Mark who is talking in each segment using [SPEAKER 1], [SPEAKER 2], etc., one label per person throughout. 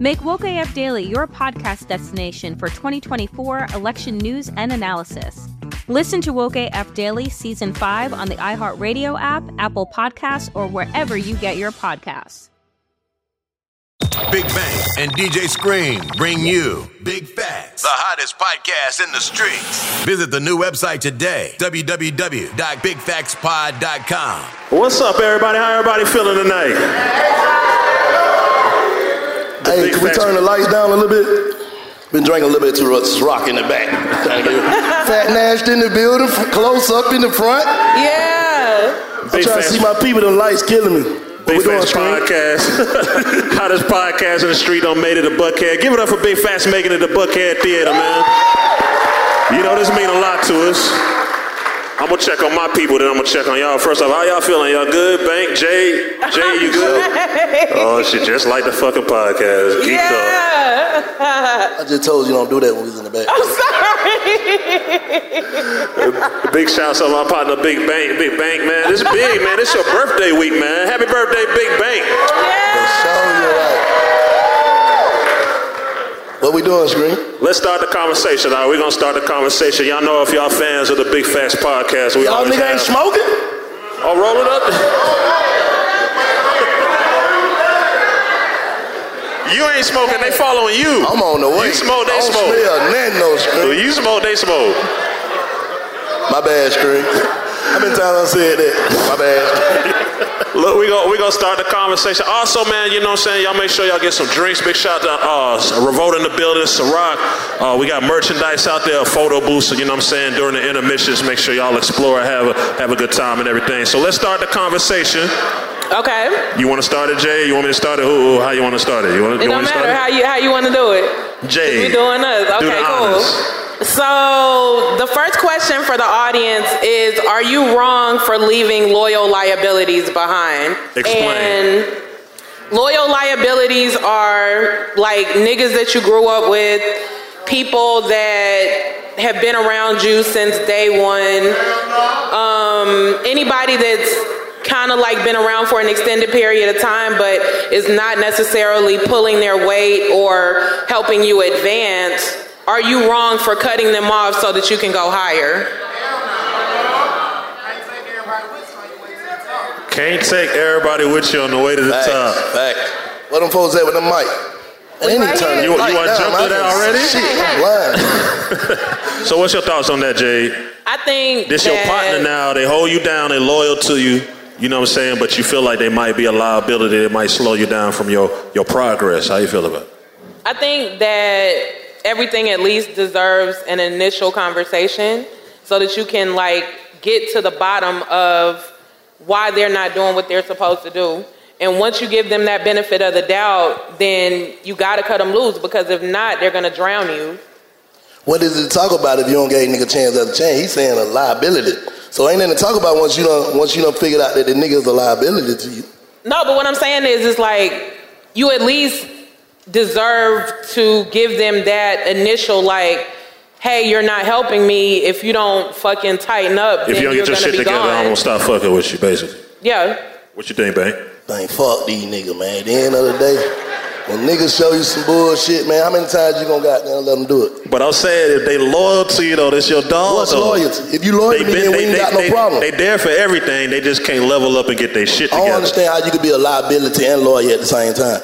[SPEAKER 1] Make Woke AF Daily your podcast destination for 2024 election news and analysis. Listen to Woke AF Daily Season 5 on the iHeartRadio app, Apple Podcasts, or wherever you get your podcasts.
[SPEAKER 2] Big Bang and DJ Scream bring you Big Facts, the hottest podcast in the streets. Visit the new website today, www.bigfactspod.com.
[SPEAKER 3] What's up, everybody? How everybody feeling tonight?
[SPEAKER 4] Hey, can we turn the lights down a little bit? Been drinking a little bit too much. It's rock in the back. Thank you. Fat Nash in the building, close up in the front.
[SPEAKER 5] Yeah.
[SPEAKER 4] I'm Big trying fans. to see my people. The lights killing me.
[SPEAKER 3] Big Fast Podcast. Hottest podcast in the street on Made It a Buckhead. Give it up for Big Fast making it the Buckhead Theater, man. You know, this mean a lot to us. I'm gonna check on my people, then I'm gonna check on y'all. First off, how y'all feeling? Y'all good? Bank, Jay, Jay, you good? oh shit, just like the fucking podcast. Keep
[SPEAKER 4] yeah. Up. I just told you don't do that when we was in the back.
[SPEAKER 5] I'm sorry.
[SPEAKER 3] big shouts out to my partner, Big Bank, Big Bank, man. This is big, man. This is your birthday week, man. Happy birthday, Big Bank.
[SPEAKER 4] Yeah. Show you right. What we doing, Screen?
[SPEAKER 3] Let's start the conversation. All right, we're gonna start the conversation. Y'all know if y'all fans of the Big Facts podcast, we
[SPEAKER 4] y'all nigga ain't smoking.
[SPEAKER 3] Oh, roll it up. you ain't smoking. They following you.
[SPEAKER 4] I'm on the way.
[SPEAKER 3] You smoke, they
[SPEAKER 4] Don't
[SPEAKER 3] smoke.
[SPEAKER 4] Smell nothing, no screen.
[SPEAKER 3] You smoke, they smoke.
[SPEAKER 4] My bad, screen. How many times I said that? My bad.
[SPEAKER 3] Look, we're gonna, we gonna start the conversation. Also, man, you know what I'm saying? Y'all make sure y'all get some drinks. Big shout out to uh, Revolt in the building, Ciroc. Uh, we got merchandise out there, photo booths, you know what I'm saying? During the intermissions, make sure y'all explore, have a, have a good time and everything. So let's start the conversation.
[SPEAKER 5] Okay.
[SPEAKER 3] You want to start it, Jay? You want me to start it? Who? How you want to start it? You want
[SPEAKER 5] to? It don't matter how you how you want to do it.
[SPEAKER 3] Jay,
[SPEAKER 5] we doing us. Okay, do cool. So, the first question for the audience is Are you wrong for leaving loyal liabilities behind?
[SPEAKER 3] Explain.
[SPEAKER 5] And loyal liabilities are like niggas that you grew up with, people that have been around you since day one, um, anybody that's kind of like been around for an extended period of time, but is not necessarily pulling their weight or helping you advance are you wrong for cutting them off so that you can go higher?
[SPEAKER 3] Can't take everybody with you on the way to the
[SPEAKER 4] Facts,
[SPEAKER 3] top.
[SPEAKER 4] Fact. What them folks at with the mic? At any right time.
[SPEAKER 3] You, you want to jump
[SPEAKER 4] through
[SPEAKER 3] that already?
[SPEAKER 4] Shit, I'm blind.
[SPEAKER 3] so what's your thoughts on that, Jade?
[SPEAKER 5] I think
[SPEAKER 3] this your partner now. They hold you down. They loyal to you. You know what I'm saying? But you feel like they might be a liability. They might slow you down from your your progress. How you feel about? it?
[SPEAKER 5] I think that everything at least deserves an initial conversation so that you can like get to the bottom of why they're not doing what they're supposed to do and once you give them that benefit of the doubt then you got to cut them loose because if not they're going to drown you
[SPEAKER 4] what is it to talk about if you don't give nigga chance at a chance he's saying a liability so ain't nothing to talk about once you don't once you don't figure out that the nigga's a liability to you
[SPEAKER 5] no but what i'm saying is it's like you at least deserve to give them that initial like hey you're not helping me if you don't fucking tighten up
[SPEAKER 3] if you don't
[SPEAKER 5] get
[SPEAKER 3] your shit together
[SPEAKER 5] gone.
[SPEAKER 3] i'm gonna stop fucking with you basically
[SPEAKER 5] yeah
[SPEAKER 3] what you think babe
[SPEAKER 4] Think fuck these niggas, man. At the end of the day, when niggas show you some bullshit, man, how many times you gonna goddamn let them do it?
[SPEAKER 3] But I'm saying if they loyal to you though, that's your dog.
[SPEAKER 4] What's
[SPEAKER 3] though.
[SPEAKER 4] loyalty? If you loyal to me, then we ain't got no
[SPEAKER 3] they,
[SPEAKER 4] problem.
[SPEAKER 3] They there for everything. They just can't level up and get their shit
[SPEAKER 4] I don't
[SPEAKER 3] together.
[SPEAKER 4] understand how you could be a liability and lawyer at the same time.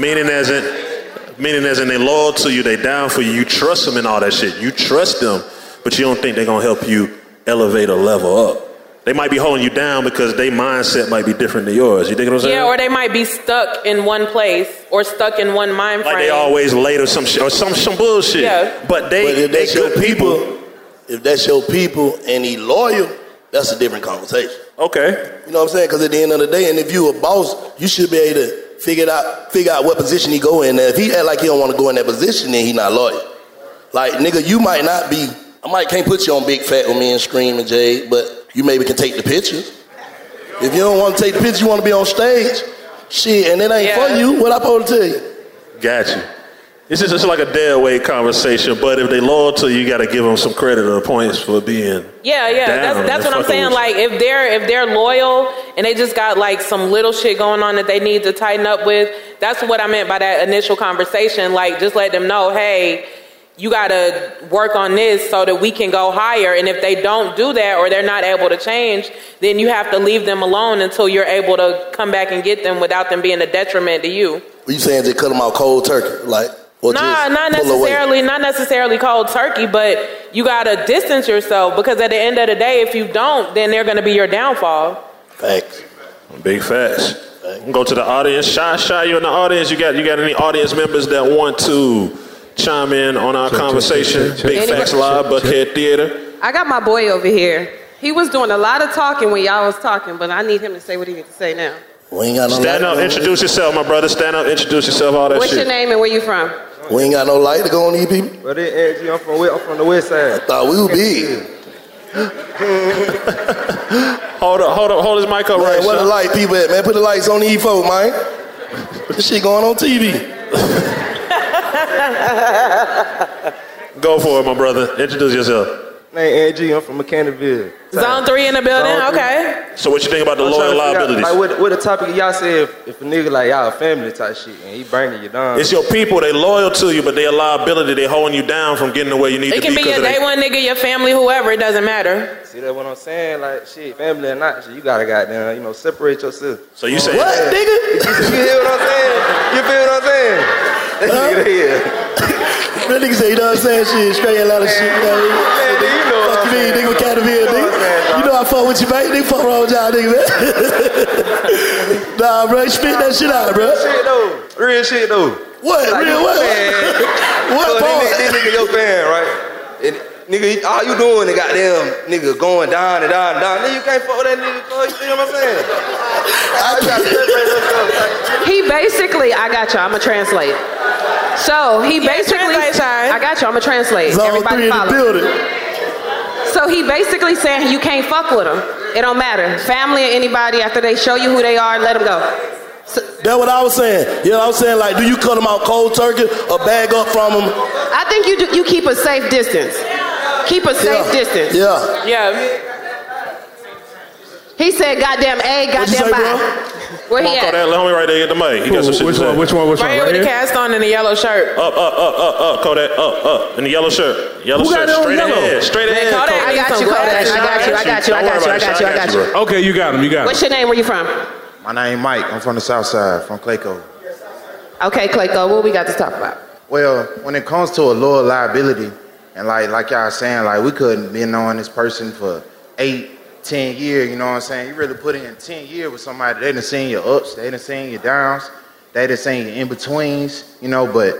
[SPEAKER 3] Meaning as in, meaning as in, they loyal to you. They down for you. You trust them and all that shit. You trust them, but you don't think they're gonna help you elevate or level up. They might be holding you down because their mindset might be different than yours. You think what I'm saying?
[SPEAKER 5] Yeah, or they might be stuck in one place or stuck in one mind frame.
[SPEAKER 3] like they always late or some shit or some some bullshit.
[SPEAKER 5] Yeah.
[SPEAKER 3] But they
[SPEAKER 4] But if
[SPEAKER 3] they
[SPEAKER 4] that's your
[SPEAKER 3] good people.
[SPEAKER 4] people, if that's your people and he loyal, that's a different conversation.
[SPEAKER 3] Okay.
[SPEAKER 4] You know what I'm saying? Because at the end of the day, and if you a boss, you should be able to figure it out figure out what position he go in. Now, if he act like he don't want to go in that position, then he not loyal. Like nigga, you might not be. I might can't put you on big fat with me and scream and Jade, but you maybe can take the pictures. If you don't want to take the picture, you want to be on stage. Shit, and it ain't
[SPEAKER 5] Yeah.
[SPEAKER 4] for you. What I supposed to tell you?
[SPEAKER 3] Got you. It's just it's like a dead weight conversation, but if they loyal to you, you got to give them some credit or points for being.
[SPEAKER 5] Yeah, yeah, that's
[SPEAKER 3] down.
[SPEAKER 5] that's
[SPEAKER 3] They're
[SPEAKER 5] what I'm
[SPEAKER 3] fucking
[SPEAKER 5] saying.
[SPEAKER 3] with you.
[SPEAKER 5] Like if they're if they're loyal and they just got like some little shit going on that they need to tighten up with, that's what I meant by that initial conversation. Like just let them know, hey, you gotta work on this so that we can go higher. And if they don't do that or they're not able to change, then you have to leave them alone until you're able to come back and get them without them being a detriment to you.
[SPEAKER 4] What you saying? Just cut them out cold turkey, like or
[SPEAKER 5] Nah,
[SPEAKER 4] just
[SPEAKER 5] not
[SPEAKER 4] pull away.
[SPEAKER 5] necessarily, not necessarily cold turkey, but you gotta distance yourself because at the end of the day, if you don't, then they're gonna be your downfall.
[SPEAKER 4] Facts.
[SPEAKER 3] Big facts. Go to the audience. Shy, shy. You in the audience? You got you got any audience members that want to chime in on our conversation? Big facts live, Buckhead Theater.
[SPEAKER 6] I got my boy over here. He was doing a lot of talking when y'all was talking, but I need him to say what he needs to say now.
[SPEAKER 4] We ain't got no light
[SPEAKER 3] Stand
[SPEAKER 4] to
[SPEAKER 3] up.
[SPEAKER 4] go on.
[SPEAKER 3] Introduce yourself, my brother. Stand up. Introduce yourself. All that
[SPEAKER 6] What's
[SPEAKER 3] shit.
[SPEAKER 6] your name and where you from?
[SPEAKER 4] We ain't got no light to go E on these people.
[SPEAKER 7] But they asked you, I'm from, where- I'm from the west side.
[SPEAKER 4] Thought we was big.
[SPEAKER 3] Hold up. Hold up. Hold his mic up
[SPEAKER 4] Man,
[SPEAKER 3] right.
[SPEAKER 4] where the
[SPEAKER 3] son.
[SPEAKER 4] light people at, man? Put the lights on the E4, man. This shit going on TV.
[SPEAKER 3] Go for it, my brother. Introduce yourself.
[SPEAKER 7] Name Angie, I'm from McCannville.
[SPEAKER 5] Zone three in the building,
[SPEAKER 7] Zone three.
[SPEAKER 5] okay.
[SPEAKER 3] So what you think about the
[SPEAKER 7] I'm trying to
[SPEAKER 3] loyal
[SPEAKER 7] figure out,
[SPEAKER 3] liabilities?
[SPEAKER 7] Like, what, what the topic y'all said, if, if a nigga like y'all family type shit, and he burning you down.
[SPEAKER 3] It's your people. They loyal to you, but they a liability. They holding you down from getting to where you need
[SPEAKER 5] It
[SPEAKER 3] to
[SPEAKER 5] can
[SPEAKER 3] be.
[SPEAKER 5] be your
[SPEAKER 3] because
[SPEAKER 5] day
[SPEAKER 3] they,
[SPEAKER 5] one nigga, your family, whoever, it doesn't matter.
[SPEAKER 7] See that what I'm saying? Like, shit, family or not, shit, you gotta goddamn, you know, separate yourself.
[SPEAKER 3] so you say
[SPEAKER 4] What,
[SPEAKER 7] You
[SPEAKER 4] nigga?
[SPEAKER 7] hear what I'm saying? You feel what I'm saying? That nigga there.
[SPEAKER 4] That nigga say, you know what I'm saying? Shit, straight a lot of shit. You know
[SPEAKER 7] Man,
[SPEAKER 4] what
[SPEAKER 7] you know what I'm
[SPEAKER 4] Fuck you, mean,
[SPEAKER 7] saying,
[SPEAKER 4] nigga,
[SPEAKER 7] dog.
[SPEAKER 4] kind of
[SPEAKER 7] You know what I'm saying,
[SPEAKER 4] nigga.
[SPEAKER 7] dog.
[SPEAKER 4] You know I fuck with you, mate. Nigga, fuck wrong with y'all, nigga, man. nah, bro, spit that shit out, bro.
[SPEAKER 7] Real shit though. Real shit though.
[SPEAKER 4] What?
[SPEAKER 7] Like,
[SPEAKER 4] Real
[SPEAKER 7] you
[SPEAKER 4] what?
[SPEAKER 7] fan.
[SPEAKER 4] What
[SPEAKER 7] so
[SPEAKER 4] part?
[SPEAKER 7] This, nigga- this nigga your fan, right? And nigga, all you doing is goddamn nigga going down and down and down. Nigga, you can't fuck with that nigga. Cause you see what I'm saying? I try to separate myself. Like,
[SPEAKER 6] He basically, I got you. I'm gonna translate. So he
[SPEAKER 5] Yeah,
[SPEAKER 6] basically,
[SPEAKER 5] translate, Shai.
[SPEAKER 6] I got you. I'm gonna translate.
[SPEAKER 4] Zone
[SPEAKER 6] Everybody
[SPEAKER 4] three in the
[SPEAKER 6] follow.
[SPEAKER 4] building.
[SPEAKER 6] So he basically saying you can't fuck with them. It don't matter. Family or anybody, after they show you who they are, let them go.
[SPEAKER 4] That's what I was saying. You know what I'm saying? Like, do you cut them out cold turkey or bag up from them?
[SPEAKER 6] I think you do, you keep a safe distance. Keep a safe distance.
[SPEAKER 4] Yeah.
[SPEAKER 5] Yeah.
[SPEAKER 6] He said, "Goddamn A,
[SPEAKER 4] What you
[SPEAKER 6] goddamn
[SPEAKER 4] say, bro?
[SPEAKER 6] B." Where
[SPEAKER 3] Come on,
[SPEAKER 6] he
[SPEAKER 3] call
[SPEAKER 6] at?
[SPEAKER 3] that homie right there. Get the mic. He got some shit to say.
[SPEAKER 7] one? Which
[SPEAKER 5] Right here with the cast on and the yellow shirt.
[SPEAKER 3] Up, up, up, up, up. Kodak, up, up. In the yellow shirt. Yellow
[SPEAKER 7] Who got
[SPEAKER 3] shirt.
[SPEAKER 7] it on
[SPEAKER 3] Straight
[SPEAKER 7] yellow?
[SPEAKER 3] ahead. Straight
[SPEAKER 5] Man,
[SPEAKER 3] ahead.
[SPEAKER 5] Kodak,
[SPEAKER 6] I got you, Kodak. I got you. I got you. I got you. I got you. I got you.
[SPEAKER 7] Okay, you got him. You got
[SPEAKER 6] What's your name? Where you from?
[SPEAKER 7] My name Mike. I'm from the south side, from Clayco.
[SPEAKER 6] Okay, Clayco, what we got to talk about?
[SPEAKER 7] Well, when it comes to a lower liability, and like like y'all saying, like we couldn't been knowing this person for eight, ten years, you know what I'm saying? You really put in ten years with somebody, they done seen your ups, they done seen your downs, they done seen your in-betweens, you know, but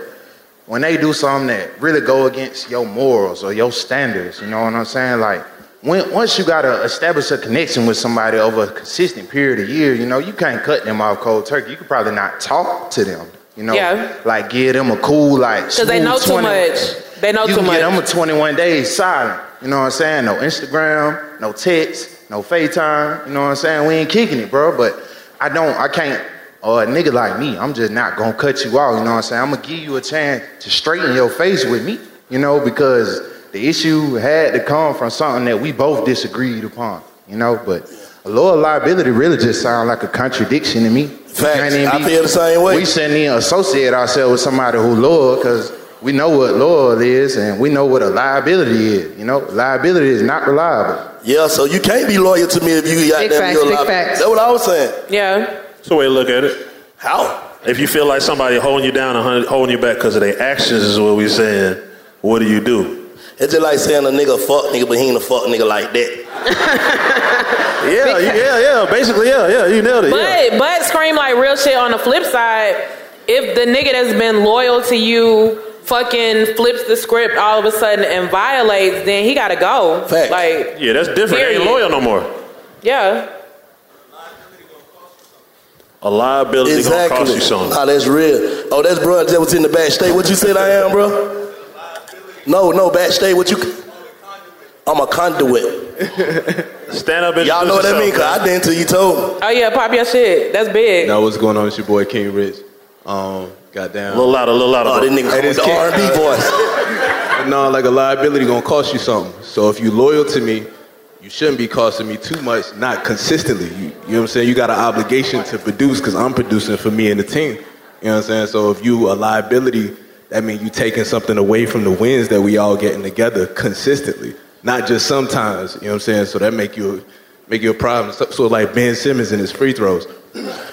[SPEAKER 7] when they do something that really go against your morals or your standards, you know what I'm saying? Like when, once you gotta establish a connection with somebody over a consistent period of year, you know, you can't cut them off cold turkey. You could probably not talk to them. You know,
[SPEAKER 5] Yeah.
[SPEAKER 7] like give them a cool like
[SPEAKER 5] Because they know too much. They know
[SPEAKER 7] you
[SPEAKER 5] too
[SPEAKER 7] can
[SPEAKER 5] much.
[SPEAKER 7] Get them a 21 days silent. You know what I'm saying? No Instagram, no text, no FaceTime. You know what I'm saying? We ain't kicking it, bro. But I don't, I can't, or a nigga like me, I'm just not gonna cut you off. You know what I'm saying? I'm gonna give you a chance to straighten your face with me, you know, because the issue had to come from something that we both disagreed upon, you know? But A loyal liability really just sounds like a contradiction to me. Facts.
[SPEAKER 4] I feel the same way.
[SPEAKER 7] We shouldn't even associate ourselves with somebody who loyal because we know what loyal is and we know what a liability is. You know, liability is not reliable.
[SPEAKER 4] Yeah, so you can't be loyal to me if you got
[SPEAKER 7] Big
[SPEAKER 4] them
[SPEAKER 7] facts,
[SPEAKER 4] your
[SPEAKER 7] big
[SPEAKER 4] life.
[SPEAKER 7] facts.
[SPEAKER 4] That's what I was saying.
[SPEAKER 5] Yeah.
[SPEAKER 8] So way to look at it.
[SPEAKER 4] How?
[SPEAKER 8] If you feel like somebody holding you down and hun- holding you back because of their actions is what we saying, what do you do?
[SPEAKER 4] It's just like saying a nigga fuck nigga, but he ain't a fuck nigga like that.
[SPEAKER 8] Yeah, Uh, yeah, yeah. Basically, yeah, yeah. You nailed it. yeah.
[SPEAKER 5] But but scream like real shit on the flip side, if the nigga that's been loyal to you fucking flips the script all of a sudden and violates, then he gotta go. Like
[SPEAKER 8] Yeah, that's different. They ain't
[SPEAKER 5] Period.
[SPEAKER 8] loyal no more.
[SPEAKER 5] yeah.
[SPEAKER 8] A liability gonna cost you something.
[SPEAKER 4] Nah, that's real. Oh, that's bro that was in the backstage. What you said I am, bro? No, no, backstage. What you? I'm a conduit.
[SPEAKER 8] Stand up and
[SPEAKER 4] Y'all know what that mean? Cause I didn't till you told me.
[SPEAKER 5] Oh yeah, pop your shit. That's big.
[SPEAKER 9] Now what's going on? It's your boy King Rich. Um, goddamn.
[SPEAKER 8] Little louder, little louder.
[SPEAKER 4] Oh, that nigga
[SPEAKER 9] Hey, this
[SPEAKER 4] with the
[SPEAKER 9] kid-
[SPEAKER 4] R&B voice.
[SPEAKER 9] No, like a liability gonna cost you something. So if you loyal to me, you shouldn't be costing me too much, not consistently. You, you know what I'm saying? You got an obligation to produce because I'm producing for me and the team. You know what I'm saying? So if you a liability, that means you taking something away from the wins that we all getting together consistently, not just sometimes. You know what I'm saying? So that make you make you a problem. So, so like Ben Simmons and his free throws.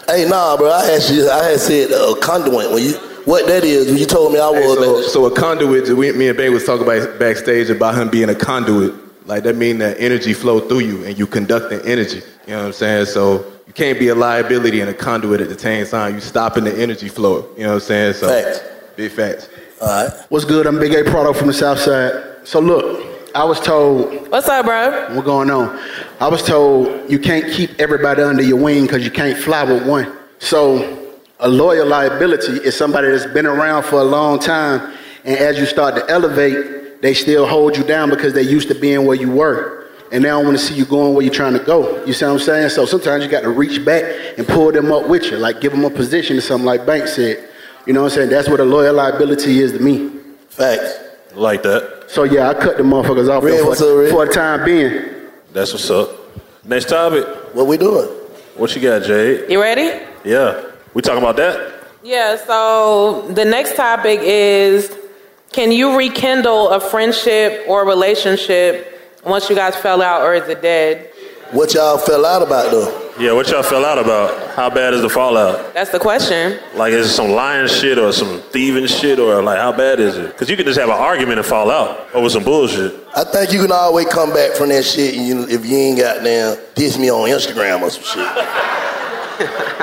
[SPEAKER 4] Hey, nah, bro. I actually I had said uh, conduit when you what that is when you told me I was.
[SPEAKER 9] Hey, so,
[SPEAKER 4] backstage.
[SPEAKER 9] so a conduit. We, me and Bay was talking about backstage about him being a conduit. Like that mean that energy flow through you and you conducting energy. You know what I'm saying? So you can't be a liability and a conduit at the same time. You stopping the energy flow. You know what I'm saying? So
[SPEAKER 4] Facts.
[SPEAKER 9] big facts.
[SPEAKER 4] All right.
[SPEAKER 10] What's good? I'm Big A Product from the South Side. So look, I was told
[SPEAKER 5] What's up, bro?
[SPEAKER 10] what going on. I was told you can't keep everybody under your wing because you can't fly with one. So a loyal liability is somebody that's been around for a long time, and as you start to elevate, they still hold you down because they used to being where you were. And they don't want to see you going where you're trying to go. You see what I'm saying? So sometimes you got to reach back and pull them up with you, like give them a position or something, like Bank said. You know what I'm saying? That's what a loyal liability is to me.
[SPEAKER 4] Facts.
[SPEAKER 8] Like that.
[SPEAKER 10] So yeah, I cut the motherfuckers off
[SPEAKER 4] Red,
[SPEAKER 10] there
[SPEAKER 4] what's up,
[SPEAKER 10] for,
[SPEAKER 4] Red?
[SPEAKER 10] for a time being.
[SPEAKER 8] That's what's up. Next topic.
[SPEAKER 4] What we doing?
[SPEAKER 8] What you got, Jade?
[SPEAKER 5] You ready?
[SPEAKER 8] Yeah. We talking about that?
[SPEAKER 5] Yeah, so the next topic is can you rekindle a friendship or relationship once you guys fell out or is it dead?
[SPEAKER 4] What y'all fell out about though?
[SPEAKER 8] Yeah, what y'all fell out about? How bad is the fallout?
[SPEAKER 5] That's the question.
[SPEAKER 8] Like, is it some lying shit or some thieving shit or like, how bad is it? Because you can just have an argument and fall out over some bullshit.
[SPEAKER 4] I think you can always come back from that shit and you, if you ain't got damn diss me on Instagram or some shit.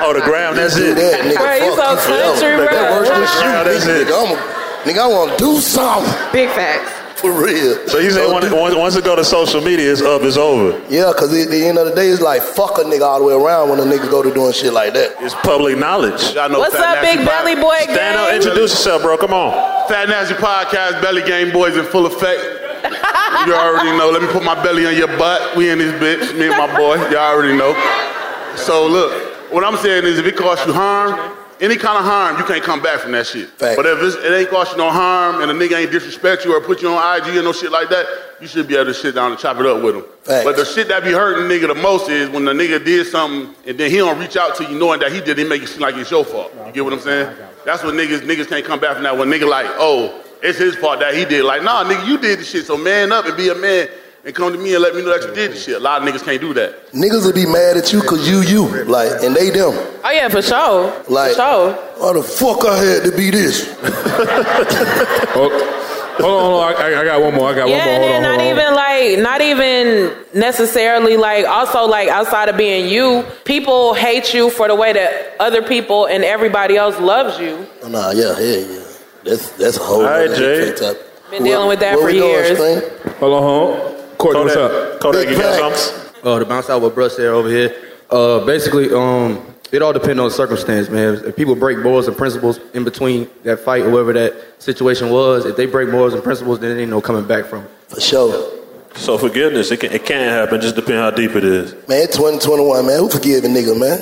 [SPEAKER 8] Oh, the ground, that's
[SPEAKER 4] Do
[SPEAKER 8] it.
[SPEAKER 4] that, nigga.
[SPEAKER 5] Bro, you
[SPEAKER 4] Fuck
[SPEAKER 5] so
[SPEAKER 4] forever.
[SPEAKER 5] country,
[SPEAKER 4] Nigga,
[SPEAKER 5] bro.
[SPEAKER 4] That worse than
[SPEAKER 8] Yeah, that's it.
[SPEAKER 4] shoot, nigga. I'm a- Nigga, I want to do something
[SPEAKER 6] Big facts.
[SPEAKER 4] for real.
[SPEAKER 8] So you say
[SPEAKER 4] Don't
[SPEAKER 8] once,
[SPEAKER 4] do-
[SPEAKER 8] once once it go to social media, it's up, it's over.
[SPEAKER 4] Yeah, cause at the end of the day, it's like fuck a nigga all the way around when a nigga go to doing shit like that.
[SPEAKER 8] It's public knowledge.
[SPEAKER 9] Y'all know
[SPEAKER 5] What's
[SPEAKER 9] Fat
[SPEAKER 5] up,
[SPEAKER 9] Nasty
[SPEAKER 5] Big
[SPEAKER 9] Pod-
[SPEAKER 5] Belly Boy
[SPEAKER 8] Stand up,
[SPEAKER 5] gang?
[SPEAKER 8] introduce yourself, bro. Come on.
[SPEAKER 9] Fat Nasty Podcast, Belly Game Boys in full effect. you already know. Let me put my belly on your butt. We in this bitch, me and my boy. Y'all already know. So look, what I'm saying is if it costs you harm, any kind of harm, you can't come back from that shit.
[SPEAKER 4] Fact.
[SPEAKER 9] But if it's, it ain't cost you no harm and a nigga ain't disrespect you or put you on IG or no shit like that, you should be able to sit down and chop it up with him.
[SPEAKER 4] Facts.
[SPEAKER 9] But the shit that be hurting nigga the most is when the nigga did something and then he don't reach out to you knowing that he did it, make it seem like it's your fault. You get what I'm saying? That's what niggas niggas can't come back from that. When nigga like, oh, it's his fault that he did. Like, nah, nigga, you did the shit, so man up and be a man and come to me and let me know that you did the shit. A lot of niggas can't do that.
[SPEAKER 4] Niggas will be mad at you cause you you like, and they them
[SPEAKER 5] Oh yeah, for sure.
[SPEAKER 4] like.
[SPEAKER 5] for sure.
[SPEAKER 4] Why the fuck I had to be this?
[SPEAKER 11] Oh,
[SPEAKER 5] Yeah, and then not even like not even necessarily like also like outside of being you, people hate you for the way that other people and everybody else loves you.
[SPEAKER 4] Nah, yeah, yeah, yeah. That's that's a whole.
[SPEAKER 8] All right,
[SPEAKER 4] nother
[SPEAKER 8] Jay.
[SPEAKER 4] shit type.
[SPEAKER 5] Been dealing with that
[SPEAKER 4] what
[SPEAKER 5] for
[SPEAKER 4] we
[SPEAKER 5] years.
[SPEAKER 4] Doing, Stan?
[SPEAKER 11] Hold on, hold on. Courtney, what's up?
[SPEAKER 8] Kodak, you got
[SPEAKER 4] Big
[SPEAKER 8] something?
[SPEAKER 9] Oh, to bounce out with Bruss there over here. Uh, basically, um, it all depends on circumstance, man. If people break morals and principles in between that fight, whoever that situation was, if they break morals and principles, then there ain't no coming back from it.
[SPEAKER 4] for sure.
[SPEAKER 8] So forgiveness, it can, it can happen. Just depend how deep it is.
[SPEAKER 4] Man, 2021, man. Who forgive a nigga, man?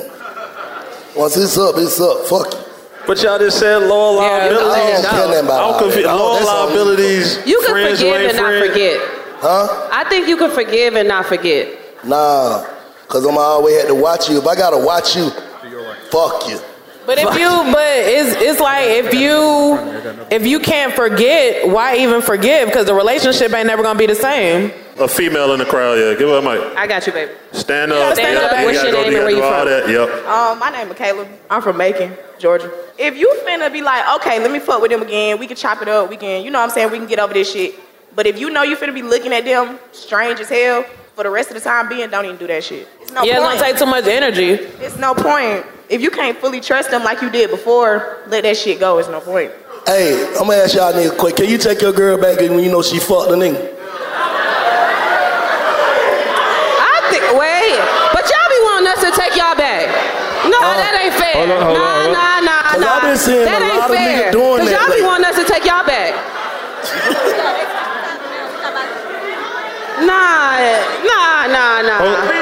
[SPEAKER 4] Once it's up, it's up. Fuck you.
[SPEAKER 8] But y'all just said loyal
[SPEAKER 5] Yeah,
[SPEAKER 8] liabilities.
[SPEAKER 4] I don't care nothing about
[SPEAKER 8] I'm
[SPEAKER 4] all
[SPEAKER 8] confused.
[SPEAKER 4] that. Oh,
[SPEAKER 8] Loyal
[SPEAKER 4] that's on you.
[SPEAKER 8] liabilities.
[SPEAKER 6] You can
[SPEAKER 8] friends, you
[SPEAKER 6] forgive
[SPEAKER 8] ain't
[SPEAKER 6] and not
[SPEAKER 8] friends.
[SPEAKER 6] forget.
[SPEAKER 4] Huh?
[SPEAKER 6] I think you can forgive and not forget.
[SPEAKER 4] Nah. Cause I'm always had to watch you. If I gotta watch you, fuck you.
[SPEAKER 5] But if you, but it's it's like if you if you can't forget, why even forgive? Because the relationship ain't never gonna be the same.
[SPEAKER 3] A female in the crowd, yeah. Give her a mic.
[SPEAKER 6] I got you, baby.
[SPEAKER 3] Stand up.
[SPEAKER 6] Stand
[SPEAKER 3] yeah.
[SPEAKER 6] up.
[SPEAKER 3] You
[SPEAKER 6] What's
[SPEAKER 3] gotta
[SPEAKER 6] your
[SPEAKER 3] go,
[SPEAKER 6] name and
[SPEAKER 3] you gotta
[SPEAKER 6] where you
[SPEAKER 3] do all
[SPEAKER 6] from?
[SPEAKER 3] that. Yep.
[SPEAKER 12] Um, my name is Caleb. I'm from Macon, Georgia. If you finna be like, okay, let me fuck with them again, we can chop it up, we can, you know what I'm saying, we can get over this shit. But if you know you finna be looking at them strange as hell for the rest of the time being, don't even do that shit. It's no
[SPEAKER 5] yeah,
[SPEAKER 12] point.
[SPEAKER 5] it's gonna take too much energy.
[SPEAKER 12] It's no point. If you can't fully trust them like you did before, let that shit go. It's no point.
[SPEAKER 4] Hey, I'm gonna ask y'all niggas quick. Can you take your girl back when you know she fucked the nigga?
[SPEAKER 6] I think, wait, but y'all be wanting us to take y'all back. No, that ain't fair.
[SPEAKER 4] Oh. hold on, hold on,
[SPEAKER 6] nah,
[SPEAKER 4] hold on.
[SPEAKER 6] nah, nah,
[SPEAKER 4] 'Cause I
[SPEAKER 6] nah.
[SPEAKER 4] been seeing
[SPEAKER 6] that
[SPEAKER 4] a
[SPEAKER 6] ain't
[SPEAKER 4] lot of
[SPEAKER 6] fair.
[SPEAKER 4] niggas doing that
[SPEAKER 6] y'all be
[SPEAKER 4] lately.
[SPEAKER 6] wanting us to take y'all back. nah, nah, nah, nah.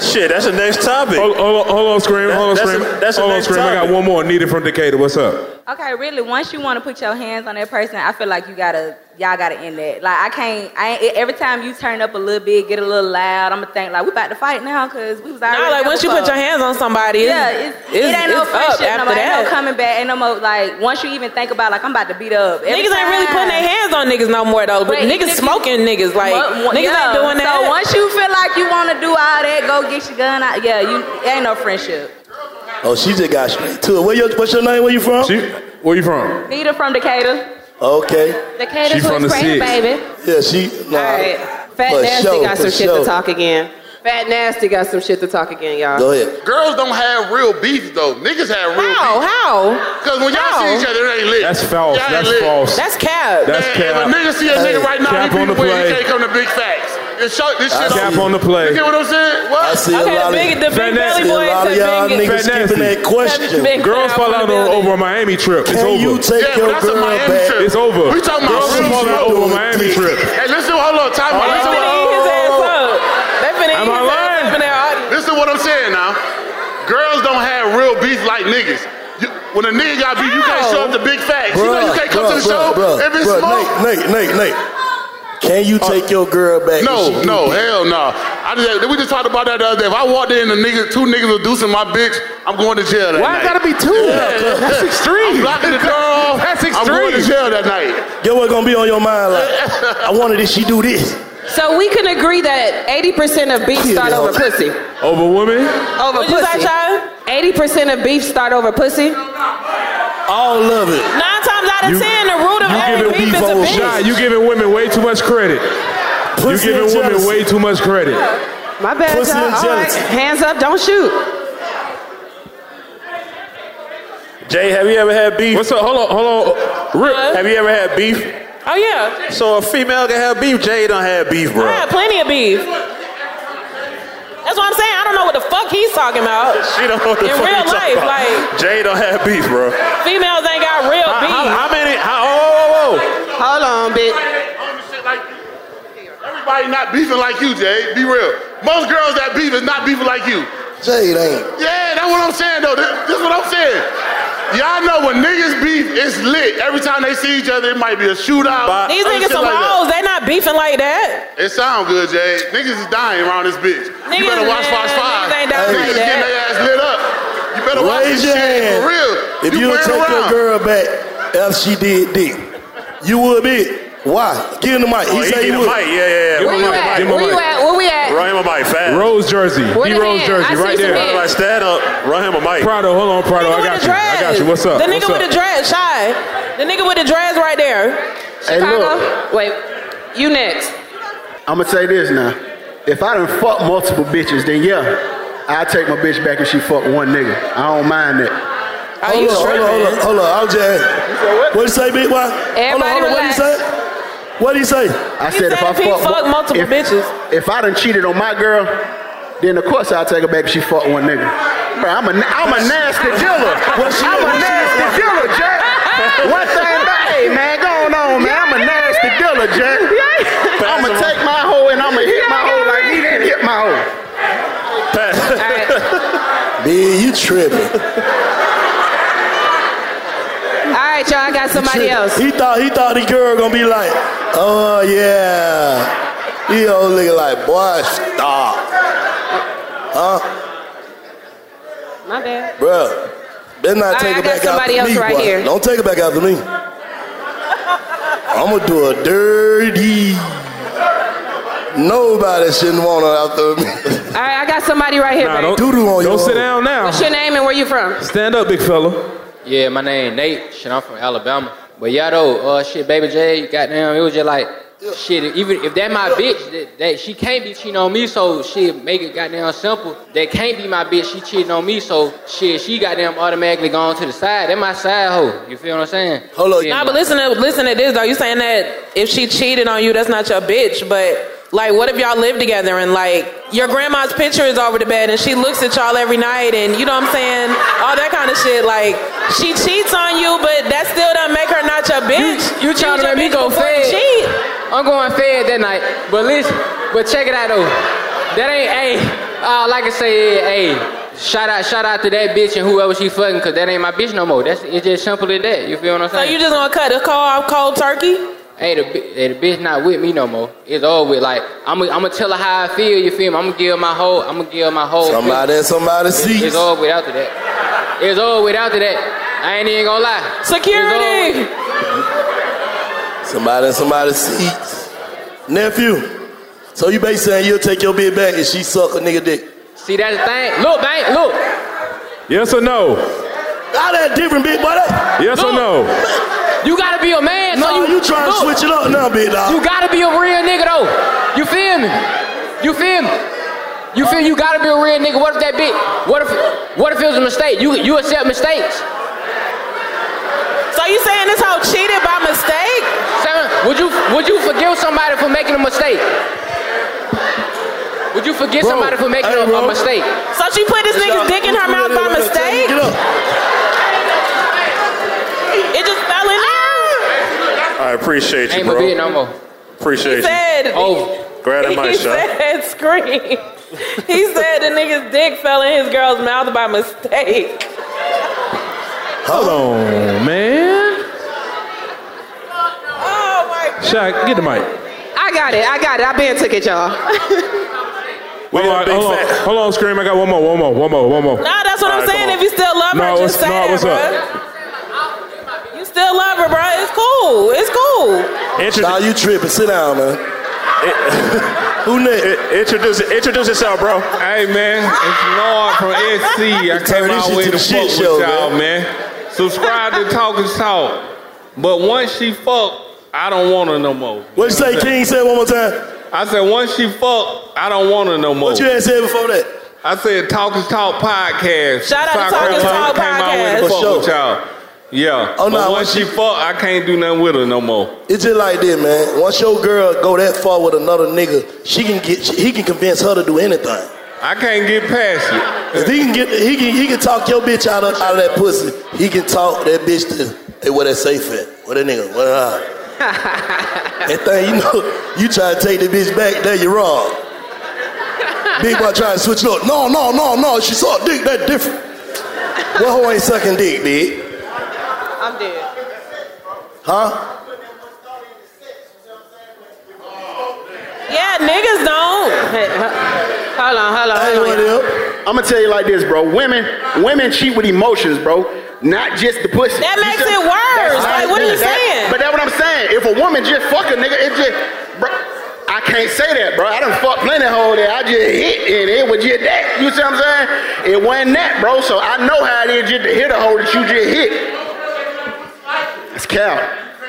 [SPEAKER 3] Shit, that's the next topic.
[SPEAKER 11] Hold, hold on, hold on, scream. Hold on,
[SPEAKER 3] That's
[SPEAKER 11] scream.
[SPEAKER 3] a- that's a
[SPEAKER 11] hold on,
[SPEAKER 3] next
[SPEAKER 11] scream. I got
[SPEAKER 3] topic.
[SPEAKER 11] one more. Needed from Decatur. What's up?
[SPEAKER 13] Okay, really. Once you want to put your hands on that person, I feel like you gotta, y'all gotta end that. Like I can't. I ain't, every time you turn up a little bit, get a little loud, I'ma think like we about to fight now because we was already.
[SPEAKER 5] No, like
[SPEAKER 13] there
[SPEAKER 5] once you put
[SPEAKER 13] before.
[SPEAKER 5] your hands on somebody, it's,
[SPEAKER 13] yeah, it's,
[SPEAKER 5] it's,
[SPEAKER 13] it ain't no
[SPEAKER 5] it's up
[SPEAKER 13] friendship no
[SPEAKER 5] after
[SPEAKER 13] more. Ain't
[SPEAKER 5] that.
[SPEAKER 13] no coming back. Ain't no more like once you even think about like I'm about to beat up. Every
[SPEAKER 5] niggas ain't really
[SPEAKER 13] time-
[SPEAKER 5] putting their hands on niggas no more though. But
[SPEAKER 13] But even
[SPEAKER 5] niggas
[SPEAKER 13] if you-
[SPEAKER 5] smoking niggas like
[SPEAKER 13] Well, well,
[SPEAKER 5] niggas
[SPEAKER 13] yeah.
[SPEAKER 5] ain't doing that.
[SPEAKER 13] So once you feel like you want to do all that, go get your gun out. Yeah, you ain't no friendship.
[SPEAKER 4] Oh, she just got straight to it. Where your, what's your name? Where you from?
[SPEAKER 11] where you from?
[SPEAKER 13] Nita from Decatur.
[SPEAKER 4] Okay.
[SPEAKER 6] Decatur
[SPEAKER 4] She
[SPEAKER 6] to
[SPEAKER 4] from the
[SPEAKER 6] Ukraine,
[SPEAKER 4] six.
[SPEAKER 6] baby.
[SPEAKER 4] Yeah, she. Nah.
[SPEAKER 6] All right. Fat
[SPEAKER 4] For
[SPEAKER 6] Nasty
[SPEAKER 4] sure,
[SPEAKER 6] got some
[SPEAKER 4] for
[SPEAKER 6] shit
[SPEAKER 4] sure.
[SPEAKER 6] to talk again. Fat Nasty got some shit to talk again, y'all.
[SPEAKER 4] Go ahead.
[SPEAKER 14] Girls don't have real beef though. Niggas have real
[SPEAKER 6] How?
[SPEAKER 14] beef.
[SPEAKER 6] How?
[SPEAKER 14] Because when y'all
[SPEAKER 6] How?
[SPEAKER 14] see each other, it ain't lit.
[SPEAKER 11] That's false.
[SPEAKER 14] Y'all ain't
[SPEAKER 11] That's
[SPEAKER 14] lit.
[SPEAKER 11] false. That's cap. That's
[SPEAKER 14] Man,
[SPEAKER 11] cap.
[SPEAKER 14] If a nigga see a
[SPEAKER 11] Hey,
[SPEAKER 14] nigga right now,
[SPEAKER 11] cap
[SPEAKER 14] he
[SPEAKER 11] on the
[SPEAKER 14] people win,
[SPEAKER 11] play.
[SPEAKER 14] he can't come to big facts. This, show, this shit
[SPEAKER 11] Cap on the play.
[SPEAKER 14] You get what I'm saying? What?
[SPEAKER 11] I see a Okay, the lot of- big- the big Fat belly Nasty. boys A lot of have y'all been- niggas Fat keeping Nasty. that question. Big Girls fat fall out on- building. over a Miami trip. It's Can over. you take
[SPEAKER 14] yeah,
[SPEAKER 11] your
[SPEAKER 14] but that's a
[SPEAKER 11] girl
[SPEAKER 14] Miami
[SPEAKER 11] back?
[SPEAKER 14] trip.
[SPEAKER 11] It's over.
[SPEAKER 14] We talking about
[SPEAKER 11] Girls
[SPEAKER 14] real
[SPEAKER 11] fall out
[SPEAKER 14] shit.
[SPEAKER 11] over a Miami trip.
[SPEAKER 14] Hey, listen, hold on. Time out.
[SPEAKER 11] Oh,
[SPEAKER 14] Listen,
[SPEAKER 11] oh,
[SPEAKER 14] what-
[SPEAKER 5] They finna
[SPEAKER 14] Am
[SPEAKER 5] eat
[SPEAKER 14] I
[SPEAKER 5] his ass
[SPEAKER 14] lying?
[SPEAKER 5] up in their audience.
[SPEAKER 14] Listen what I'm saying now. Girls don't have real beef like niggas. You, when a nigga got beef, you can't show up the big facts. you know you can't come to the show if it's smoke.
[SPEAKER 4] Nate, Nate, Nate, Nate. Can you take your girl back? if
[SPEAKER 14] No,
[SPEAKER 4] she
[SPEAKER 14] no,
[SPEAKER 4] do that?
[SPEAKER 14] hell no. I just, we just talked about that the other day. If I walked in and the nigga, two niggas was deucing my bitch, I'm going to jail that
[SPEAKER 4] Why
[SPEAKER 14] night.
[SPEAKER 4] it gotta be two?
[SPEAKER 14] Yeah.
[SPEAKER 4] That's extreme.
[SPEAKER 14] I'm blocking the door off.
[SPEAKER 4] That's
[SPEAKER 14] I'm going to
[SPEAKER 4] extreme.
[SPEAKER 14] jail that night.
[SPEAKER 4] Yo, what's gonna be on your mind? Like, I wanted if she do this.
[SPEAKER 6] So we can agree that 80% of beef start over pussy.
[SPEAKER 11] Over women.
[SPEAKER 6] Over
[SPEAKER 5] What you say,
[SPEAKER 6] pussy. Eighty percent of beef start over pussy.
[SPEAKER 4] All of it.
[SPEAKER 5] Nine times out of
[SPEAKER 11] You-
[SPEAKER 5] ten, the root of
[SPEAKER 11] you
[SPEAKER 5] every
[SPEAKER 11] giving
[SPEAKER 5] beef is a bitch.
[SPEAKER 11] Shy, you giving women way too much credit.
[SPEAKER 4] Pussy
[SPEAKER 11] you
[SPEAKER 4] and
[SPEAKER 11] giving women
[SPEAKER 4] jealousy.
[SPEAKER 11] way too much credit.
[SPEAKER 6] My bad,
[SPEAKER 11] Pussy
[SPEAKER 6] y'all.
[SPEAKER 11] and
[SPEAKER 6] All right.
[SPEAKER 11] jealousy.
[SPEAKER 6] Hands up, don't shoot.
[SPEAKER 15] Jay, have you ever had beef?
[SPEAKER 11] What's up? Hold on, hold on. Rick,
[SPEAKER 15] have you ever had beef?
[SPEAKER 5] Oh yeah,
[SPEAKER 15] So a female can have beef. Jay don't have beef, bro.
[SPEAKER 5] I
[SPEAKER 6] Ah,
[SPEAKER 5] had plenty of beef. That's what I'm saying. I don't know what the fuck he's talking about.
[SPEAKER 15] She don't know what the
[SPEAKER 5] In
[SPEAKER 15] fuck
[SPEAKER 5] real
[SPEAKER 15] you talking
[SPEAKER 5] life,
[SPEAKER 15] about.
[SPEAKER 5] like
[SPEAKER 15] Jay don't have beef, bro.
[SPEAKER 5] females ain't got real
[SPEAKER 15] How-
[SPEAKER 5] beef.
[SPEAKER 15] how- how many- how- oh,
[SPEAKER 6] Hold on, bitch.
[SPEAKER 14] Everybody not beefing like you, Jay. Be real. Most girls that beef is not beefing like you.
[SPEAKER 4] Jade ain't.
[SPEAKER 14] Yeah, that's what I'm saying though. This, this what I'm saying. Y'all know when niggas beef, it's lit. Every time they see each other, it might be a shootout.
[SPEAKER 5] These
[SPEAKER 14] other
[SPEAKER 5] niggas
[SPEAKER 14] shit
[SPEAKER 5] some
[SPEAKER 14] like that.
[SPEAKER 5] hoes. They not beefing like that.
[SPEAKER 14] It sound good, Jay. Niggas is dying around this bitch.
[SPEAKER 5] Niggas,
[SPEAKER 14] you better watch
[SPEAKER 5] man,
[SPEAKER 14] Fox Five.
[SPEAKER 5] niggas ain't dying
[SPEAKER 14] Niggas
[SPEAKER 5] like
[SPEAKER 14] is getting their
[SPEAKER 5] that.
[SPEAKER 14] ass lit up. You better watch
[SPEAKER 4] Raise
[SPEAKER 14] this
[SPEAKER 4] your
[SPEAKER 14] shit
[SPEAKER 4] hand.
[SPEAKER 14] for real.
[SPEAKER 4] If you would
[SPEAKER 14] playing
[SPEAKER 4] take your
[SPEAKER 14] around.
[SPEAKER 4] girl back if she did dick, you would be. Why? Give him the mic.
[SPEAKER 3] Oh, he
[SPEAKER 4] he say
[SPEAKER 3] need
[SPEAKER 4] he
[SPEAKER 3] a
[SPEAKER 4] would.
[SPEAKER 3] mic. Yeah, yeah, yeah. Give him a
[SPEAKER 4] Where you
[SPEAKER 3] mic,
[SPEAKER 4] at?
[SPEAKER 3] give him a
[SPEAKER 4] Where
[SPEAKER 3] mic.
[SPEAKER 4] you at?
[SPEAKER 6] Where we at?
[SPEAKER 3] Run him a mic fast.
[SPEAKER 11] Rose jersey.
[SPEAKER 6] Where
[SPEAKER 11] He
[SPEAKER 6] the
[SPEAKER 11] Rose
[SPEAKER 6] hand?
[SPEAKER 11] jersey
[SPEAKER 6] I see
[SPEAKER 11] right
[SPEAKER 6] some
[SPEAKER 11] there.
[SPEAKER 6] hands.
[SPEAKER 3] Like, stand up. Run him a mic.
[SPEAKER 11] Prado, hold on, Prado. I got you. I got you. What's up?
[SPEAKER 5] The nigga
[SPEAKER 11] What's
[SPEAKER 5] with
[SPEAKER 11] up?
[SPEAKER 5] the dreads, shy. The nigga with the dreads right there.
[SPEAKER 10] Hey,
[SPEAKER 6] Chicago.
[SPEAKER 10] look.
[SPEAKER 6] Wait, you next.
[SPEAKER 10] I'm gonna say this now. If I done fuck multiple bitches, then yeah, I take my bitch back if she fuck one nigga. I don't mind that.
[SPEAKER 4] Hold on, hold on, hold on, hold on. I'm just. What you say, big boy? Hold on,
[SPEAKER 10] Everybody
[SPEAKER 4] hold on. What you
[SPEAKER 10] relax.
[SPEAKER 4] say? What do you say?
[SPEAKER 10] I said, if I fuck, one- if, bitches, if I done cheated on my girl, then of course I'll take her back if she fuck one nigga. Bro, I'm a I'm a nasty dealer.
[SPEAKER 4] What she-
[SPEAKER 10] I'm a
[SPEAKER 4] what she-
[SPEAKER 10] nasty dealer, Jay. One thing, about- hey man, go on, on, man. I'm a nasty dealer, Jay. I'ma take my hoe and I'ma hit my hoe like he didn't hit my hoe.
[SPEAKER 4] Man, you tripping.
[SPEAKER 6] All right, y'all. I got somebody
[SPEAKER 4] tripping.
[SPEAKER 6] else.
[SPEAKER 4] He thought he thought the girl gonna be like, oh yeah. He old nigga like, boy, stop. Huh?
[SPEAKER 6] My bad.
[SPEAKER 4] Bruh. Better
[SPEAKER 6] All
[SPEAKER 4] not
[SPEAKER 6] right,
[SPEAKER 4] take
[SPEAKER 6] I
[SPEAKER 4] it
[SPEAKER 6] got
[SPEAKER 4] back out
[SPEAKER 6] somebody
[SPEAKER 4] to
[SPEAKER 6] else
[SPEAKER 4] me,
[SPEAKER 6] right
[SPEAKER 4] boy.
[SPEAKER 6] here.
[SPEAKER 4] Don't take it back out to me. I'ma do a dirty. Nobody shouldn't want her after me.
[SPEAKER 6] All right, I got somebody right here. babe.
[SPEAKER 16] don't sit down now.
[SPEAKER 6] What's your name and where you from?
[SPEAKER 16] Stand up, big fella.
[SPEAKER 17] Yeah, my name Nate. Shit, I'm from Alabama. But y'all though, uh, shit, baby J, goddamn, it was just like, shit. Even if that my bitch, that, that she can't be cheating on me. So shit, make it goddamn simple. That can't be my bitch. She cheating on me. So shit, she goddamn automatically gone to the side. That my side hoe. You feel what I'm saying? Hold up.
[SPEAKER 5] Nah, but listen to listen to this though. You saying that if she cheated on you, that's not your bitch. But like, what if y'all live together and like your grandma's picture is over the bed and she looks at y'all every night and you know what I'm saying, all that kind of shit. Like she cheats on you, but that still doesn't make her not your bitch.
[SPEAKER 17] You trying to let me go fed?
[SPEAKER 5] Cheat.
[SPEAKER 17] I'm going fed that night. But listen, but check it out though. That ain't hey. Uh, like I said, hey. Shout out, shout out to that bitch and whoever she fucking, cause that ain't my bitch no more. That's it's just simple as that. You feel what I'm
[SPEAKER 5] So
[SPEAKER 17] saying?
[SPEAKER 5] you just gonna cut the call off cold turkey?
[SPEAKER 17] Hey, the, bi- hey, the bitch not with me no more. It's over with. Like I'm, I'm gonna tell her how I feel. You feel me? I'm gonna give her my whole. I'm gonna give her my whole.
[SPEAKER 4] Somebody in somebody's
[SPEAKER 17] It's-
[SPEAKER 4] seats.
[SPEAKER 17] It's over with after that. It's over with after that. I ain't even gonna lie. Security.
[SPEAKER 4] Somebody in somebody's seats. Nephew. So you basically saying you'll take your bitch back if she suck a nigga dick.
[SPEAKER 17] See that's the thing. Look, bang. Look.
[SPEAKER 16] Yes or no?
[SPEAKER 4] All that different, big boy.
[SPEAKER 16] Yes or no?
[SPEAKER 17] You gotta be a man.
[SPEAKER 4] No,
[SPEAKER 17] so you,
[SPEAKER 4] you tryna
[SPEAKER 17] look,
[SPEAKER 4] switch it up now, big dog.
[SPEAKER 17] You gotta be a real nigga though. You feel me? You feel me? You feel you gotta be a real nigga. What if that bitch? What if? What if it was a mistake? You you accept mistakes?
[SPEAKER 5] So you saying this hoe cheated by mistake?
[SPEAKER 17] would you would you forgive somebody for making a mistake? Would you forgive somebody for making a, a mistake?
[SPEAKER 5] So she put this nigga's dick in her mouth by mistake? It just fell in
[SPEAKER 17] Ah!
[SPEAKER 5] there.
[SPEAKER 18] I appreciate you,
[SPEAKER 17] Ain't
[SPEAKER 18] bro.
[SPEAKER 17] gonna be it no more. Oh.
[SPEAKER 18] Appreciate
[SPEAKER 5] He
[SPEAKER 18] you.
[SPEAKER 5] said.
[SPEAKER 18] Grab that
[SPEAKER 5] He
[SPEAKER 18] mic, shot.
[SPEAKER 5] said, "Scream." He said the nigga's dick fell in his girl's mouth by mistake.
[SPEAKER 16] Hold on, man. Shaq, get the mic.
[SPEAKER 6] I got it. I got it. I been took it, y'all.
[SPEAKER 16] Hold on, hold on, hold on, scream. I got one more, one more, one more, one more.
[SPEAKER 5] No, that's what I'm saying. If you still love
[SPEAKER 16] No,
[SPEAKER 5] her,
[SPEAKER 16] what's-
[SPEAKER 5] just
[SPEAKER 16] no,
[SPEAKER 5] say that,
[SPEAKER 16] what's
[SPEAKER 5] bro. You still love her, bro. It's cool. It's cool.
[SPEAKER 4] Nah, you tripping. Sit down, man.
[SPEAKER 18] Who next? Introduce, introduce yourself, bro.
[SPEAKER 11] Hey, man. It's Lord from SC. I came
[SPEAKER 18] this shit
[SPEAKER 11] out way
[SPEAKER 18] to
[SPEAKER 11] to
[SPEAKER 18] the
[SPEAKER 11] fuck
[SPEAKER 18] shit
[SPEAKER 11] with
[SPEAKER 18] show,
[SPEAKER 11] y'all, man. Subscribe to Talk is Talk. But once she fuck, I don't want her no more.
[SPEAKER 4] What you say, King? Say it one more time.
[SPEAKER 11] I said, once she fuck, I don't want her no more.
[SPEAKER 4] What you had said before that?
[SPEAKER 11] I said, Talk is Talk podcast.
[SPEAKER 4] Shout
[SPEAKER 11] South
[SPEAKER 4] out to Talk is
[SPEAKER 11] Carolina
[SPEAKER 4] Talk
[SPEAKER 11] came out way to
[SPEAKER 4] podcast.
[SPEAKER 11] fuck
[SPEAKER 4] For sure.
[SPEAKER 11] with y'all. Yeah.
[SPEAKER 4] Oh,
[SPEAKER 11] Oh,
[SPEAKER 4] nah,
[SPEAKER 11] but once she fuck, I can't do nothing with her no more.
[SPEAKER 4] It's just like this, man. Once your girl go that far with another nigga, she can get, she, he can convince her to do anything.
[SPEAKER 11] I can't get past
[SPEAKER 4] it. If he can get, he can, he can talk your bitch out of, out of that pussy. He can talk that bitch to, hey, where that safe at? Where that nigga? Where her? that thing, you know, you try to take the bitch back, there you wrong. Big boy trying to switch it up. No, no, no, no. She suck dick. That different. What hoe ain't sucking dick, bitch?
[SPEAKER 5] I'm dead.
[SPEAKER 4] Huh?
[SPEAKER 5] Yeah, niggas don't.
[SPEAKER 6] Hold on, hold on.
[SPEAKER 10] I'm gonna tell you like this, bro. Women, women cheat with emotions, bro. Not just the pussy.
[SPEAKER 5] That
[SPEAKER 10] You
[SPEAKER 5] makes
[SPEAKER 10] said-
[SPEAKER 5] it worse.
[SPEAKER 10] That's-
[SPEAKER 5] Like, what are you
[SPEAKER 10] that-
[SPEAKER 5] saying?
[SPEAKER 10] But that's what I'm saying. If a woman just fuck a nigga, it just, bro. I can't say that, bro. I done fucked plenty hole there. I just hit and it was just that. You see what I'm saying? It wasn't that, bro. So I know how it is just to hit a hole that you just hit. It's cap.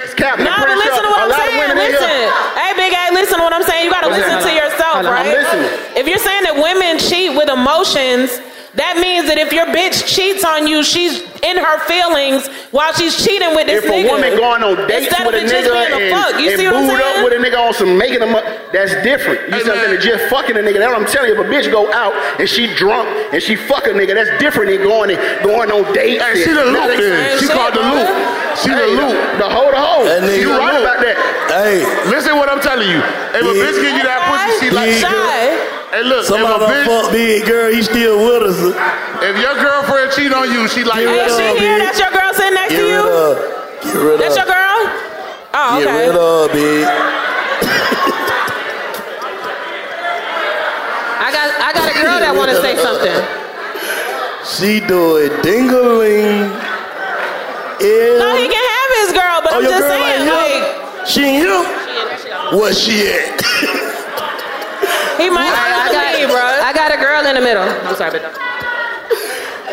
[SPEAKER 10] It's cap. And
[SPEAKER 5] No,
[SPEAKER 10] I'm
[SPEAKER 5] but
[SPEAKER 10] pretty
[SPEAKER 5] listen
[SPEAKER 10] sure
[SPEAKER 5] to what
[SPEAKER 10] a
[SPEAKER 5] I'm
[SPEAKER 10] lot of
[SPEAKER 5] saying.
[SPEAKER 10] women in here-
[SPEAKER 5] Listen. Hey, Big A, listen to what I'm saying. You got to
[SPEAKER 10] What's
[SPEAKER 5] listen
[SPEAKER 10] that?
[SPEAKER 5] to yourself,
[SPEAKER 10] Hold on, I'm
[SPEAKER 5] right?
[SPEAKER 10] listening.
[SPEAKER 5] If you're saying that women cheat with emotions, that means that if your bitch cheats on you, she's in her feelings while she's cheating with this
[SPEAKER 10] if
[SPEAKER 5] nigga.
[SPEAKER 10] a woman going on dates
[SPEAKER 5] Instead
[SPEAKER 10] with
[SPEAKER 5] of
[SPEAKER 10] a
[SPEAKER 5] it just
[SPEAKER 10] nigga
[SPEAKER 5] being a
[SPEAKER 10] and,
[SPEAKER 5] fuck, you
[SPEAKER 10] and
[SPEAKER 5] see what I'm
[SPEAKER 10] booed up
[SPEAKER 5] saying?
[SPEAKER 10] with a nigga on some making them up, that's different. You see what I'm saying? Just fucking a nigga. That's what I'm telling you. If a bitch go out and she drunk and she fuck a nigga, that's different than going and going on dates.
[SPEAKER 14] Hey, she the loop then. She called the loop. She the loop.
[SPEAKER 10] The whole the whole.
[SPEAKER 14] That nigga
[SPEAKER 10] You right
[SPEAKER 14] loop.
[SPEAKER 10] about that.
[SPEAKER 4] Hey.
[SPEAKER 14] Listen what I'm telling you. If a
[SPEAKER 4] Yeah.
[SPEAKER 14] bitch give you that pussy, she like
[SPEAKER 4] Yeah.
[SPEAKER 14] Hey, look.
[SPEAKER 4] Somebody
[SPEAKER 14] if a
[SPEAKER 4] done
[SPEAKER 14] bitch,
[SPEAKER 4] fuck big girl. He still with us.
[SPEAKER 14] if your girlfriend cheat on you, she like.
[SPEAKER 4] Get rid of her, bitch.
[SPEAKER 5] That's your girl sitting next
[SPEAKER 4] Get
[SPEAKER 5] to
[SPEAKER 4] rid
[SPEAKER 5] you?
[SPEAKER 4] of. her. Get rid
[SPEAKER 5] That's
[SPEAKER 4] of.
[SPEAKER 5] your girl? Oh,
[SPEAKER 4] Get
[SPEAKER 5] okay.
[SPEAKER 4] rid of, bitch.
[SPEAKER 6] I got I got a girl that want to say something.
[SPEAKER 4] She do it dingling. Yeah.
[SPEAKER 6] No, he can have his girl, but
[SPEAKER 4] Oh,
[SPEAKER 6] I'm
[SPEAKER 4] your
[SPEAKER 6] just
[SPEAKER 4] girl
[SPEAKER 6] saying,
[SPEAKER 4] ain't here?
[SPEAKER 6] like,
[SPEAKER 4] She in here? Where she at?
[SPEAKER 6] he might. I, I got, I got a girl in the middle. I'm sorry, but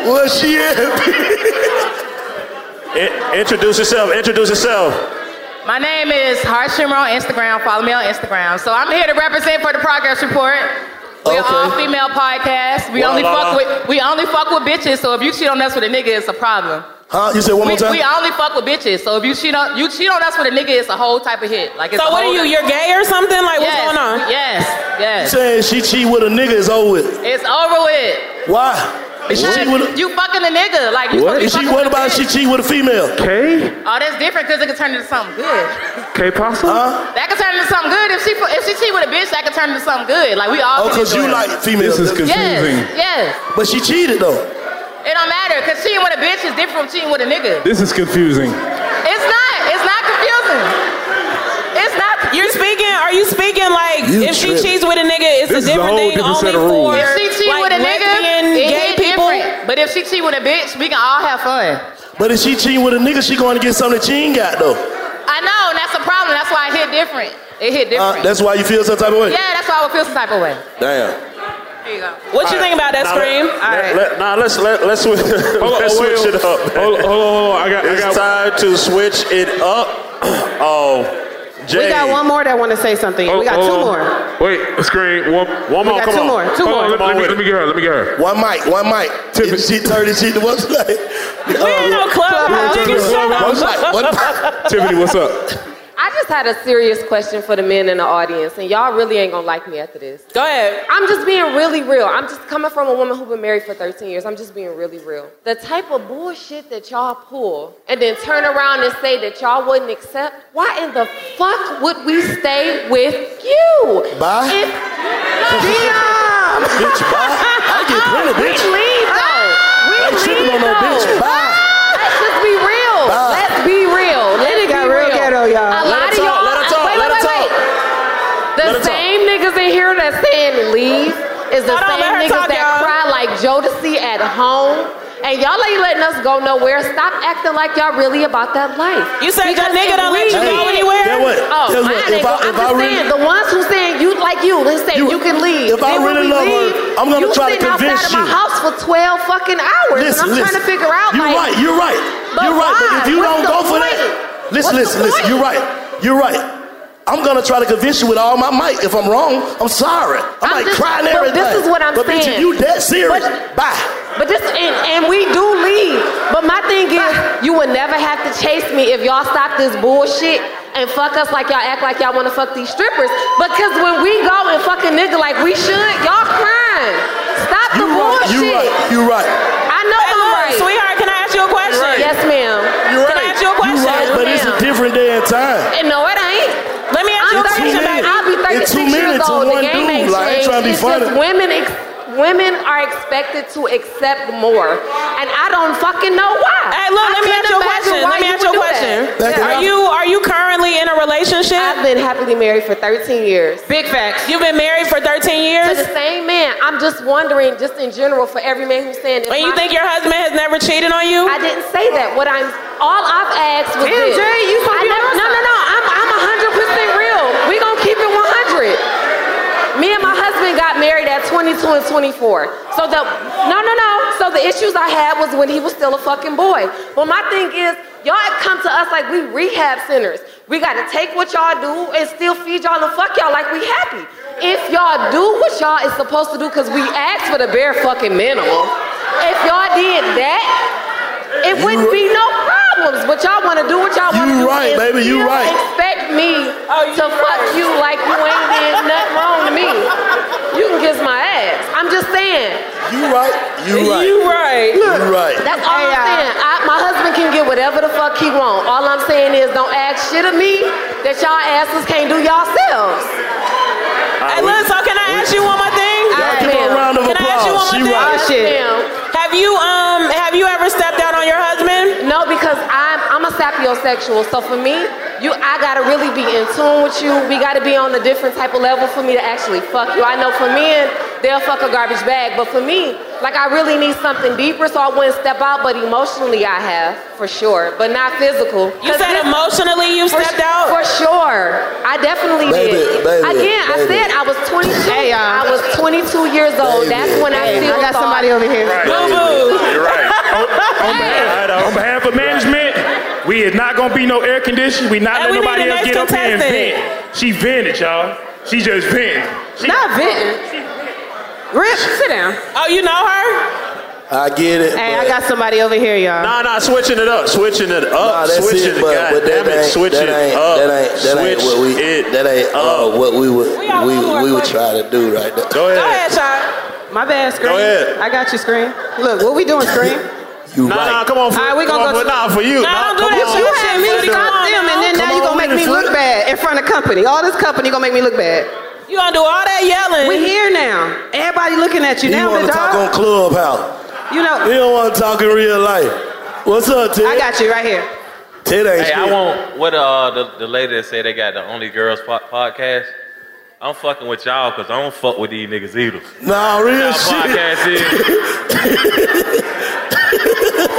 [SPEAKER 4] Where she at?
[SPEAKER 3] I- introduce yourself. Introduce yourself.
[SPEAKER 19] My name is Heart Shimmer on Instagram. Follow me on Instagram. So I'm here to represent for the progress report. We're all female podcast. We
[SPEAKER 4] Wow,
[SPEAKER 19] only
[SPEAKER 4] wow,
[SPEAKER 19] fuck
[SPEAKER 4] wow.
[SPEAKER 19] with we only fuck with bitches. So if you cheat on us with a nigga, it's a problem.
[SPEAKER 4] Huh? Uh, You said one
[SPEAKER 19] we,
[SPEAKER 4] more time?
[SPEAKER 19] We only fuck with bitches. So if you cheat on you cheat on us with a nigga, it's a whole type of hit. Like it's
[SPEAKER 6] So
[SPEAKER 19] a
[SPEAKER 6] what are
[SPEAKER 19] whole-
[SPEAKER 6] you, you're gay or something? Like, what's
[SPEAKER 19] Yes,
[SPEAKER 6] going on?
[SPEAKER 19] Yes,
[SPEAKER 4] You
[SPEAKER 19] yes.
[SPEAKER 4] saying she cheat with a nigga is over with.
[SPEAKER 19] It's over with.
[SPEAKER 4] Why? Is she cheat with
[SPEAKER 19] Because you fucking a nigga. Like
[SPEAKER 4] a,
[SPEAKER 19] you
[SPEAKER 4] what?
[SPEAKER 19] supposed
[SPEAKER 4] Is
[SPEAKER 19] to be
[SPEAKER 4] she
[SPEAKER 19] fucking with
[SPEAKER 4] what
[SPEAKER 19] a
[SPEAKER 4] about
[SPEAKER 19] bitch.
[SPEAKER 4] she cheat with a female? K?
[SPEAKER 19] Oh, that's different because it could turn into something good.
[SPEAKER 4] K Possum? Huh?
[SPEAKER 19] That could turn into something good. If she if she cheat with a bitch, that could turn into something good. Like we all.
[SPEAKER 4] Oh,
[SPEAKER 19] can
[SPEAKER 4] because you
[SPEAKER 19] enjoy
[SPEAKER 4] like
[SPEAKER 19] it.
[SPEAKER 4] females.
[SPEAKER 19] Yes, yes.
[SPEAKER 4] But she cheated though.
[SPEAKER 19] It don't matter because cheating with a bitch is different from cheating with a nigga.
[SPEAKER 11] This is confusing.
[SPEAKER 19] It's not. It's not confusing. It's not.
[SPEAKER 6] You're speaking. Are you speaking like
[SPEAKER 19] You
[SPEAKER 6] if she
[SPEAKER 19] tripping.
[SPEAKER 6] cheats with a nigga, it's
[SPEAKER 19] This is
[SPEAKER 6] a
[SPEAKER 19] a whole
[SPEAKER 6] different thing
[SPEAKER 19] different
[SPEAKER 6] only
[SPEAKER 19] set of rules.
[SPEAKER 6] for
[SPEAKER 19] If she cheat
[SPEAKER 6] like,
[SPEAKER 19] with a nigga,
[SPEAKER 6] lesbian,
[SPEAKER 19] it
[SPEAKER 6] gay
[SPEAKER 19] hit
[SPEAKER 6] people?
[SPEAKER 19] different. But if she cheat with a bitch, we can all have fun.
[SPEAKER 4] But if she cheating with a nigga, she going to get something that she ain't got though.
[SPEAKER 19] I know, and that's the problem. That's why it hit different. It hit
[SPEAKER 4] Uh,
[SPEAKER 19] different.
[SPEAKER 4] that's why you feel some type of way.
[SPEAKER 19] Yeah, that's why I would feel some type of way.
[SPEAKER 4] Damn.
[SPEAKER 19] There you go.
[SPEAKER 6] What you think about that
[SPEAKER 3] Nah,
[SPEAKER 6] scream?
[SPEAKER 3] let-
[SPEAKER 6] All right.
[SPEAKER 3] Let, nah, let's let, let's switch, let's
[SPEAKER 6] wait,
[SPEAKER 3] switch it up. Hold, on, hold on, I got. It's time to switch it up. Oh, Jay.
[SPEAKER 6] We got one more that want to say something. we got two more.
[SPEAKER 11] Wait, screen. One,
[SPEAKER 3] one
[SPEAKER 6] We more, got come two on. more, two
[SPEAKER 11] Hold
[SPEAKER 6] more.
[SPEAKER 11] on, let,
[SPEAKER 6] Come on
[SPEAKER 11] let me,
[SPEAKER 6] with
[SPEAKER 11] let me get her. Let me get her.
[SPEAKER 4] One mic, one mic. If she thirty, she the what's like? We ain't
[SPEAKER 6] no clubhouse.
[SPEAKER 4] One
[SPEAKER 6] Nigga, shut up.
[SPEAKER 4] mic, one mic.
[SPEAKER 11] Tiffany, what's up?
[SPEAKER 20] I just had a serious question for the men in the audience, and y'all really ain't gonna like me after this.
[SPEAKER 6] Go ahead.
[SPEAKER 20] I'm just being really real. I'm just coming from a woman who's been married for 13 years. I'm just being really real. The type of bullshit that y'all pull and then turn around and say that y'all wouldn't accept, why in the fuck would we stay with you?
[SPEAKER 4] Bye.
[SPEAKER 20] If, damn!
[SPEAKER 4] bitch, bye. I get plenty, bitch.
[SPEAKER 20] We leave, though. We
[SPEAKER 4] I ain't tripping
[SPEAKER 20] leave,
[SPEAKER 4] on no
[SPEAKER 20] though.
[SPEAKER 4] bitch. Bye.
[SPEAKER 20] Let's just be real.
[SPEAKER 4] Bye.
[SPEAKER 20] Let's be real. Let's
[SPEAKER 6] It got
[SPEAKER 20] be
[SPEAKER 6] real
[SPEAKER 20] real.
[SPEAKER 6] ghetto,
[SPEAKER 20] A
[SPEAKER 6] y'all. Let
[SPEAKER 20] lot
[SPEAKER 6] her
[SPEAKER 20] of
[SPEAKER 6] talk,
[SPEAKER 20] y'all.
[SPEAKER 6] let her talk,
[SPEAKER 20] wait,
[SPEAKER 6] let
[SPEAKER 20] wait,
[SPEAKER 6] her
[SPEAKER 20] wait, wait. The
[SPEAKER 6] Let her
[SPEAKER 20] same niggas in here that saying leave is the
[SPEAKER 6] Hold on,
[SPEAKER 20] same
[SPEAKER 6] let her
[SPEAKER 20] niggas
[SPEAKER 6] talk,
[SPEAKER 20] that
[SPEAKER 6] y'all.
[SPEAKER 20] cry like Jodeci at home. And y'all ain't letting us go nowhere. Stop acting like y'all really about that life.
[SPEAKER 6] You said your
[SPEAKER 20] Because
[SPEAKER 6] nigga
[SPEAKER 20] if
[SPEAKER 6] don't let
[SPEAKER 20] we-
[SPEAKER 6] you go anywhere? Guess what?
[SPEAKER 20] Oh,
[SPEAKER 6] Guess
[SPEAKER 20] mine
[SPEAKER 6] what?
[SPEAKER 20] ain't
[SPEAKER 6] If I-
[SPEAKER 20] go- I'm
[SPEAKER 6] if I
[SPEAKER 20] just
[SPEAKER 6] really-
[SPEAKER 20] saying, the ones who saying you like you, let's say you, can leave.
[SPEAKER 4] if I
[SPEAKER 20] Then when
[SPEAKER 4] really
[SPEAKER 20] we
[SPEAKER 4] love her,
[SPEAKER 20] leave,
[SPEAKER 4] I'm gonna
[SPEAKER 20] you
[SPEAKER 4] try to
[SPEAKER 20] sitting
[SPEAKER 4] convince
[SPEAKER 20] outside of my
[SPEAKER 4] you.
[SPEAKER 20] house for 12 fucking hours. and
[SPEAKER 4] Listen,
[SPEAKER 20] I'm trying
[SPEAKER 4] listen.
[SPEAKER 20] to figure out,
[SPEAKER 4] You're
[SPEAKER 20] like,
[SPEAKER 4] right. You're right.
[SPEAKER 20] But
[SPEAKER 4] you're right. But
[SPEAKER 20] why?
[SPEAKER 4] if you
[SPEAKER 20] What's
[SPEAKER 4] don't
[SPEAKER 20] the
[SPEAKER 4] go for
[SPEAKER 20] point?
[SPEAKER 4] that,
[SPEAKER 20] What's
[SPEAKER 4] listen, listen,
[SPEAKER 20] the
[SPEAKER 4] listen.
[SPEAKER 20] point?
[SPEAKER 4] You're right. You're right. I'm gonna try to convince you with all my might. If I'm wrong, I'm sorry. I
[SPEAKER 20] I'm
[SPEAKER 4] might
[SPEAKER 20] just-
[SPEAKER 4] cry and
[SPEAKER 20] but
[SPEAKER 4] everything.
[SPEAKER 20] this is what I'm
[SPEAKER 4] but bitch, if
[SPEAKER 20] saying.
[SPEAKER 4] you that serious?
[SPEAKER 20] But-
[SPEAKER 4] Bye.
[SPEAKER 20] But this, and, and we do leave. But my thing is, you would never have to chase me if y'all stop this bullshit and fuck us like y'all act like y'all want to fuck these strippers. Because when we go and fuck a nigga like we should, y'all crying. Stop the bullshit.
[SPEAKER 4] You right. You right.
[SPEAKER 20] I know
[SPEAKER 6] Hey,
[SPEAKER 20] I'm
[SPEAKER 6] Laura,
[SPEAKER 20] right.
[SPEAKER 6] sweetheart, can I ask you a question?
[SPEAKER 20] Yes, ma'am.
[SPEAKER 6] You're Can I right. ask you a question?
[SPEAKER 20] Yes,
[SPEAKER 4] You right. But it's a
[SPEAKER 20] ma'am.
[SPEAKER 4] different day and time.
[SPEAKER 20] And no, it ain't.
[SPEAKER 6] Let me ask
[SPEAKER 20] I'm
[SPEAKER 6] you a question
[SPEAKER 20] 36
[SPEAKER 6] about-
[SPEAKER 20] I'll be
[SPEAKER 4] It's
[SPEAKER 20] 36
[SPEAKER 4] two
[SPEAKER 20] years
[SPEAKER 4] minutes to
[SPEAKER 20] old.
[SPEAKER 4] one
[SPEAKER 20] the game
[SPEAKER 4] dude,
[SPEAKER 20] ain't
[SPEAKER 4] like, I ain't
[SPEAKER 20] changed.
[SPEAKER 4] trying to be
[SPEAKER 20] it's just
[SPEAKER 4] funny.
[SPEAKER 20] women. Ex- women are expected to accept more, and I don't fucking know why.
[SPEAKER 6] Hey, look,
[SPEAKER 20] I
[SPEAKER 6] let me
[SPEAKER 20] couldn't
[SPEAKER 6] ask you a
[SPEAKER 20] imagine
[SPEAKER 6] question.
[SPEAKER 20] why
[SPEAKER 6] Let me ask
[SPEAKER 20] would
[SPEAKER 6] you a
[SPEAKER 20] do
[SPEAKER 6] question.
[SPEAKER 20] that.
[SPEAKER 6] Are you are you currently in a relationship?
[SPEAKER 20] I've been happily married for 13 years.
[SPEAKER 6] Big facts. You've been married for 13 years.
[SPEAKER 20] To the same man. I'm just wondering, just in general, for every man who's saying.
[SPEAKER 6] And you think your husband has never cheated on you?
[SPEAKER 20] I didn't say that. What I'm all I've asked was
[SPEAKER 6] Damn,
[SPEAKER 20] this.
[SPEAKER 6] Jerry, you supposed
[SPEAKER 20] I
[SPEAKER 6] to be
[SPEAKER 20] never,
[SPEAKER 6] on
[SPEAKER 20] No, no, no. I'm I'm 100 real. We gonna keep it 100. Me and my husband got married at 22 and 24. So the no, no, no. So the issues I had was when he was still a fucking boy. But my thing is, y'all come to us like we rehab centers. We gotta take what y'all do and still feed y'all and fuck y'all like we happy. If y'all do what y'all is supposed to do, cause we asked for the bare fucking minimum. If y'all did that, it wouldn't be no problems, but y'all want to do what y'all want to
[SPEAKER 4] You
[SPEAKER 20] do.
[SPEAKER 4] right,
[SPEAKER 20] and
[SPEAKER 4] baby, you
[SPEAKER 20] still
[SPEAKER 4] right.
[SPEAKER 20] Expect me to fuck you like you ain't did nothing wrong to me. You can kiss my ass. I'm just saying.
[SPEAKER 4] You right. You right.
[SPEAKER 6] You right.
[SPEAKER 4] You right.
[SPEAKER 20] That's all I'm saying. I, my husband can get whatever the fuck he want. All I'm saying is don't ask shit of me that y'all asses can't do yourselves.
[SPEAKER 6] Hey, look, so can I ask you one more thing?
[SPEAKER 20] Y'all give her a round of
[SPEAKER 6] Can I ask you one
[SPEAKER 20] applause.
[SPEAKER 6] more
[SPEAKER 20] She
[SPEAKER 6] thing?
[SPEAKER 20] right. Oh, shit.
[SPEAKER 6] Have you um have you ever stepped out on your husband?
[SPEAKER 20] No, because I'm I'm a sapiosexual. So for me, you I gotta really be in tune with you. We gotta be on a different type of level for me to actually fuck you. I know for men, they'll fuck a garbage bag. But for me, like I really need something deeper, so I wouldn't step out. But emotionally, I have for sure, but not physical.
[SPEAKER 6] You
[SPEAKER 20] 'Cause
[SPEAKER 6] said
[SPEAKER 20] this-
[SPEAKER 6] emotionally you
[SPEAKER 20] for
[SPEAKER 6] stepped
[SPEAKER 20] su-
[SPEAKER 6] out?
[SPEAKER 20] for sure. I definitely
[SPEAKER 6] Baby,
[SPEAKER 20] did.
[SPEAKER 6] baby,
[SPEAKER 20] Again, I
[SPEAKER 6] baby.
[SPEAKER 20] said I was 22. I was 22 years old. That's when I
[SPEAKER 19] Hey,
[SPEAKER 20] still
[SPEAKER 19] I got
[SPEAKER 20] thought-
[SPEAKER 19] somebody over here.
[SPEAKER 21] Boo boo. You're right. On, on behalf, on behalf of management, we is not gonna be no air conditioned. We not
[SPEAKER 6] And
[SPEAKER 21] let
[SPEAKER 6] we need
[SPEAKER 21] nobody
[SPEAKER 6] the
[SPEAKER 21] else
[SPEAKER 6] next
[SPEAKER 21] get up here and
[SPEAKER 6] contestant.
[SPEAKER 21] vent. She vented, y'all. She just vented.
[SPEAKER 6] Not venting. Rip, sit down. Oh, you know her?
[SPEAKER 4] I get it.
[SPEAKER 6] Hey, I got somebody over here, y'all.
[SPEAKER 3] Nah, nah, switching it up, switching it up,
[SPEAKER 4] Nah, that's
[SPEAKER 3] switching
[SPEAKER 4] it,
[SPEAKER 3] it,
[SPEAKER 4] but,
[SPEAKER 3] God
[SPEAKER 4] but that
[SPEAKER 3] damn it,
[SPEAKER 4] ain't,
[SPEAKER 3] switch
[SPEAKER 4] that
[SPEAKER 3] it
[SPEAKER 4] ain't,
[SPEAKER 3] up,
[SPEAKER 4] that ain't, that
[SPEAKER 3] switch
[SPEAKER 4] ain't what we, that ain't uh, what we would, we, we would try to do right there.
[SPEAKER 3] Go
[SPEAKER 6] Go ahead, child. My bad, Scream.
[SPEAKER 4] Go ahead.
[SPEAKER 6] I got you, Scream. Look, what we doing, Scream?
[SPEAKER 4] You
[SPEAKER 3] nah,
[SPEAKER 4] right.
[SPEAKER 3] nah, come on, for,
[SPEAKER 6] All right, we
[SPEAKER 3] come
[SPEAKER 6] gonna go
[SPEAKER 3] on, for,
[SPEAKER 6] to-
[SPEAKER 3] nah, for you.
[SPEAKER 6] Nah, don't do
[SPEAKER 3] come
[SPEAKER 6] that
[SPEAKER 3] on.
[SPEAKER 6] shit. You had me stop them, and then
[SPEAKER 3] Come
[SPEAKER 6] now you
[SPEAKER 3] on
[SPEAKER 6] gonna
[SPEAKER 3] with
[SPEAKER 6] make
[SPEAKER 3] it,
[SPEAKER 6] me
[SPEAKER 3] Flip.
[SPEAKER 6] look bad in front of company. All this company, you gonna make me look bad. You gonna do all that yelling? We here now. Everybody looking at you
[SPEAKER 4] He
[SPEAKER 6] now,
[SPEAKER 4] want
[SPEAKER 6] big
[SPEAKER 4] to talk
[SPEAKER 6] dog.
[SPEAKER 4] on Clubhouse.
[SPEAKER 6] You know.
[SPEAKER 4] He don't want to talk in real life. What's up, Ted?
[SPEAKER 6] I got you right here.
[SPEAKER 4] Ted ain't
[SPEAKER 22] Hey,
[SPEAKER 4] shit.
[SPEAKER 22] I want what uh the, the lady that said they got the only girls po- podcast. I'm fucking with y'all because I don't fuck with these niggas either.
[SPEAKER 4] Nah, real
[SPEAKER 22] That's how
[SPEAKER 4] shit.
[SPEAKER 22] podcast is.
[SPEAKER 6] All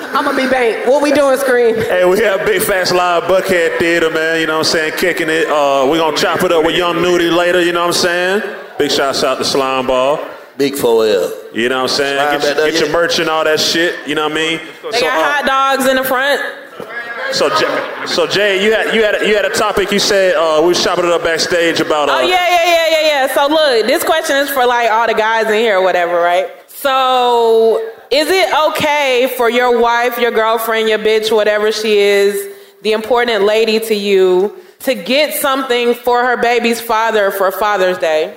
[SPEAKER 6] I'm gonna be banked. What we doing, Scream?
[SPEAKER 3] Hey, we have Big Fast Live Buckhead Theater, man. You know what I'm saying? Kicking it. Uh, we're going to chop it up with Young Nudie later, you know what I'm saying? Big shouts out to Slime Ball.
[SPEAKER 4] Big 4L.
[SPEAKER 3] You know what I'm saying?
[SPEAKER 4] Slime
[SPEAKER 3] Get,
[SPEAKER 4] back
[SPEAKER 3] your,
[SPEAKER 4] there,
[SPEAKER 3] get your
[SPEAKER 4] yeah.
[SPEAKER 3] merch and all that shit, you know what I mean?
[SPEAKER 6] They got
[SPEAKER 20] uh,
[SPEAKER 6] hot dogs in the front.
[SPEAKER 3] So, Jay, so Jay, you had you had a, you had a topic you said uh, we was chopping it up backstage about. Uh,
[SPEAKER 6] Oh yeah, yeah, yeah, yeah, yeah. So look, this question is for like all the guys in here or whatever, right? So is it okay for your wife, your girlfriend, your bitch, whatever she is, the important lady to you,
[SPEAKER 5] to get something for her baby's father for Father's Day.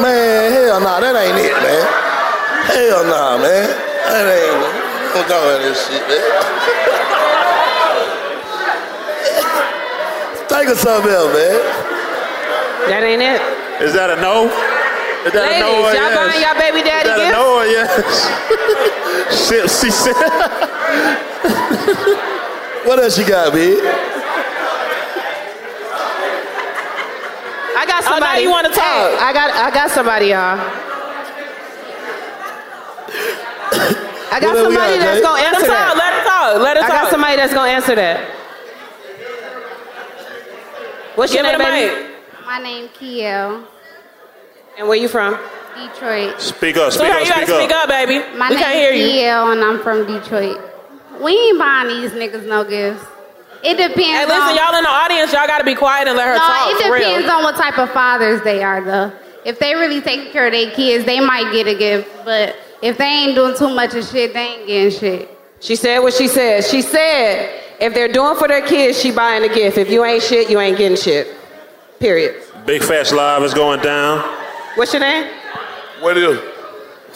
[SPEAKER 4] Man, hell nah, that ain't it, man. Hell nah, man. That ain't it. I'm talking about this shit, man. Think of something else, man.
[SPEAKER 6] That ain't it.
[SPEAKER 3] Is that a no? Is that
[SPEAKER 6] Ladies,
[SPEAKER 3] a no or
[SPEAKER 6] y'all
[SPEAKER 3] yes?
[SPEAKER 6] buying y'all baby daddy
[SPEAKER 3] Is that
[SPEAKER 6] gifts?
[SPEAKER 3] a no or yes? Shit, she said.
[SPEAKER 4] What else you got, B?
[SPEAKER 6] I got
[SPEAKER 5] Oh, now
[SPEAKER 6] somebody.
[SPEAKER 5] you wanna talk.
[SPEAKER 6] Hey, I got I got somebody, y'all. I got
[SPEAKER 5] What else we
[SPEAKER 6] somebody
[SPEAKER 5] got,
[SPEAKER 6] that's
[SPEAKER 5] Jay?
[SPEAKER 6] gonna
[SPEAKER 5] Let 'em
[SPEAKER 6] answer
[SPEAKER 5] talk,
[SPEAKER 6] that.
[SPEAKER 5] let 'em talk, let 'em
[SPEAKER 6] I got
[SPEAKER 5] talk.
[SPEAKER 6] somebody that's gonna answer that. What's your
[SPEAKER 5] Give her
[SPEAKER 6] name,
[SPEAKER 5] the
[SPEAKER 6] baby?
[SPEAKER 23] My name Kiel,
[SPEAKER 6] And where you from?
[SPEAKER 23] Detroit.
[SPEAKER 3] Speak up, speak
[SPEAKER 23] Sweetheart,
[SPEAKER 3] up,
[SPEAKER 23] you gotta
[SPEAKER 3] speak up.
[SPEAKER 23] speak up,
[SPEAKER 5] baby.
[SPEAKER 23] My
[SPEAKER 5] We
[SPEAKER 23] name
[SPEAKER 5] can't hear you.
[SPEAKER 23] Kiel, and I'm from Detroit. We ain't buying these niggas no gifts. It depends.
[SPEAKER 5] Hey, listen,
[SPEAKER 23] on,
[SPEAKER 5] y'all in the audience, y'all gotta be quiet and let her
[SPEAKER 23] no,
[SPEAKER 5] talk.
[SPEAKER 23] it
[SPEAKER 5] for real.
[SPEAKER 23] depends on what type of fathers they are, though. If they really taking care of their kids, they might get a gift. But if they ain't doing too much of shit, they ain't getting shit.
[SPEAKER 6] She said what she said. She said if they're doing for their kids, she buying a gift. If you ain't shit, you ain't getting shit. Period.
[SPEAKER 3] Big Fast Live is going down.
[SPEAKER 6] What's your name?
[SPEAKER 14] What if?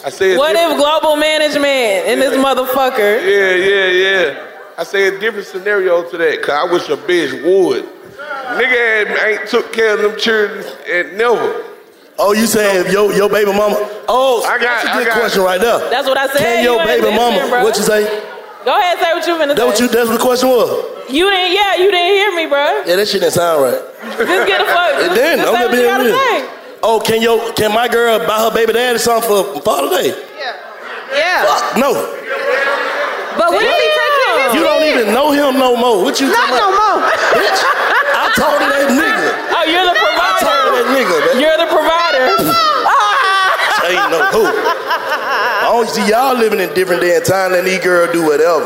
[SPEAKER 14] I say it's
[SPEAKER 5] What if
[SPEAKER 14] different-
[SPEAKER 5] global management and this motherfucker?
[SPEAKER 14] Yeah, yeah, yeah. I say a different scenario to that, cause I wish a bitch would. Nigga ain't, ain't took care of them children and never.
[SPEAKER 4] Oh, you saying if your, your baby mama? Oh, I got, that's a good question right there.
[SPEAKER 5] That's what I said.
[SPEAKER 4] Can
[SPEAKER 5] You
[SPEAKER 4] your
[SPEAKER 5] ain't
[SPEAKER 4] baby
[SPEAKER 5] listening,
[SPEAKER 4] mama?
[SPEAKER 5] bruh.
[SPEAKER 4] What you say?
[SPEAKER 5] Go ahead, say what you finna
[SPEAKER 4] That what
[SPEAKER 5] say.
[SPEAKER 4] you? That's what the question was.
[SPEAKER 5] You didn't, yeah, you didn't hear me, bro.
[SPEAKER 4] Yeah, that shit didn't sound right.
[SPEAKER 5] Just get a fuck.
[SPEAKER 4] It didn't.
[SPEAKER 5] Just
[SPEAKER 4] I'm
[SPEAKER 5] say
[SPEAKER 4] just
[SPEAKER 5] what you
[SPEAKER 4] being
[SPEAKER 5] gotta
[SPEAKER 4] real.
[SPEAKER 5] say.
[SPEAKER 4] Oh, can your can my girl buy her baby daddy something for Father's Day?
[SPEAKER 6] Yeah.
[SPEAKER 4] Fuck no.
[SPEAKER 6] But what if he take care of his
[SPEAKER 4] You don't
[SPEAKER 6] kids?
[SPEAKER 4] even know him no more. What you?
[SPEAKER 6] Not
[SPEAKER 4] talking
[SPEAKER 6] no
[SPEAKER 4] about?
[SPEAKER 6] more.
[SPEAKER 4] Bitch, I told her that nigga.
[SPEAKER 5] Oh, you're the
[SPEAKER 4] I told her that nigga, man.
[SPEAKER 5] You're the provider.
[SPEAKER 4] ain't no who. I don't see y'all living in different day and time. Let these girl do whatever.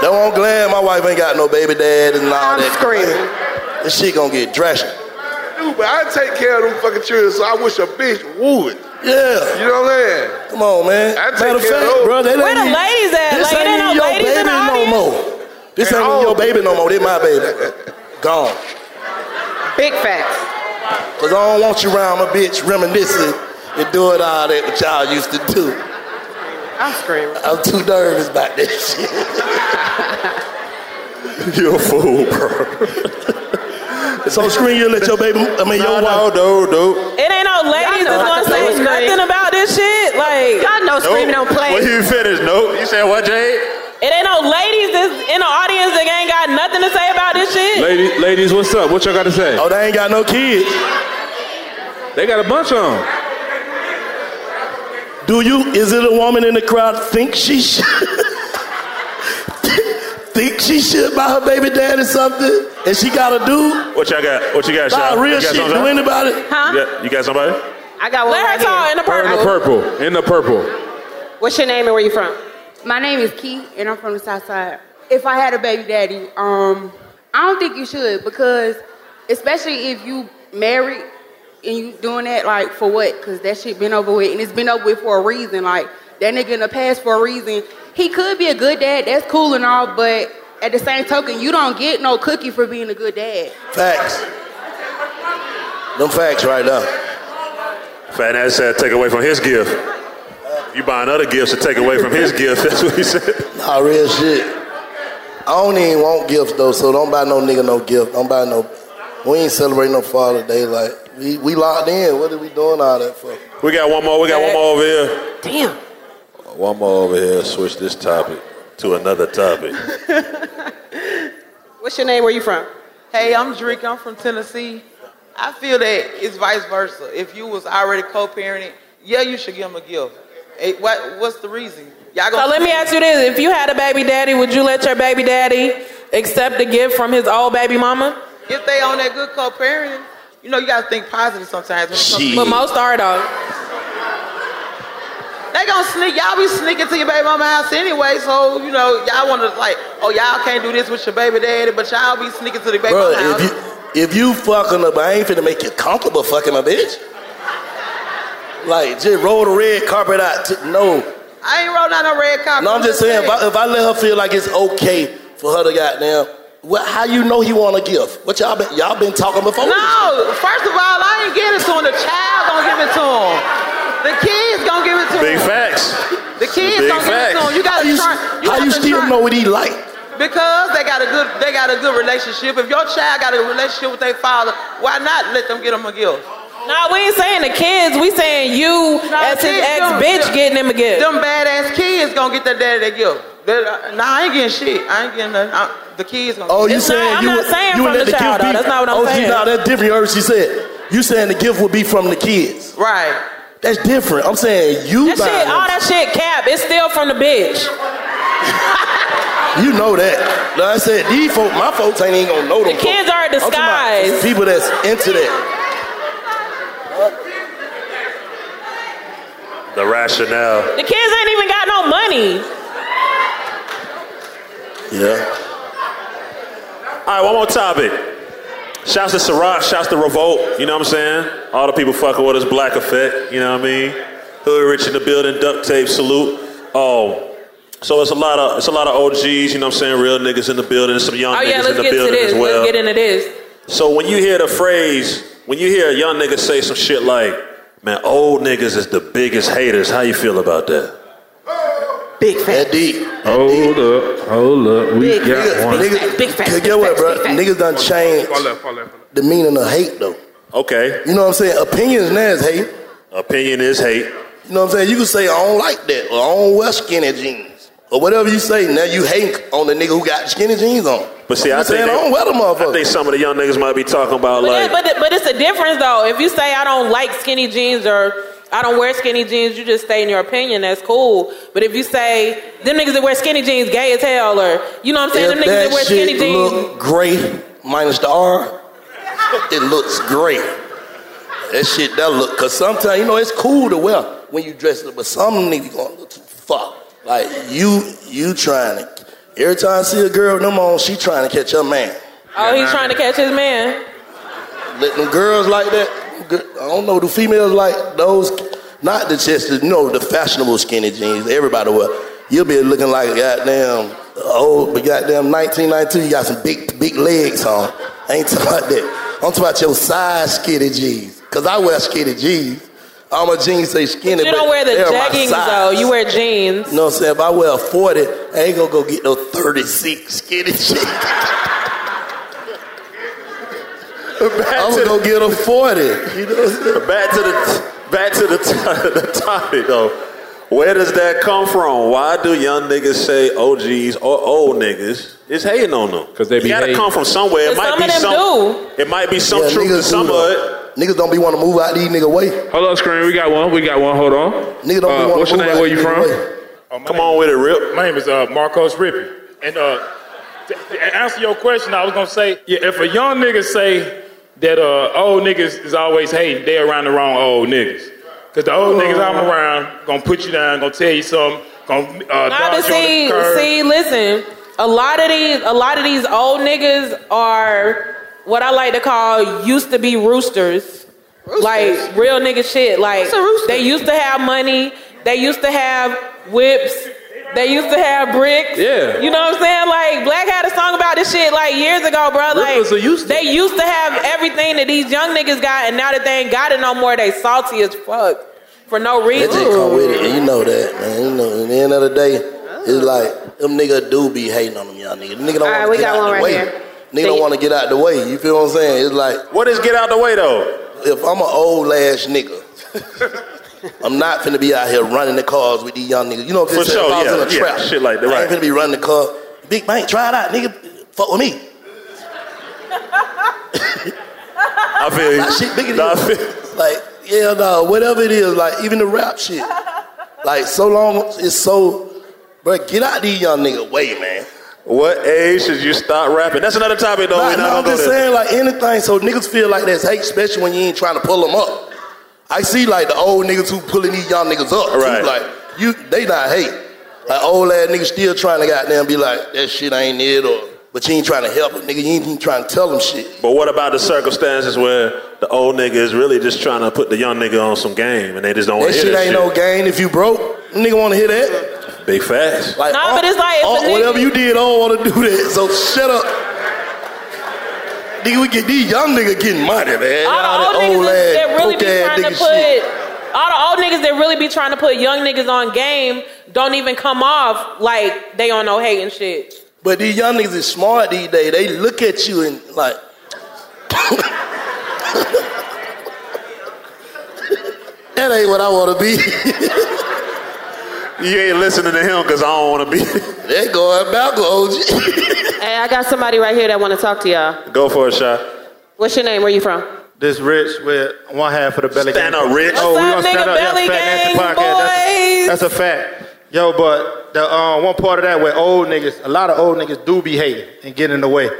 [SPEAKER 4] That's why I'm glad my wife ain't got no baby dad and all that. screaming. This shit gonna get drastic.
[SPEAKER 14] Dude, but I take care of them fucking children, so I wish a bitch would.
[SPEAKER 4] Yeah.
[SPEAKER 14] You know what I'm saying?
[SPEAKER 4] Come on, man.
[SPEAKER 14] I take
[SPEAKER 4] Matter
[SPEAKER 14] care
[SPEAKER 4] of
[SPEAKER 14] of
[SPEAKER 4] fact,
[SPEAKER 14] those.
[SPEAKER 4] bro, they
[SPEAKER 14] Where
[SPEAKER 4] let
[SPEAKER 14] the
[SPEAKER 4] me-
[SPEAKER 14] ladies at? Like,
[SPEAKER 4] This ain't
[SPEAKER 14] there
[SPEAKER 4] even
[SPEAKER 14] no
[SPEAKER 4] your
[SPEAKER 14] ladies in
[SPEAKER 4] baby
[SPEAKER 14] the
[SPEAKER 4] no more. This ain't even your baby no more. This my baby. Gone.
[SPEAKER 6] Big facts.
[SPEAKER 4] Cause I don't want you around my bitch reminiscing and doing all that what y'all used to do.
[SPEAKER 6] I'm screaming.
[SPEAKER 4] I'm too nervous about this shit. you a fool, bro. so screen you let your baby, I mean your wife.
[SPEAKER 3] No, no,
[SPEAKER 5] It ain't no ladies
[SPEAKER 6] know
[SPEAKER 5] that's
[SPEAKER 6] how
[SPEAKER 5] gonna
[SPEAKER 6] to
[SPEAKER 5] say
[SPEAKER 6] play
[SPEAKER 5] nothing
[SPEAKER 6] screen.
[SPEAKER 5] about this shit. Like
[SPEAKER 6] Y'all know screaming don't play.
[SPEAKER 3] When you finish, nope. You said what, Jay?
[SPEAKER 5] It ain't no ladies that's in the audience that ain't got nothing to say about this shit.
[SPEAKER 11] Ladies, ladies, what's up? What y'all got to say?
[SPEAKER 4] Oh, they ain't got no kids.
[SPEAKER 11] They got a bunch of them.
[SPEAKER 4] Do you? Is it a woman in the crowd think she should? think she should buy her baby daddy something, and she got a dude?
[SPEAKER 3] What y'all got? What you got,
[SPEAKER 4] Nah,
[SPEAKER 3] y'all?
[SPEAKER 4] real
[SPEAKER 3] you got
[SPEAKER 4] shit.
[SPEAKER 3] something?
[SPEAKER 4] Do anybody-
[SPEAKER 6] Huh?
[SPEAKER 3] You got, you got somebody?
[SPEAKER 6] I got one.
[SPEAKER 5] Let her
[SPEAKER 6] right
[SPEAKER 5] talk
[SPEAKER 6] here.
[SPEAKER 5] in the
[SPEAKER 11] Her in the
[SPEAKER 5] purple.
[SPEAKER 11] purple. In the purple.
[SPEAKER 6] What's your name and where you from?
[SPEAKER 24] My name is Key, and I'm from the South Side. If I had a baby daddy, um, I don't think you should because, especially if you married and you doing that like for what? Because that shit been over with, and it's been over with for a reason. Like that nigga in the past for a reason. He could be a good dad. That's cool and all, but at the same token, you don't get no cookie for being a good dad.
[SPEAKER 4] Facts. Them facts right there.
[SPEAKER 3] Fat ass said take away from his gift. You buying other gifts to take away from his gift. That's what he said.
[SPEAKER 4] Nah, real shit. I don't even want gifts though, so don't buy no nigga no gift. Don't buy no. We ain't celebrating no Father's Day. Like we we locked in. What are we doing all that for?
[SPEAKER 3] We got one more. We got one more over here. Uh,
[SPEAKER 6] Damn.
[SPEAKER 3] One more over here. Switch this topic to another topic.
[SPEAKER 6] What's your name? Where you from?
[SPEAKER 25] Hey, I'm Drake. I'm from Tennessee. I feel that it's vice versa. If you was already co-parenting, yeah, you should give them a gift. Hey, what, what's the reason? Y'all
[SPEAKER 5] So
[SPEAKER 25] gonna
[SPEAKER 5] let me ask you this: If you had a baby daddy, would you let your baby daddy accept a gift from his old baby mama?
[SPEAKER 25] If they on that good co-parenting, you know you gotta think positive sometimes. When it comes to-
[SPEAKER 5] But most are though.
[SPEAKER 25] they gonna sneak. Y'all be sneaking to your baby mama house anyway, so you know y'all want to like, oh y'all can't do this with your baby daddy, but y'all be sneaking to the baby
[SPEAKER 4] Bro,
[SPEAKER 25] mama house.
[SPEAKER 4] if you if you fucking up, I ain't finna make you comfortable fucking my bitch. Like just roll the red carpet out. T- no,
[SPEAKER 25] I ain't rolled out no red carpet.
[SPEAKER 4] no, I'm just saying if I, if I let her feel like it's okay for her to goddamn Well, how you know he want to give? What y'all been y'all been talking before?
[SPEAKER 25] No, first of all, I ain't giving it to him. The child gonna give it to him. The kids gonna give it to
[SPEAKER 3] Big
[SPEAKER 25] him.
[SPEAKER 3] facts.
[SPEAKER 25] The kids
[SPEAKER 3] Big
[SPEAKER 25] gonna give it to
[SPEAKER 3] facts.
[SPEAKER 25] him. You gotta
[SPEAKER 3] How you
[SPEAKER 25] try.
[SPEAKER 3] s- how you still know
[SPEAKER 4] what he like?
[SPEAKER 25] Because they got a good they got a good relationship. If your child got a relationship with their father, why not let them get him a gift?
[SPEAKER 5] No, we ain't saying the kids. We saying you as his
[SPEAKER 25] kids
[SPEAKER 5] ex
[SPEAKER 25] don't-
[SPEAKER 5] bitch getting him a gift.
[SPEAKER 25] Them badass kids gonna get their daddy that gift. They're- uh, Nah, I ain't getting shit. I ain't getting nothing. I- the kids gonna.
[SPEAKER 4] Oh,
[SPEAKER 25] get
[SPEAKER 4] you
[SPEAKER 25] it.
[SPEAKER 4] saying you would- you would let the gift be? oh, see, now that's different. You heard what she said. You saying the gift would be from the kids?
[SPEAKER 25] Right.
[SPEAKER 4] That's different. I'm saying you.
[SPEAKER 5] That
[SPEAKER 4] buying
[SPEAKER 5] shit, all
[SPEAKER 4] them.
[SPEAKER 5] that shit cap. It's still from the bitch.
[SPEAKER 4] You know that. Like I said, these folk, my folks ain't even gonna know them.
[SPEAKER 5] The kids
[SPEAKER 4] folks.
[SPEAKER 5] are in
[SPEAKER 4] I'm talking about
[SPEAKER 5] disguise.
[SPEAKER 4] People that's into that.
[SPEAKER 3] The rationale.
[SPEAKER 5] The kids ain't even got no money.
[SPEAKER 4] Yeah.
[SPEAKER 3] All right, one more topic. Shouts to Syrah, shouts to Revolt, you know what I'm saying? All the people fucking with us, Black Effect, you know what I mean? Hood Rich in the building, duct tape, salute. Oh, so it's a lot of it's a lot of OGs, you know what I'm saying? Real niggas in the building, some young
[SPEAKER 5] oh
[SPEAKER 3] niggas
[SPEAKER 5] yeah,
[SPEAKER 3] in
[SPEAKER 5] let's
[SPEAKER 3] the
[SPEAKER 5] get to
[SPEAKER 3] building
[SPEAKER 5] this.
[SPEAKER 3] as well.
[SPEAKER 5] Let's get into this.
[SPEAKER 3] So when you hear the phrase, when you hear a young nigga say some shit like, man, old niggas is the biggest haters, how you feel about that?
[SPEAKER 4] Big fat. That deep.
[SPEAKER 11] Hold up, hold up. We got one.
[SPEAKER 4] Niggas, Get what, bro? Niggas done changed the meaning of hate, though.
[SPEAKER 3] Okay.
[SPEAKER 4] You know what I'm saying? Opinions now is hate.
[SPEAKER 3] Opinion is hate.
[SPEAKER 4] You know what I'm saying? You can say, I don't like that, or I don't wear skinny jeans, or whatever you say. Now you hate on the nigga who got skinny jeans on.
[SPEAKER 3] But see,
[SPEAKER 4] You know
[SPEAKER 3] I
[SPEAKER 4] what I'm
[SPEAKER 3] think,
[SPEAKER 4] saying?
[SPEAKER 3] they-
[SPEAKER 4] I don't wear them
[SPEAKER 3] I think some of the young niggas might be talking about
[SPEAKER 5] But,
[SPEAKER 3] like,
[SPEAKER 5] it- but, it- but it's a difference though. If you say I don't like skinny jeans or I don't wear skinny jeans, you just stay in your opinion. That's cool. But if you say them niggas that wear skinny jeans gay as hell, or you know what I'm saying, them
[SPEAKER 4] If
[SPEAKER 5] niggas that
[SPEAKER 4] that
[SPEAKER 5] wear skinny
[SPEAKER 4] shit
[SPEAKER 5] jeans,
[SPEAKER 4] look great, minus the R, it looks great. That shit that look, cause sometimes you know it's cool to wear when you dress up, but some nigga gonna look too fucked. Like you, you trying to. Every time I see a girl with them on, she trying to catch her man.
[SPEAKER 5] oh, he's trying to catch his man.
[SPEAKER 4] Let them girls like that. gir- I don't know. Do females like those? Not the just the, no the fashionable skinny jeans. Everybody wear. You'll be looking like a goddamn old, but goddamn 1992. You got some big big legs on. I ain't talking about that. I'm talking about your size skinny jeans. Cause I wear skinny jeans. All my jeans say skinny.
[SPEAKER 5] But you don't wear the
[SPEAKER 4] they're my
[SPEAKER 5] jeggings,
[SPEAKER 4] size.
[SPEAKER 5] though. You wear jeans.
[SPEAKER 4] You know what I'm saying? If I wear a 40, I ain't gonna go get no 36 skinny jeans. I'm gonna go get a 40. You know what I'm saying?
[SPEAKER 3] back to the back to the, to- the topic though. Where does that come from? Why do young niggas say OGs or old niggas is hating on them? Because they
[SPEAKER 11] be
[SPEAKER 3] gotta
[SPEAKER 11] hating.
[SPEAKER 3] come from somewhere. It
[SPEAKER 11] But
[SPEAKER 3] might
[SPEAKER 11] some
[SPEAKER 3] be
[SPEAKER 11] of them
[SPEAKER 3] some. It might be some
[SPEAKER 4] Yeah,
[SPEAKER 3] truth
[SPEAKER 4] niggas
[SPEAKER 3] to
[SPEAKER 4] do
[SPEAKER 3] some of
[SPEAKER 4] though.
[SPEAKER 3] it.
[SPEAKER 4] Niggas don't be want to move out these nigga way.
[SPEAKER 11] Hold up, screen. We got one. We got one. Hold on.
[SPEAKER 4] Nigga don't
[SPEAKER 11] Uh,
[SPEAKER 4] be want
[SPEAKER 11] what's your
[SPEAKER 4] to move
[SPEAKER 11] name?
[SPEAKER 4] out
[SPEAKER 11] Where you
[SPEAKER 4] these
[SPEAKER 11] from?
[SPEAKER 4] nigga way.
[SPEAKER 3] Come on with it, Rip.
[SPEAKER 21] Oh, My name is uh, Marcos Rippy. And uh, to, to answer your question, I was gonna say, yeah, if a young nigga say that uh, old niggas is always hating, they around the wrong old niggas. Cause the old niggas I'm around gonna put you down, gonna tell you something, gonna uh,
[SPEAKER 5] Nah, but
[SPEAKER 21] dodge you on
[SPEAKER 5] see,
[SPEAKER 21] the curb.
[SPEAKER 5] see, listen. A lot of these, a lot of these old niggas are what I like to call used to be roosters, like real nigga shit. Like they used to have money, they used to have whips, they used to have bricks.
[SPEAKER 11] Yeah.
[SPEAKER 5] you know what I'm saying? Like Black had a song about this shit like years ago, bro.
[SPEAKER 11] Roosters
[SPEAKER 5] Like
[SPEAKER 11] are used to-
[SPEAKER 5] they used to have everything that these young niggas got, and now that they ain't got it no more, they salty as fuck for no
[SPEAKER 4] That
[SPEAKER 5] reason.
[SPEAKER 4] just come with it, and you know that, man. You know, at the end of the day, it's like them nigga do be hating on them y'all niggas. Nigga don't
[SPEAKER 5] Ah. All right,
[SPEAKER 4] want
[SPEAKER 5] we
[SPEAKER 4] to get
[SPEAKER 5] got
[SPEAKER 4] out
[SPEAKER 5] one
[SPEAKER 4] the
[SPEAKER 5] right
[SPEAKER 4] way.
[SPEAKER 5] here.
[SPEAKER 4] Nigga don't want to get out the way. You feel what I'm saying? It's like
[SPEAKER 3] what is get out the way though?
[SPEAKER 4] If I'm an old ass nigga, I'm not finna be out here running the cars with these young niggas. You know what I'm
[SPEAKER 3] For
[SPEAKER 4] saying?
[SPEAKER 3] sure,
[SPEAKER 4] if I was
[SPEAKER 3] yeah,
[SPEAKER 4] in a
[SPEAKER 3] yeah,
[SPEAKER 4] trap,
[SPEAKER 3] shit like that,
[SPEAKER 4] I
[SPEAKER 3] right.
[SPEAKER 4] ain't finna be running the car. Big Bang, try it out, nigga. Fuck with me.
[SPEAKER 3] I feel you.
[SPEAKER 4] Like, shit bigger than you. Like, yeah, no, whatever it is, like, even the rap shit. Like, so long, it's so. Bro, get out these young nigga way, man.
[SPEAKER 3] What age should you stop rapping? That's another topic though.
[SPEAKER 4] Nah,
[SPEAKER 3] We're not
[SPEAKER 4] nah,
[SPEAKER 3] gonna
[SPEAKER 4] I'm
[SPEAKER 3] go
[SPEAKER 4] just
[SPEAKER 3] there.
[SPEAKER 4] saying, like, anything, so niggas feel like that's hate, especially when you ain't trying to pull them up. I see, like, the old niggas who pulling these young niggas up. too.
[SPEAKER 3] Right.
[SPEAKER 4] Like, you, they not hate. Like, old ass niggas still trying to goddamn be like, that shit ain't it, or, but you ain't trying to help a nigga, you ain't even trying to tell them shit.
[SPEAKER 3] But what about the circumstances where the old nigga is really just trying to put the young nigga on some game and they just don't
[SPEAKER 4] That
[SPEAKER 3] want to
[SPEAKER 4] shit
[SPEAKER 3] hear that
[SPEAKER 4] ain't no game if you broke. Nigga wanna hear that?
[SPEAKER 3] shit. Big facts.
[SPEAKER 4] Like,
[SPEAKER 5] Nah, but it's like, if a
[SPEAKER 4] oh,
[SPEAKER 5] nigga-
[SPEAKER 4] whatever you did, I don't want to do that. So shut up. Nigga, we get these young niggas getting money, man.
[SPEAKER 5] All the
[SPEAKER 4] All that
[SPEAKER 5] old niggas
[SPEAKER 4] old
[SPEAKER 5] that-
[SPEAKER 4] ass,
[SPEAKER 5] that really be
[SPEAKER 4] broke ass
[SPEAKER 5] trying to
[SPEAKER 4] nigga
[SPEAKER 5] put
[SPEAKER 4] shit.
[SPEAKER 5] all the old niggas that really be trying to put young niggas on game don't even come off like they on no hate and shit.
[SPEAKER 4] But these young niggas is smart these days. They look at you and like, that ain't what I want to be.
[SPEAKER 3] You ain't listening to him because I don't want to be.
[SPEAKER 4] they going back, OG.
[SPEAKER 6] Hey, I got somebody right here that want to talk to y'all.
[SPEAKER 3] Go for it, shot.
[SPEAKER 6] What's your name? Where you from?
[SPEAKER 8] This rich with one half of the belly
[SPEAKER 3] Stand
[SPEAKER 8] gang.
[SPEAKER 3] up, Rich.
[SPEAKER 8] Oh,
[SPEAKER 3] What's
[SPEAKER 8] we gonna
[SPEAKER 3] up,
[SPEAKER 8] stand
[SPEAKER 3] nigga,
[SPEAKER 8] up. Yeah,
[SPEAKER 3] belly
[SPEAKER 8] Fat Nasty
[SPEAKER 3] gang
[SPEAKER 8] podcast. That's, a, that's a fact. Yo, but the um, one part of that with old niggas, a lot of old niggas do be hating and getting in the way.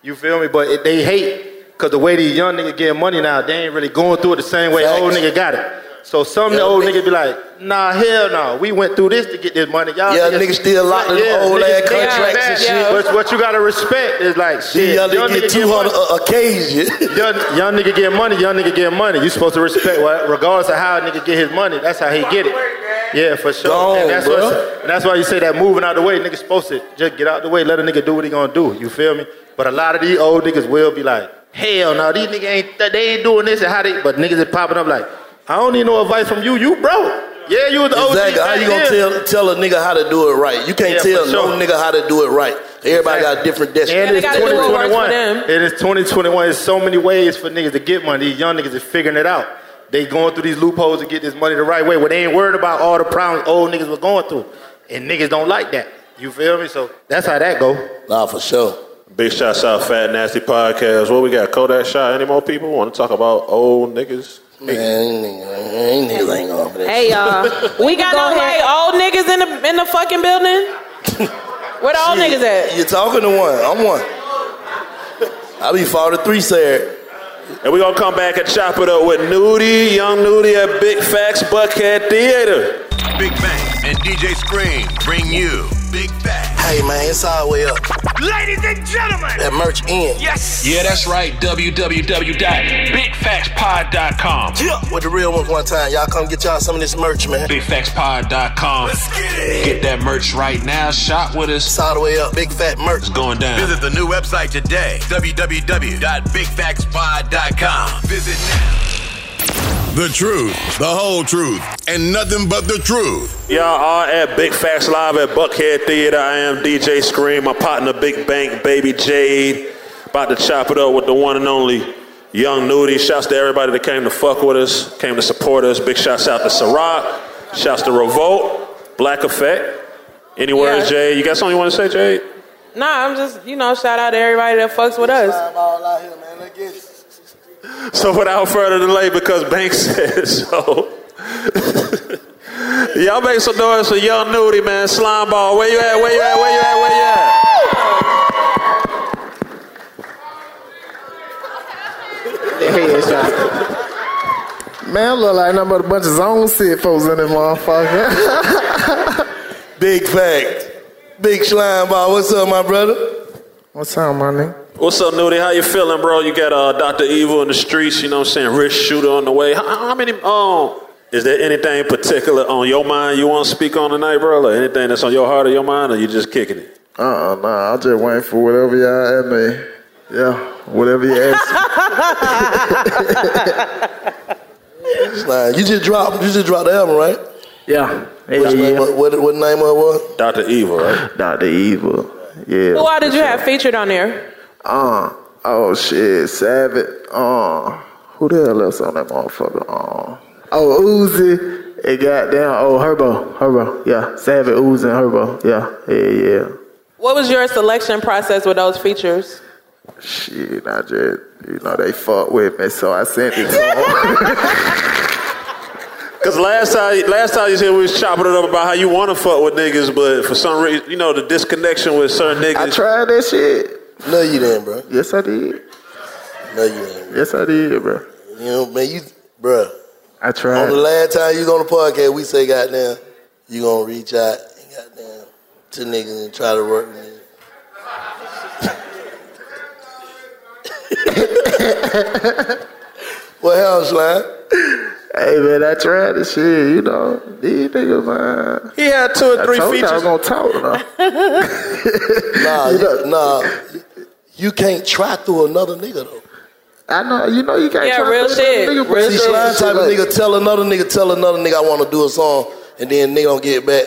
[SPEAKER 8] You feel me? But it, they hate because the way these young niggas getting money now, they ain't really going through it the same way old nigga got it. So some of the old niggas be like, nah, hell no. We went through this to get this money. Y'all
[SPEAKER 4] Yeah, niggas still locked in old
[SPEAKER 8] niggas
[SPEAKER 4] ass
[SPEAKER 8] still
[SPEAKER 4] contracts
[SPEAKER 8] bad.
[SPEAKER 4] and shit.
[SPEAKER 8] But what you gotta respect is like, shit,
[SPEAKER 4] young nigga get
[SPEAKER 8] money-
[SPEAKER 4] 200
[SPEAKER 8] young, young nigga get money, young nigga get money. You supposed to respect what, regardless of how a nigga get his money, that's how he get it. Yeah, for sure. and, that's
[SPEAKER 4] bruh.
[SPEAKER 8] what's- and that's why you say that moving out the way, nigga supposed to just get out the way, let a nigga do what he gonna do. You feel me? But a lot of these old niggas will be like, hell no, these niggas ain't th- they ain't doing this and how they but niggas is popping up like, I don't need no advice from you, you broke. Yeah, you was the OG
[SPEAKER 4] Exactly. How
[SPEAKER 8] back
[SPEAKER 4] you gonna
[SPEAKER 8] then.
[SPEAKER 4] tell tell a nigga how to do it right? You can't
[SPEAKER 8] Yeah,
[SPEAKER 4] tell
[SPEAKER 8] for
[SPEAKER 4] no
[SPEAKER 8] sure.
[SPEAKER 4] nigga how to do it right. Everybody got a different destiny.
[SPEAKER 8] And it's 2021. It is 2021. There's so many ways for niggas to get money. These young niggas is figuring it out. They going through these loopholes to get this money the right way. Well, they ain't worried about all the problems old niggas were going through. And niggas don't like that. You feel me? So that's how that go.
[SPEAKER 4] Nah, for sure.
[SPEAKER 3] Big shots out, Fat Nasty Podcast. What we got? Kodak shot. Any more people want to talk about old niggas?
[SPEAKER 4] Man, niggas ain't gonna.
[SPEAKER 5] Hey y'all, we got no like old niggas in the in the fucking building. Where the old niggas at?
[SPEAKER 4] You talking to one? I'm one. I be forty-three, sir.
[SPEAKER 3] And we gonna come back and chop it up with Nudie, Young Nudie at Big Facts Buckhead Theater.
[SPEAKER 7] Big Bang and DJ Scream bring you Big Bang. Hey man, it's all the way up. Ladies and gentlemen. That merch in. Yes.
[SPEAKER 9] Yeah, that's right. www.bigfaxpod.com.
[SPEAKER 7] Yeah. With the real ones one time. Y'all come get y'all some of this merch, man.
[SPEAKER 9] Bigfaxpod.com. Get that merch right now. Shop with us.
[SPEAKER 7] It's all the way up. Big Fat Merch. It's
[SPEAKER 9] going down.
[SPEAKER 7] Visit the new website today. www.bigfaxpod.com. Visit now.
[SPEAKER 26] The truth, the whole truth, and nothing but the truth.
[SPEAKER 3] Y'all are at Big Facts Live at Buckhead Theater. I am DJ Scream, my partner Big Bank, Baby Jade. About to chop it up with the one and only Young Nudie. Shouts to everybody that came to fuck with us, came to support us. Big shouts out to Ciroc. Shouts to Revolt, Black Effect. Any words,
[SPEAKER 5] Yes.
[SPEAKER 3] Jade? You got something you want to say, Jade?
[SPEAKER 5] Nah, I'm just you know shout out to everybody that fucks with us.
[SPEAKER 3] So without further delay, because Banks says so. Y'all make some noise for Young Nudie, man. Slime ball. Where you at? Where you at? Where you at? Where you at?
[SPEAKER 27] Man, I look like nothing but a bunch of zone shit folks in this motherfucker.
[SPEAKER 4] Big fact. Big slime ball. What's up, my brother?
[SPEAKER 27] What's up, my nigga?
[SPEAKER 3] What's up, Nudie? How you feeling, bro? You got uh, Dr. Evil in the streets, you know what I'm saying? Rich shooter on the way. How, how many, um, is there anything particular on your mind you want to speak on tonight, bro? Or anything that's on your heart or your mind, or you just kicking it?
[SPEAKER 27] Uh uh nah. I just waiting for whatever y'all at me. Yeah, whatever you ask.
[SPEAKER 4] Slime. You just dropped. You just dropped the album, right?
[SPEAKER 27] Yeah.
[SPEAKER 4] Which name, What, what what name of it was?
[SPEAKER 3] Dr. Evil, right?
[SPEAKER 27] Dr. Evil. Yeah.
[SPEAKER 5] Who all did you have featured on there?
[SPEAKER 27] Uh, oh shit, Savage. Uh, who the hell else on that motherfucker? Uh, oh Uzi. It got down. Oh Herbo, Herbo. Yeah, Savage Uzi and Herbo. Yeah, yeah, yeah.
[SPEAKER 5] What was your selection process with those features?
[SPEAKER 27] Shit, I just you know they fuck with me, so I sent it to them.
[SPEAKER 3] Because last time, last time you said we was chopping it up about how you want to fuck with niggas, but for some reason, you know, the disconnection with certain niggas.
[SPEAKER 27] I tried that shit.
[SPEAKER 4] No, you didn't, bro.
[SPEAKER 27] Yes, I did.
[SPEAKER 4] No, you didn't.
[SPEAKER 27] Yes, I did, bro.
[SPEAKER 4] You know, man, you, bruh.
[SPEAKER 27] I
[SPEAKER 4] On
[SPEAKER 27] tried.
[SPEAKER 4] the last time you was on the podcast, we say, goddamn, you gonna reach out and goddamn to niggas and try to work with niggas. What hell, slime?
[SPEAKER 27] Hey man, I tried this shit. You know these niggas, man.
[SPEAKER 3] He had two or
[SPEAKER 27] I
[SPEAKER 3] three
[SPEAKER 27] told you I
[SPEAKER 3] features.
[SPEAKER 27] was gonna talk. though.
[SPEAKER 4] nah, you- nah. You can't try through another nigga though.
[SPEAKER 27] I know. You know Oh, you can't
[SPEAKER 4] Yeah,
[SPEAKER 27] try
[SPEAKER 4] real
[SPEAKER 27] to shit. Nigga, but
[SPEAKER 4] See, slime type of nigga tell another nigga, tell another nigga I want to do a song, and then nigga don't get back,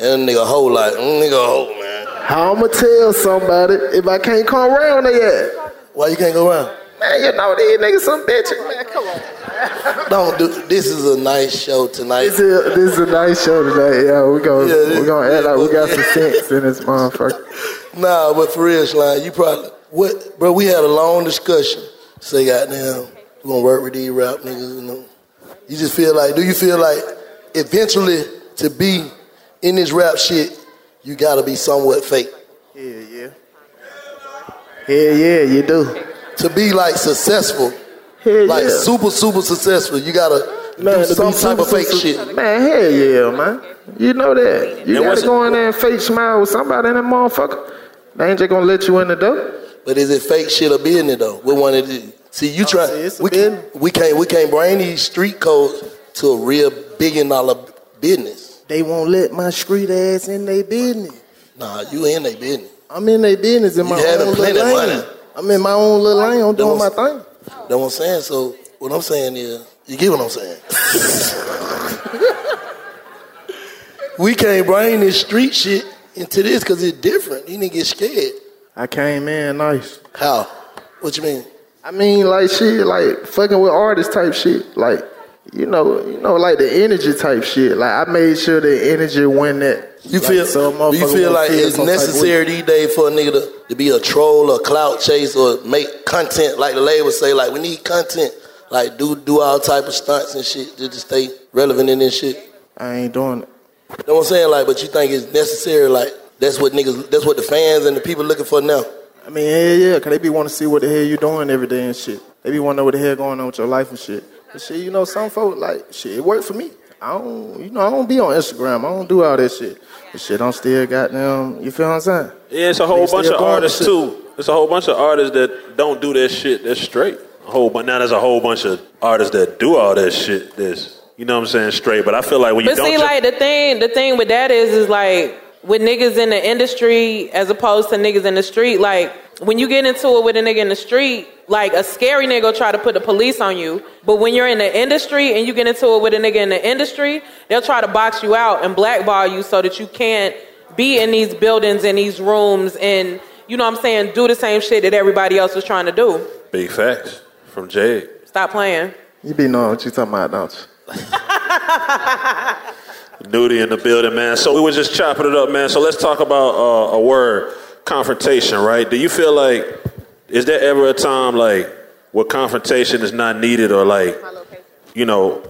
[SPEAKER 4] and nigga hoe like, mm, nigga hoe, man.
[SPEAKER 27] How I'ma tell somebody if I can't come around there yet?
[SPEAKER 4] Why you can't go around?
[SPEAKER 27] Man, you know these niggas some bitches. Man, come on.
[SPEAKER 4] Don't do. This is a nice show tonight.
[SPEAKER 27] This is, this is a nice show tonight, yeah. We gonna
[SPEAKER 4] Yeah, this-
[SPEAKER 27] we gonna act like we got some sense in this motherfucker.
[SPEAKER 4] Nah, but for real, slime, you probably what, bro? We had a long discussion. Say, goddamn, we gonna work with these rap niggas. You know, you just feel like, do you feel like eventually to be in this rap shit, you gotta be somewhat fake?
[SPEAKER 27] Yeah, yeah. Yeah, yeah, you do.
[SPEAKER 4] To be like successful,
[SPEAKER 27] Hell
[SPEAKER 4] like
[SPEAKER 27] yeah.
[SPEAKER 4] super, super successful, you gotta
[SPEAKER 27] Man,
[SPEAKER 4] do
[SPEAKER 27] to
[SPEAKER 4] some
[SPEAKER 27] be
[SPEAKER 4] type of
[SPEAKER 27] super-
[SPEAKER 4] fake
[SPEAKER 27] super-
[SPEAKER 4] shit.
[SPEAKER 27] Man, hell yeah, man. You know that. You
[SPEAKER 4] And
[SPEAKER 27] gotta
[SPEAKER 4] what's-
[SPEAKER 27] go in there and fake smile with somebody in that motherfucker. They ain't just gonna let you in the door.
[SPEAKER 4] But is it fake shit or business though? What one it is? See, you
[SPEAKER 27] Oh,
[SPEAKER 4] try. we, can, we can't. We can't bring these street codes to a real billion dollar business.
[SPEAKER 27] They won't let my street ass in their business.
[SPEAKER 4] Nah, you in they business.
[SPEAKER 27] I'm in their business in
[SPEAKER 4] You
[SPEAKER 27] my
[SPEAKER 4] having
[SPEAKER 27] own
[SPEAKER 4] plenty
[SPEAKER 27] little
[SPEAKER 4] of
[SPEAKER 27] lane.
[SPEAKER 4] money.
[SPEAKER 27] I'm in my own little lane. I'm doing my thing.
[SPEAKER 4] That's what I'm saying. So what I'm saying is, you get what I'm saying. we can't bring this street shit into this because it's different. You niggas get scared.
[SPEAKER 27] I came in nice.
[SPEAKER 4] How? What you mean?
[SPEAKER 27] I mean, like shit, like fucking with artists type shit, like you know, you know, like the energy type shit. Like I made sure the energy went that.
[SPEAKER 4] You
[SPEAKER 27] like,
[SPEAKER 4] feel
[SPEAKER 27] so a motherfucker
[SPEAKER 4] you feel
[SPEAKER 27] won't
[SPEAKER 4] like it's
[SPEAKER 27] some type of way.
[SPEAKER 4] necessary these days for a nigga to, to be a troll or clout chase or make content like the label say like we need content like do do all type of stunts and shit just to stay relevant in this shit.
[SPEAKER 27] I ain't doing it.
[SPEAKER 4] You know what I'm saying? Like, but you think it's necessary? Like that's what niggas that's what the fans and the people looking for now.
[SPEAKER 27] I mean, yeah, yeah, 'cause they be want to see what the hell you doing every day and shit. They be want to know what the hell going on with your life and shit. But shit, you know, some folk like shit. It worked for me. I don't, you know, I don't be on Instagram. I don't do all that shit. But shit, I'm still goddamn. You feel what I'm saying?
[SPEAKER 3] Yeah, it's a whole
[SPEAKER 27] Niggas
[SPEAKER 3] bunch
[SPEAKER 27] still
[SPEAKER 3] of
[SPEAKER 27] going to
[SPEAKER 3] artists
[SPEAKER 27] shit.
[SPEAKER 3] too. It's a whole bunch of artists that don't do that shit. That's straight. A whole, but now there's a whole bunch of artists that do all that shit. That's you know what I'm saying, straight. But I feel like when you
[SPEAKER 5] But
[SPEAKER 3] don't,
[SPEAKER 5] see,
[SPEAKER 3] ju-
[SPEAKER 5] like the thing, the thing with that is, is like with niggas in the industry as opposed to niggas in the street. Like when you get into it with a nigga in the street, like a scary nigga will try to put the police on you. But when you're in the industry and you get into it with a nigga in the industry, they'll try to box you out and blackball you so that you can't be in these buildings and these rooms and you know what I'm saying, do the same shit that everybody else was trying to do.
[SPEAKER 3] big facts from Jay.
[SPEAKER 5] Stop playing.
[SPEAKER 27] You be knowing what you talking about, don't you?
[SPEAKER 3] Nudie in the building, man. So we were just chopping it up, man. So let's talk about uh, a word, confrontation, right? Do you feel like is there ever a time like where confrontation is not needed, or like you know,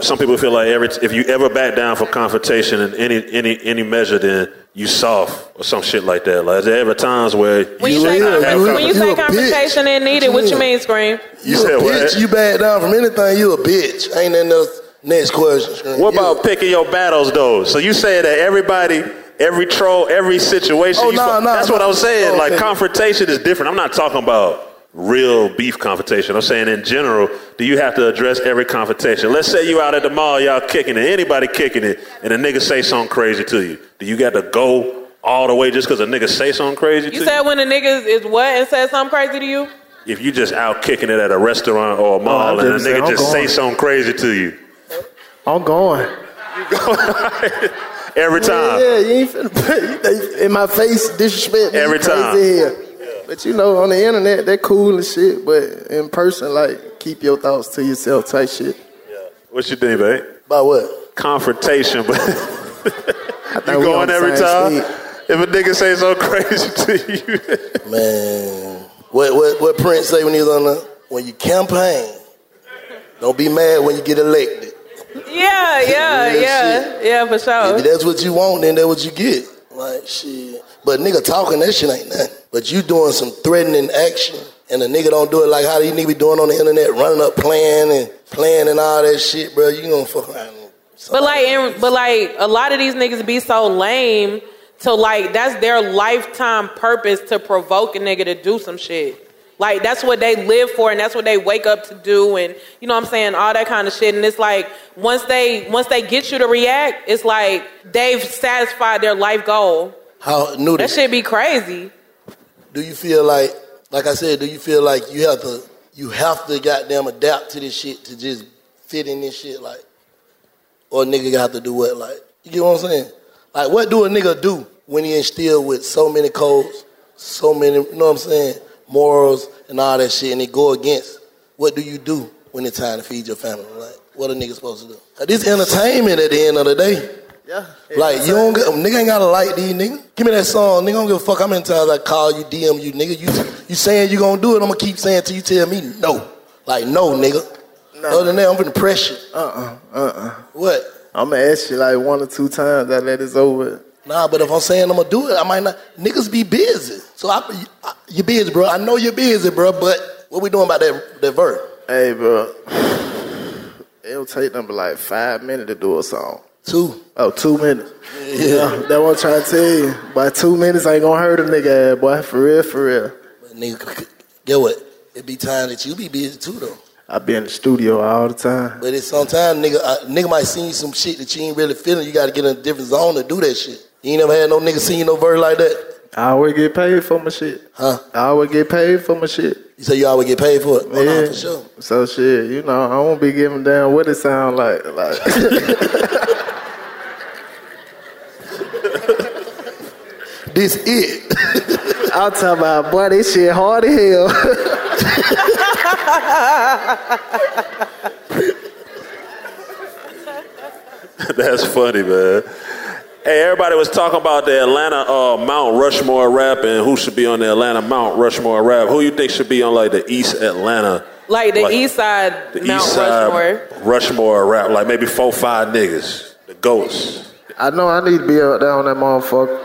[SPEAKER 3] some people feel like every if you ever back down for confrontation in any any any measure, then you soft or some shit like that. Like, is there ever times where
[SPEAKER 5] When you, say,
[SPEAKER 3] have
[SPEAKER 5] confrontation, when you say
[SPEAKER 3] confrontation?
[SPEAKER 5] confrontation and needed, what you mean, Scream?
[SPEAKER 4] You
[SPEAKER 3] said
[SPEAKER 4] a
[SPEAKER 3] what?
[SPEAKER 4] bitch. You back down from anything. You a bitch. Ain't nothing else. Next question.
[SPEAKER 3] What about picking your battles though? So you say that everybody, every troll, every situation.
[SPEAKER 4] Oh,
[SPEAKER 3] you
[SPEAKER 4] nah,
[SPEAKER 3] fu-
[SPEAKER 4] nah,
[SPEAKER 3] that's what
[SPEAKER 4] nah.
[SPEAKER 3] I'm saying.
[SPEAKER 4] Oh,
[SPEAKER 3] like
[SPEAKER 4] okay.
[SPEAKER 3] confrontation is different. I'm not talking about real beef confrontation. I'm saying in general, do you have to address every confrontation? Let's say you out at the mall, y'all kicking it, anybody kicking it, and a nigga say something crazy to you. Do you got to go all the way just because a nigga say something crazy
[SPEAKER 5] You
[SPEAKER 3] to
[SPEAKER 5] said when a nigga is what and said something crazy to you?
[SPEAKER 3] you? If you just out kicking it at a restaurant or a mall and a
[SPEAKER 27] just saying,
[SPEAKER 3] nigga
[SPEAKER 27] I'm
[SPEAKER 3] just say
[SPEAKER 27] going.
[SPEAKER 3] something crazy to you
[SPEAKER 27] I'm going.
[SPEAKER 3] every time.
[SPEAKER 27] Yeah, yeah, you ain't finna put they in my face disrespect me
[SPEAKER 3] Every
[SPEAKER 27] crazy
[SPEAKER 3] time.
[SPEAKER 27] here. But you know, on the internet, they're cool and shit. But in person, like, keep your thoughts to yourself, type shit.
[SPEAKER 3] What you think, babe?
[SPEAKER 4] By what?
[SPEAKER 3] Confrontation, but
[SPEAKER 27] I
[SPEAKER 3] you going every time. If a nigga say something crazy to
[SPEAKER 4] you, man, what what what Prince say when he was on the when you campaign? Don't be mad when you get elected.
[SPEAKER 5] Yeah, yeah,
[SPEAKER 4] Real
[SPEAKER 5] yeah. Yeah, for sure.
[SPEAKER 4] If that's what you want, then that's what you get. Like shit. But nigga talking that shit ain't nothing. But you doing some threatening action and a nigga don't do it like how these nigga be doing on the internet, running up playing and playing and all that shit, bro. You gonna fuck around.
[SPEAKER 5] But like, in, but like, a lot of these niggas be so lame to like that's their lifetime purpose to provoke a nigga to do some shit. Like that's what they live for, and that's what they wake up to do, and you know what I'm saying, all that kind of shit. And it's like once they once they get you to react, it's like they've satisfied their life goal.
[SPEAKER 4] How new
[SPEAKER 5] That shit be crazy.
[SPEAKER 4] do you feel like like I said, do you feel like you have to you have to goddamn adapt to this shit to just fit in this shit like or a nigga got to do what like you get what I'm saying? Like what do a nigga do when he instilled with so many codes, so many you know what I'm saying, morals and all that shit and they go against what do you do when it's time to feed your family? Like what a nigga supposed to do? 'Cause This entertainment at the end of the day.
[SPEAKER 27] Yeah.
[SPEAKER 4] Like you don't get, nigga ain't gotta like these nigga. Give me that song, nigga. I don't give a fuck how many times I call you, DM you, nigga. You you saying you gonna do it? I'm gonna keep saying till you tell me no. Like no, nigga. Other than that, I'm gonna press you.
[SPEAKER 27] Uh uh uh.
[SPEAKER 4] What?
[SPEAKER 27] I'm gonna ask you like one or two times. I let this over.
[SPEAKER 4] Nah, but if I'm saying I'm gonna do it, I might not. Niggas be busy, so I, I you busy, bro. I know you're busy, bro. But what we doing about that that verb?
[SPEAKER 27] Hey, bro. It'll take them like five minutes to do a song.
[SPEAKER 4] Two.
[SPEAKER 27] Oh, two minutes.
[SPEAKER 4] Yeah.
[SPEAKER 27] That what I'm trying to tell you. By two minutes ain't gonna hurt a nigga ass, boy. For real, for real.
[SPEAKER 4] But nigga, get what? It be time that you be busy too, though.
[SPEAKER 27] I be in the studio all the time.
[SPEAKER 4] But it's sometimes nigga, uh, nigga might send you some shit that you ain't really feeling. You gotta get in a different zone to do that shit. You ain't never had no nigga send you no verse like that,
[SPEAKER 27] I always get paid for my shit.
[SPEAKER 4] huh?
[SPEAKER 27] I always get paid for my shit.
[SPEAKER 4] You say you always get paid for it. Oh, nah,
[SPEAKER 27] yeah.
[SPEAKER 4] for sure.
[SPEAKER 27] So shit, you know, I won't be giving down what it sound like. Like
[SPEAKER 4] This it.
[SPEAKER 27] I'm talking about boy, this shit hard as hell.
[SPEAKER 4] Ah,
[SPEAKER 3] That's funny, man. Hey, everybody was talking about the Atlanta uh, Mount Rushmore rap and who should be on the Atlanta Mount Rushmore rap. Who you think should be on like the East Atlanta,
[SPEAKER 5] Like the
[SPEAKER 3] Like,
[SPEAKER 5] East Side
[SPEAKER 3] the
[SPEAKER 5] Mount
[SPEAKER 3] East Side
[SPEAKER 5] Rushmore.
[SPEAKER 3] Rushmore rap? Like maybe four, five niggas, the goats.
[SPEAKER 27] I know I need to be up there on that motherfucker.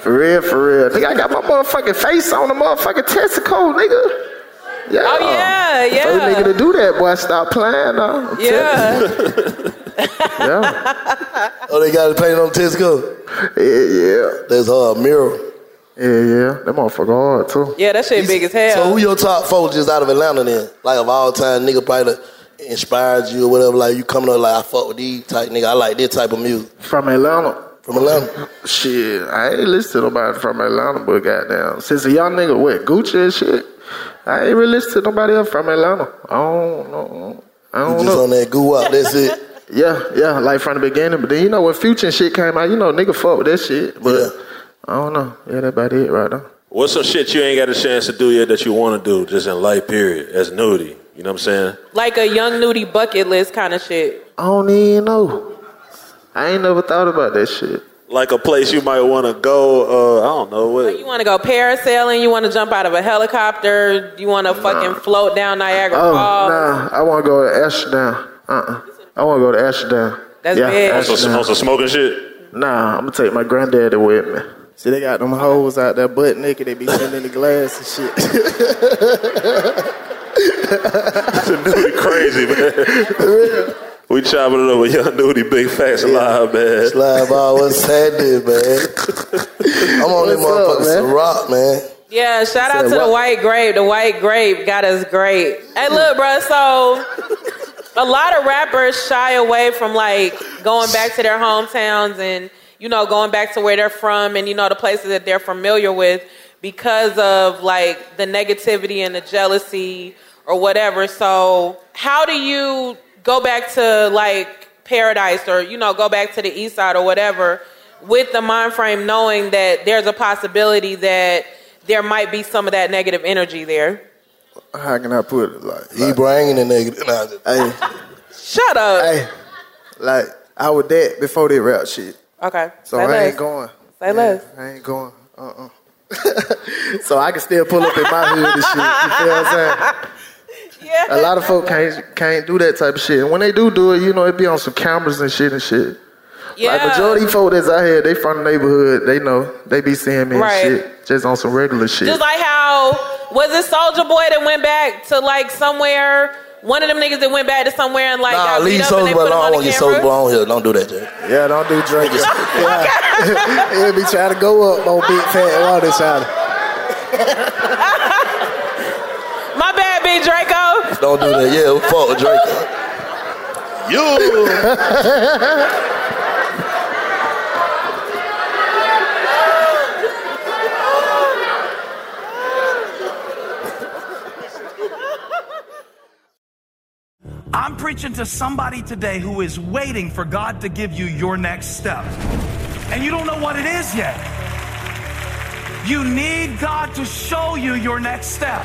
[SPEAKER 27] for real, for real. Nigga, I got my motherfucking face on the motherfucking testicle, nigga. Yeah.
[SPEAKER 5] Oh, yeah, yeah.
[SPEAKER 27] For a nigga to do that, boy, stop playing now. I'm
[SPEAKER 5] Yeah.
[SPEAKER 27] telling you. yeah.
[SPEAKER 4] Oh, they got it painted on Tesco.
[SPEAKER 27] Yeah, yeah.
[SPEAKER 4] That's a mirror.
[SPEAKER 27] Yeah, yeah. That motherfucker hard too.
[SPEAKER 5] Yeah, that shit big as hell.
[SPEAKER 4] So who your top four just out of Atlanta then? Like of all time, nigga probably done inspired you or whatever. Like you coming up like I fuck with these type nigga. I like this type of music.
[SPEAKER 27] From Atlanta.
[SPEAKER 4] From Atlanta.
[SPEAKER 27] Shit, I ain't listen to nobody from Atlanta, but goddamn. Since a young nigga with Gucci and shit, I ain't really listen to nobody else from Atlanta. I don't know. I don't
[SPEAKER 4] You
[SPEAKER 27] know.
[SPEAKER 4] just on that goo up. That's it.
[SPEAKER 27] Yeah, yeah, like from the beginning. But then you know when Future and shit came out, you know nigga fuck with that shit. But I don't know. Yeah, that about it right now.
[SPEAKER 3] What's some shit you ain't got a chance to do yet that you want to do just in life period as nudity? You know what I'm saying?
[SPEAKER 5] Like a young nudie bucket list kind of shit.
[SPEAKER 27] I don't even know. I ain't never thought about that shit.
[SPEAKER 3] Like a place you might want to go. Uh, I don't know what.
[SPEAKER 5] You want to go parasailing? You want to jump out of a helicopter? You want to fucking float down Niagara
[SPEAKER 27] Oh,
[SPEAKER 5] Falls?
[SPEAKER 27] nah, I want to go to Ashdown. Uh, uh I want to go to Ashdown.
[SPEAKER 5] That's big.
[SPEAKER 3] On some, on some smoking shit.
[SPEAKER 27] Nah, I'm gonna take my granddaddy with me. See, they got them hoes out there butt naked. They be sitting in the glass and shit.
[SPEAKER 3] Nudie crazy, man. we chopping it up with young nudie, big facts live, man.
[SPEAKER 4] Slide by what's happening, man. I'm on this motherfucker Ciroc, man.
[SPEAKER 5] Yeah, shout out
[SPEAKER 4] Said
[SPEAKER 5] to the
[SPEAKER 4] what?
[SPEAKER 5] white grape. The white grape got us great. Hey, look, bro. So, a lot of rappers shy away from like going back to their hometowns and you know going back to where they're from and you know the places that they're familiar with because of like the negativity and the jealousy or whatever. So, how do you go back to like paradise or you know go back to the east side or whatever with the mind frame knowing that there's a possibility that there might be some of that negative energy there.
[SPEAKER 27] How can I put it? Like,
[SPEAKER 4] he bringing the nigga.
[SPEAKER 27] Hey,
[SPEAKER 5] Shut up.
[SPEAKER 27] Hey, like I was dead before they rap shit.
[SPEAKER 5] Okay.
[SPEAKER 27] So
[SPEAKER 5] Say
[SPEAKER 27] I
[SPEAKER 5] less.
[SPEAKER 27] ain't going.
[SPEAKER 5] Say less.
[SPEAKER 27] I ain't going. Uh uh so I can still pull up in my hood and shit. You feel what I'm saying? A lot of folk can't can't do that type of shit. And when they do do it, you know, it be on some cameras and shit and shit. Like majority of folk that's out here, they from the neighborhood. They know they be seeing me
[SPEAKER 5] Right.
[SPEAKER 27] and shit, just on some regular shit.
[SPEAKER 5] Just like how was it Soldier Boy that went back to like somewhere? One of them niggas that went back to somewhere and like
[SPEAKER 4] Nah,
[SPEAKER 5] got beat
[SPEAKER 4] leave
[SPEAKER 5] up and
[SPEAKER 4] Soulja
[SPEAKER 5] they
[SPEAKER 4] Boy.
[SPEAKER 5] put
[SPEAKER 4] alone.
[SPEAKER 5] him on
[SPEAKER 4] I want
[SPEAKER 5] the
[SPEAKER 4] to get
[SPEAKER 5] camera.
[SPEAKER 4] Soulja Boy on here. Don't do that, Jay.
[SPEAKER 27] Yeah, don't do drinking. yeah. It'll be trying to go up on big fat water shot.
[SPEAKER 5] My bad, Big Draco.
[SPEAKER 4] Don't do that. Yeah, fuck with Drake.
[SPEAKER 5] You.
[SPEAKER 28] preaching to somebody today who is waiting for God to give you your next step. And you don't know what it is yet. You need God to show you your next step.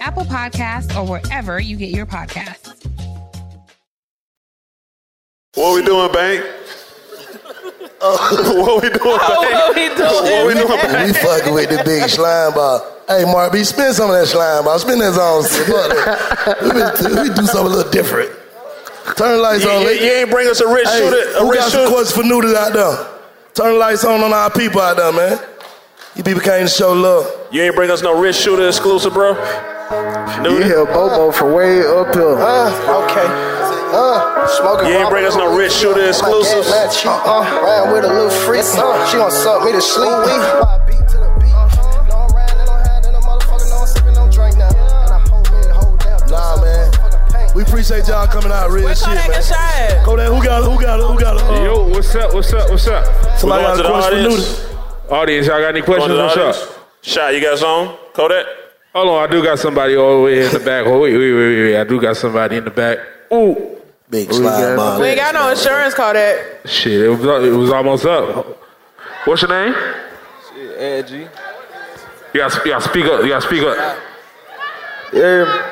[SPEAKER 29] Apple Podcasts, or wherever you get your podcasts.
[SPEAKER 24] What we doing, bank? Oh, what we doing,
[SPEAKER 4] what
[SPEAKER 24] bank?
[SPEAKER 4] What we fucking with the big slime ball. Hey, Mark B, spend some of that slime ball. Spend that on. Fuck that. Let me, let me do something a little different. Turn the lights
[SPEAKER 3] You-
[SPEAKER 4] on.
[SPEAKER 3] you-
[SPEAKER 4] Link.
[SPEAKER 3] you ain't bring us a rich
[SPEAKER 4] hey,
[SPEAKER 3] shooter- a
[SPEAKER 4] who
[SPEAKER 3] rich
[SPEAKER 4] got
[SPEAKER 3] shooter?
[SPEAKER 4] some questions for noodles out there? Turn the lights on on our people out there, man. You people came to show love.
[SPEAKER 3] You ain't bring us no rich shooter exclusive, bro.
[SPEAKER 30] Yeah, Bobo from way up here.
[SPEAKER 27] Okay. Uh, smoking.
[SPEAKER 3] You ain't bring us no rich shooter exclusives.
[SPEAKER 27] Uh, uh, round with a little freak. She gon' suck me to sleep.
[SPEAKER 4] Nah, man. We appreciate y'all coming out, real shit, man. Go there. Who got it? Who got it? Who got it? Uh,
[SPEAKER 11] Yo, what's up? What's up? What's up?
[SPEAKER 4] Somebody
[SPEAKER 3] We're
[SPEAKER 4] got
[SPEAKER 3] going
[SPEAKER 4] a
[SPEAKER 3] to the
[SPEAKER 4] question for
[SPEAKER 3] audience.
[SPEAKER 4] Nudie.
[SPEAKER 11] Audience, y'all got any
[SPEAKER 3] Going to
[SPEAKER 11] questions?
[SPEAKER 3] the
[SPEAKER 11] What's
[SPEAKER 3] audience.
[SPEAKER 11] up?
[SPEAKER 3] Shot, you guys on? Kodak?
[SPEAKER 11] Hold on, I do got somebody all the way here in the back. Oh, wait, wait, wait, wait. I do got somebody in the back. Ooh.
[SPEAKER 4] Big
[SPEAKER 11] slime
[SPEAKER 6] We ain't got no insurance call that.
[SPEAKER 11] Shit, it was, it was almost up. What's your name?
[SPEAKER 31] Edgy.
[SPEAKER 11] You got, you got speak up. You got speak up.
[SPEAKER 32] Yeah.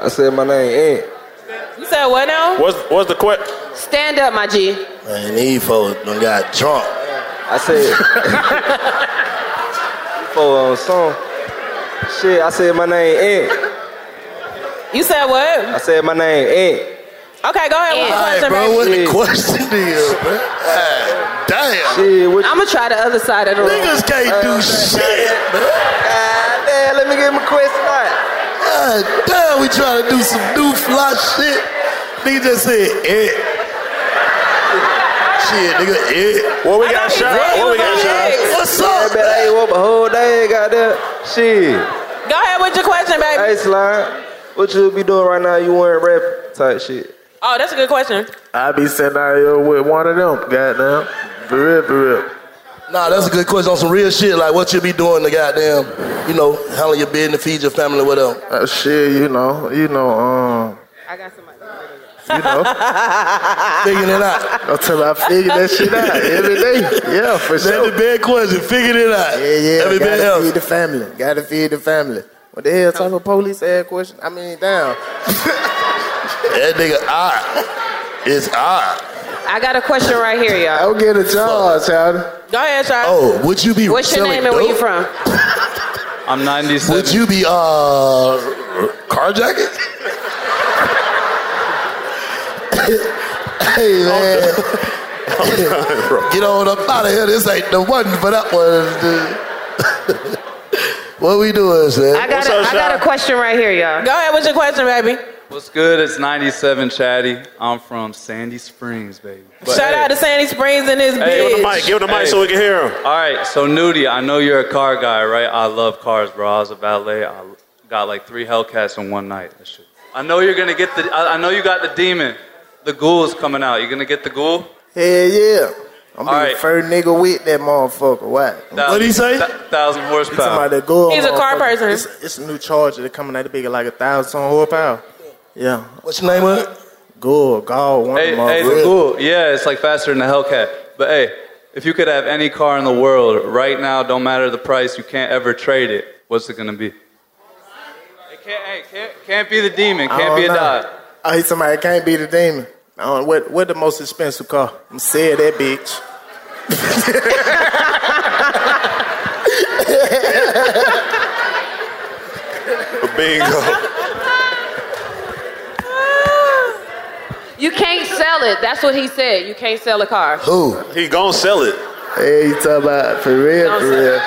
[SPEAKER 32] I said my name Ant.
[SPEAKER 6] You said what now?
[SPEAKER 3] What's what's the question?
[SPEAKER 6] Stand up, my G.
[SPEAKER 4] Man, these folks done got drunk.
[SPEAKER 32] I said for um, song. Shit, I said my name Ant.
[SPEAKER 6] You said what?
[SPEAKER 32] I said my name Ant.
[SPEAKER 6] Okay, go ahead. What's the question,
[SPEAKER 32] bro, what the
[SPEAKER 4] question is, bro? Damn.
[SPEAKER 32] Shit, what
[SPEAKER 6] I'm gonna try the other side of the room.
[SPEAKER 4] Niggas can't do shit, man.
[SPEAKER 6] Ah,
[SPEAKER 32] God damn, let me get my question right.
[SPEAKER 4] God damn, we trying to do some new fly shit. Nigga just said, eh. Shit, nigga, eh.
[SPEAKER 3] What we
[SPEAKER 32] got shot?
[SPEAKER 4] What we got shot? What's up?
[SPEAKER 32] Yeah, man, I ain't woke up a whole day, goddamn. Shit.
[SPEAKER 6] Go ahead with your question, baby.
[SPEAKER 32] Hey, Slime, what you be doing right now? You weren't rapping type shit.
[SPEAKER 5] Oh, that's a good question.
[SPEAKER 27] I be scenario with one of them. Goddamn, for real, for real.
[SPEAKER 4] eh. Nah, that's a good question on some real shit. Like, what you be doing to goddamn, you know, handle your business, feed your family, whatever.
[SPEAKER 27] Uh, shit, you know, you know, um. I got somebody. You know, figuring it out until I figure that shit out every day. Yeah, for
[SPEAKER 4] That's
[SPEAKER 27] sure.
[SPEAKER 4] the big question. Figuring it out.
[SPEAKER 27] Yeah, yeah.
[SPEAKER 4] Every
[SPEAKER 27] gotta
[SPEAKER 4] bit else.
[SPEAKER 27] feed the family. Gotta feed the family. What the hell type of police ass question? I mean, down.
[SPEAKER 4] That nigga odd. It's ah. odd.
[SPEAKER 6] I got a question right here, y'all.
[SPEAKER 27] I'll get a charge, child.
[SPEAKER 6] Go ahead, Charles.
[SPEAKER 4] Oh, would you be
[SPEAKER 6] What's your
[SPEAKER 4] selling
[SPEAKER 6] name and where you
[SPEAKER 4] dope?
[SPEAKER 6] from?
[SPEAKER 4] I'm 97. Would you be uh carjacking? hey man. Get on up out of here. This ain't the one for that one. dude. what we doing, man?
[SPEAKER 6] I got, a, I got a question right here, y'all. Go ahead. What's your question, baby?
[SPEAKER 23] What's good? It's 97 Chatty. I'm from Sandy Springs, baby. But
[SPEAKER 5] Shout
[SPEAKER 23] hey,
[SPEAKER 5] out to Sandy Springs and his bitch.
[SPEAKER 23] Hey. All right, so Nudie, I know you're a car guy, right? I love cars, bro. I was a valet. I got like three Hellcats in one night. That shit- I know you're gonna get the. I, I know you got the demon. The ghoul is coming out. You gonna get the ghoul?
[SPEAKER 27] Hell yeah. I'm
[SPEAKER 23] All
[SPEAKER 27] be
[SPEAKER 23] right.
[SPEAKER 27] the first nigga with that motherfucker. What?
[SPEAKER 23] What'd he say? Thousand horsepower.
[SPEAKER 27] He's somebody that go
[SPEAKER 23] He's a car person.
[SPEAKER 27] It's, it's a new Charger that coming out the big like a thousand horsepower. Yeah.
[SPEAKER 4] What's your name of it?
[SPEAKER 27] Gore, Gore, one
[SPEAKER 23] Hey,
[SPEAKER 27] of them.
[SPEAKER 23] hey, the ghoul. Yeah, it's like faster than the Hellcat. But hey, if you could have any car in the world right now, don't matter the price, you can't ever trade it. What's it gonna be? It can't, hey, can't, can't be the demon.
[SPEAKER 27] I
[SPEAKER 23] Can't
[SPEAKER 27] don't
[SPEAKER 23] be a
[SPEAKER 27] know.
[SPEAKER 23] dot.
[SPEAKER 27] Oh, he's somebody that can't be the demon. I don't, what, what the most expensive car? I'm saying that bitch.
[SPEAKER 26] Bingo.
[SPEAKER 6] You can't sell it. That's what he said. You can't sell a car.
[SPEAKER 27] Who?
[SPEAKER 3] He gonna sell it.
[SPEAKER 27] Hey, you talking about for real, for real.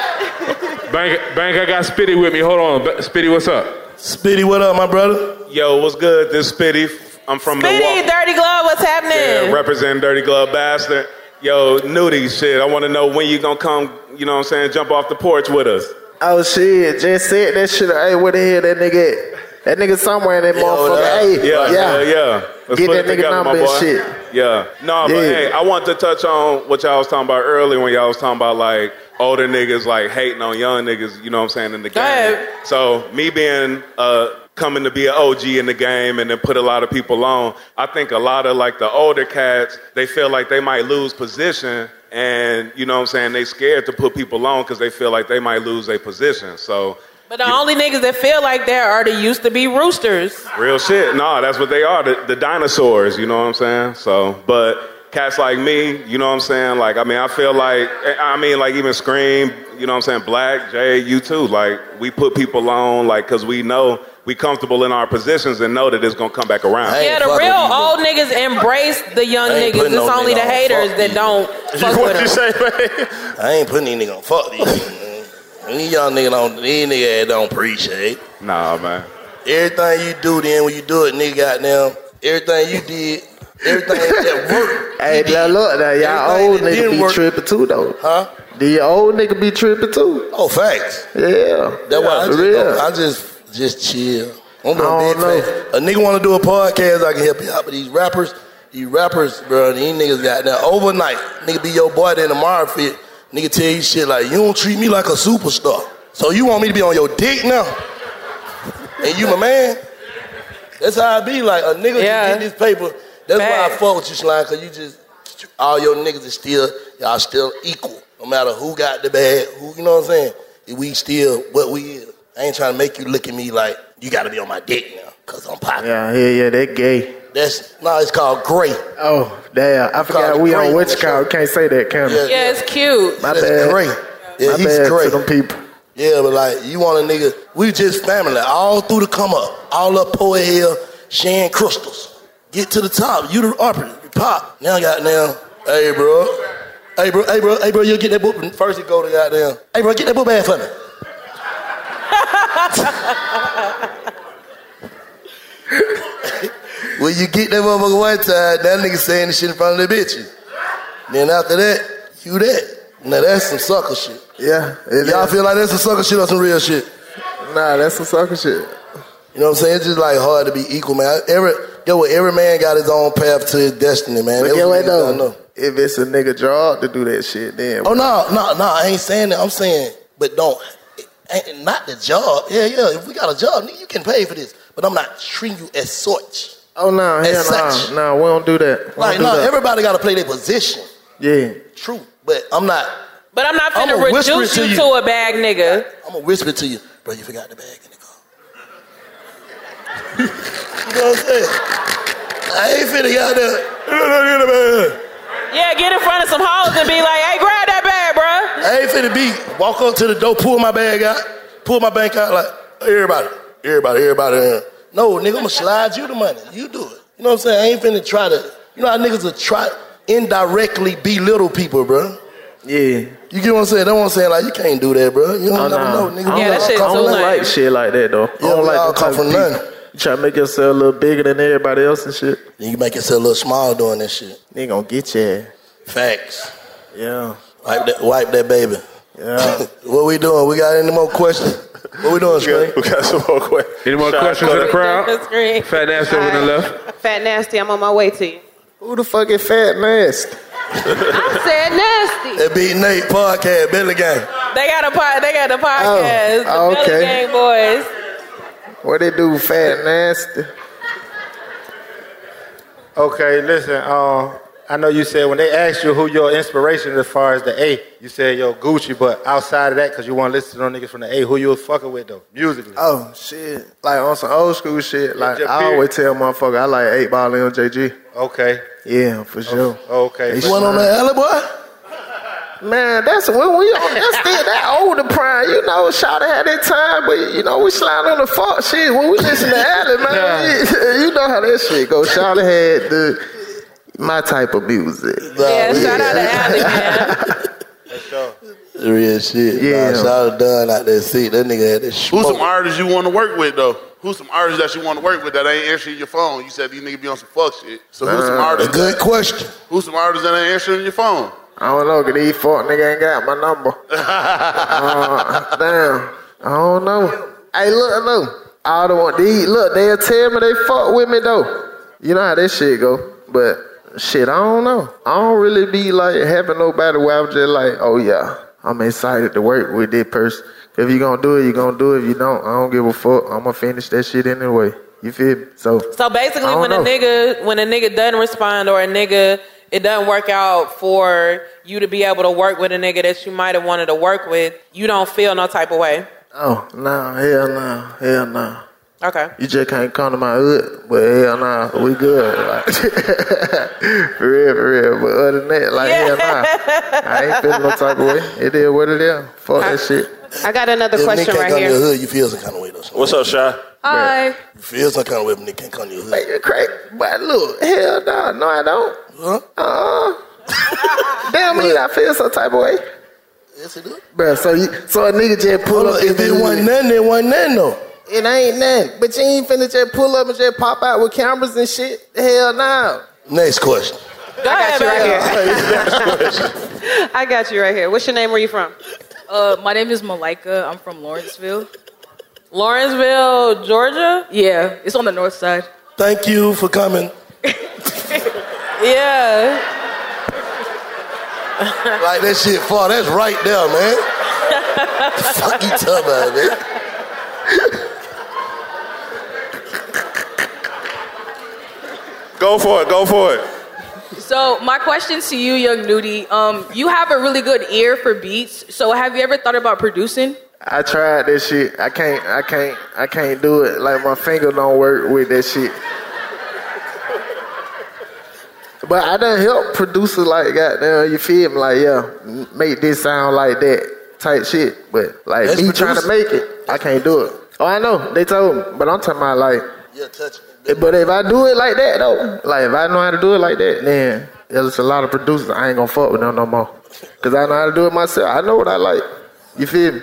[SPEAKER 11] Bank, bank, I got Spitty with me. Hold on, Ba- Spitty, what's up?
[SPEAKER 4] Spitty, what up, my brother?
[SPEAKER 24] Yo, what's good? This Spitty. I'm from
[SPEAKER 5] Bitty,
[SPEAKER 24] Milwaukee.
[SPEAKER 5] Dirty Glove, what's
[SPEAKER 24] Yeah,
[SPEAKER 5] happening?
[SPEAKER 24] representing Dirty Glove Bastard. Yo, Nudie, shit. I want to know when you gonna come. You know what I'm saying? Jump off the porch with us.
[SPEAKER 27] Oh shit, just said that shit. Hey, where the hell that nigga at? That nigga somewhere in that motherfucker. hey,
[SPEAKER 24] yeah, yeah, yeah. Let's
[SPEAKER 27] Get
[SPEAKER 24] put it
[SPEAKER 27] that nigga
[SPEAKER 24] together, my
[SPEAKER 27] number and
[SPEAKER 24] boy.
[SPEAKER 27] shit.
[SPEAKER 24] Yeah. No, but
[SPEAKER 27] Yeah.
[SPEAKER 24] hey, I want to touch on what y'all was talking about earlier when y'all was talking about like older niggas like hating on young niggas, you know what I'm saying, in the game. So me being uh coming to be an OG in the game and then put a lot of people on, I think a lot of like the older cats, they feel like they might lose position and you know what I'm saying, they scared to put people on because they feel like they might lose their position. So
[SPEAKER 5] But the only niggas that feel like that are the used to be roosters.
[SPEAKER 24] Real shit. No, that's what they are. The, the dinosaurs, you know what I'm saying? So, but cats like me, you know what I'm saying? Like, I mean, I feel like, I mean, like even Scream, you know what I'm saying? Black, Jay, you too. Like, we put people on, like, because we know we comfortable in our positions and know that it's going to come back around.
[SPEAKER 5] Yeah, the real old niggas embrace the young
[SPEAKER 24] I ain't
[SPEAKER 5] niggas.
[SPEAKER 24] putting
[SPEAKER 5] It's
[SPEAKER 24] no
[SPEAKER 5] only
[SPEAKER 24] nigga
[SPEAKER 5] the
[SPEAKER 24] on.
[SPEAKER 5] haters
[SPEAKER 24] Fuck
[SPEAKER 5] that don't fuck with them.
[SPEAKER 4] I ain't putting these niggas on. Fuck these niggas. man. These young niggas don't, these niggas don't appreciate.
[SPEAKER 24] Nah, man.
[SPEAKER 4] Everything you do, then when you do it, nigga, goddamn, everything you did, everything that worked.
[SPEAKER 27] Hey, now look, now y'all old nigga be tripping too though.
[SPEAKER 4] Huh?
[SPEAKER 27] Do your old nigga be tripping too?
[SPEAKER 4] Oh, facts.
[SPEAKER 27] Yeah.
[SPEAKER 4] That's why I
[SPEAKER 27] for
[SPEAKER 4] just,
[SPEAKER 27] real.
[SPEAKER 4] I just just chill. I'm
[SPEAKER 27] I
[SPEAKER 4] a
[SPEAKER 27] don't
[SPEAKER 4] big fan. A nigga want to do a podcast, I can help you out. But these rappers, these rappers, bro, these niggas got now overnight. Nigga be your boy, then tomorrow fit. Nigga tell you shit like you don't treat me like a superstar. So you want me to be on your dick now? And you my man? That's how I be like a nigga
[SPEAKER 5] Yeah.
[SPEAKER 4] just get this paper. That's why I fuck with you, Slime, cause you just all your niggas is still y'all still equal. No matter who got the bag, who you know what I'm saying? We still what we is. I ain't trying to make you look at me like you gotta be on my dick now, cause I'm popping.
[SPEAKER 27] Yeah, yeah, yeah, that gay.
[SPEAKER 4] That's no, it's called gray.
[SPEAKER 27] Oh, damn. I forgot
[SPEAKER 4] Called
[SPEAKER 27] we
[SPEAKER 4] Green
[SPEAKER 27] on
[SPEAKER 4] on
[SPEAKER 27] which count. Can't say that, can I?
[SPEAKER 5] Yeah, it's cute.
[SPEAKER 27] My
[SPEAKER 4] That's
[SPEAKER 27] bad.
[SPEAKER 4] great. Yeah,
[SPEAKER 27] My
[SPEAKER 4] he's
[SPEAKER 27] bad
[SPEAKER 4] great.
[SPEAKER 27] to them people.
[SPEAKER 4] Yeah, but like you want a nigga, we just family, all through the come up, all up poet hill, Shan crystals. Get to the top, you the upper, you pop. Now goddamn, hey bro, hey bro, hey bro, hey bro, you get that book first. You go to goddamn, hey bro, get that book bag for me. When you get that motherfucker one time, that nigga saying this shit in front of the bitches. Then after that, you that. Now that's some sucker shit.
[SPEAKER 27] Yeah. it
[SPEAKER 4] Y'all
[SPEAKER 27] is.
[SPEAKER 4] feel like that's some sucker shit or some real shit?
[SPEAKER 27] Nah, that's some sucker shit.
[SPEAKER 4] You know what I'm saying? It's just like hard to be equal, man. Every Yo, every man got his own path to his destiny, man.
[SPEAKER 27] But
[SPEAKER 4] That's
[SPEAKER 27] get what
[SPEAKER 4] what niggas gotta know.
[SPEAKER 27] though? If it's a nigga job to do that shit, then
[SPEAKER 4] Oh no, no, no! I ain't saying that. I'm saying, but don't, ain't not the job. Yeah, yeah. If we got a job, nigga, you can pay for this. But I'm not treating you as such.
[SPEAKER 27] Oh no,
[SPEAKER 4] As
[SPEAKER 27] hell
[SPEAKER 4] such.
[SPEAKER 27] no, no, we don't do that. We don't
[SPEAKER 4] Like,
[SPEAKER 27] do
[SPEAKER 4] no,
[SPEAKER 27] that.
[SPEAKER 4] everybody got to play their position.
[SPEAKER 27] Yeah,
[SPEAKER 4] True, but I'm not.
[SPEAKER 5] But I'm not
[SPEAKER 4] I'ma
[SPEAKER 5] finna
[SPEAKER 4] whisper it
[SPEAKER 5] reduce
[SPEAKER 4] to
[SPEAKER 5] you,
[SPEAKER 4] you.
[SPEAKER 5] to a bag nigga.
[SPEAKER 4] I'm gonna whisper to you, bro. You forgot the bag in the car. you know what I'm saying? I ain't finna got that.
[SPEAKER 5] Yeah, get in front of some hoes and be like, hey, grab that bag, bruh.
[SPEAKER 4] I ain't finna be walk up to the door, pull my bag out, pull my bank out, like everybody, everybody, everybody. In. No, nigga, I'ma slide you the money. You do it. You know what I'm saying? I ain't finna try to. You know how niggas will try indirectly belittle people, bro.
[SPEAKER 27] yeah.
[SPEAKER 4] You get what I'm saying? That's what I'm saying. Like you can't do that, bro. You don't
[SPEAKER 27] Oh,
[SPEAKER 4] never
[SPEAKER 27] nah.
[SPEAKER 4] know, nigga.
[SPEAKER 27] I
[SPEAKER 4] You
[SPEAKER 27] don't,
[SPEAKER 4] never
[SPEAKER 27] I
[SPEAKER 4] come
[SPEAKER 27] don't
[SPEAKER 4] from
[SPEAKER 27] like
[SPEAKER 4] that.
[SPEAKER 27] shit like that though. I
[SPEAKER 4] we
[SPEAKER 27] don't like
[SPEAKER 4] all
[SPEAKER 27] the
[SPEAKER 4] come
[SPEAKER 27] type
[SPEAKER 4] from
[SPEAKER 27] of people. You try to make yourself a little bigger than everybody else and shit.
[SPEAKER 4] Then you make yourself a little small doing that shit.
[SPEAKER 27] They gonna get you.
[SPEAKER 4] Facts.
[SPEAKER 27] Yeah.
[SPEAKER 4] Wipe that, wipe that baby.
[SPEAKER 27] Yeah.
[SPEAKER 4] what we doing? We got any more questions? What we doing, Spring?
[SPEAKER 24] We got some more questions.
[SPEAKER 11] Any more questions in the crowd?
[SPEAKER 6] That's great.
[SPEAKER 11] Fat ass over to the left.
[SPEAKER 6] Fat nasty, I'm on my way to you.
[SPEAKER 27] Who the fuck is fat nasty?
[SPEAKER 6] I said nasty.
[SPEAKER 4] That beat Nate podcast, Billy Gang.
[SPEAKER 5] They got a pod, they got a podcast.
[SPEAKER 27] Oh,
[SPEAKER 5] the Belly
[SPEAKER 27] okay.
[SPEAKER 5] Gang boys.
[SPEAKER 27] What they do, fat nasty?
[SPEAKER 21] Okay, listen. Um, I know you said when they asked you who your inspiration is as far as the A, you said yo Gucci, but outside of that, because you want to listen to them niggas from the A, who you was fucking with though, musically.
[SPEAKER 27] Oh shit! Like on some old school shit. Like
[SPEAKER 21] just
[SPEAKER 27] I
[SPEAKER 21] period.
[SPEAKER 27] always tell motherfucker, I like eight ball and JG.
[SPEAKER 21] Okay. Oh,
[SPEAKER 27] Yeah, for sure.
[SPEAKER 21] Okay.
[SPEAKER 27] They smile.
[SPEAKER 4] boy?
[SPEAKER 27] Man, that's when we on that's still that older prime, you know, shout had that time, but you know, we slide on the fuck shit. When we listen to Allen, man, you know how that shit go. Shout had the my type of music.
[SPEAKER 5] Yeah, shout out to Allie, man.
[SPEAKER 4] Real shit.
[SPEAKER 27] Yeah.
[SPEAKER 4] Nah, shout out done out that seat. That nigga had that
[SPEAKER 7] Who's
[SPEAKER 4] smoke.
[SPEAKER 7] some artists you want to work with though? Who's some artists that you want to work with that ain't answering your phone? You said these niggas be on some fuck shit. So who's some
[SPEAKER 27] Uh,
[SPEAKER 7] artists?
[SPEAKER 27] a good
[SPEAKER 4] question.
[SPEAKER 7] Who's some artists that ain't answering your phone?
[SPEAKER 27] I don't know, 'cause these fuck nigga ain't got my number. uh, damn. I don't know. Hey, look, look. I don't want these. Look, they'll tell me they fuck with me, though. You know how this shit go. But shit, I don't know. I don't really be like having nobody where I'm just like, oh yeah, I'm excited to work with this person. If you gonna do it, you gonna do it. If you don't, I don't give a fuck. I'm gonna finish that shit anyway. You feel me? So,
[SPEAKER 5] So
[SPEAKER 27] I
[SPEAKER 5] basically,
[SPEAKER 27] don't
[SPEAKER 5] when a
[SPEAKER 27] know.
[SPEAKER 5] nigga when a nigga doesn't respond or a nigga it doesn't work out for you to be able to work with a nigga that you might have wanted to work with, you don't feel no type of way.
[SPEAKER 27] oh nah, hell nah, hell nah.
[SPEAKER 5] Okay.
[SPEAKER 27] You just can't come to my hood, but hell nah, we good. Like, for real, for real. But other than that, like hell nah, I ain't feeling no type of way. It is what it is. Fuck that shit.
[SPEAKER 6] I got another
[SPEAKER 4] If nigga
[SPEAKER 6] question
[SPEAKER 4] can't
[SPEAKER 6] right
[SPEAKER 4] come to your
[SPEAKER 6] here.
[SPEAKER 4] hood, you feel some kind of way though.
[SPEAKER 3] What's up, Shy?
[SPEAKER 6] Hi.
[SPEAKER 4] You feel some kind of way if nigga can't come to your hood.
[SPEAKER 27] Like you crazy, but look, hell nah, no I don't.
[SPEAKER 4] Huh?
[SPEAKER 27] Uh, damn me, I feel some type of way.
[SPEAKER 4] Yes, it do.
[SPEAKER 27] Bruh, so you, so a nigga just pull up.
[SPEAKER 4] If it wasn't nothing, it wasn't nothing though.
[SPEAKER 27] It ain't nothing. But you ain't finna just pull up and just pop out with cameras and shit. Hell no.
[SPEAKER 4] Next question.
[SPEAKER 6] I got you right here.
[SPEAKER 4] question.
[SPEAKER 6] I got you right here. What's your name? Where you from?
[SPEAKER 8] Uh, my name is Malika. I'm from Lawrenceville.
[SPEAKER 5] Lawrenceville, Georgia.
[SPEAKER 8] Yeah, it's on the north side.
[SPEAKER 4] Thank you for coming.
[SPEAKER 5] Yeah.
[SPEAKER 4] like that shit far. That's right there, man. the fuck you talking about, man?
[SPEAKER 24] Go for it. Go for it.
[SPEAKER 8] So my question to you, Young Nudie, um, you have a really good ear for beats. So have you ever thought about producing?
[SPEAKER 27] I tried that shit. I can't. I can't. I can't do it. Like my finger don't work with that shit. But I done help producers like goddamn. You feel me? Like yeah, m- make this sound like that type shit. But like
[SPEAKER 4] That's
[SPEAKER 27] me trying to
[SPEAKER 4] producer-
[SPEAKER 27] make it, I can't do it. Oh, I know. They told me, but I'm talking about like. eh,
[SPEAKER 4] Yeah, touch it.
[SPEAKER 27] But if I do it like that though, like if I know how to do it like that, then there's a lot of producers I ain't gonna fuck with them no more. Cause I know how to do it myself. I know what I like. You feel me?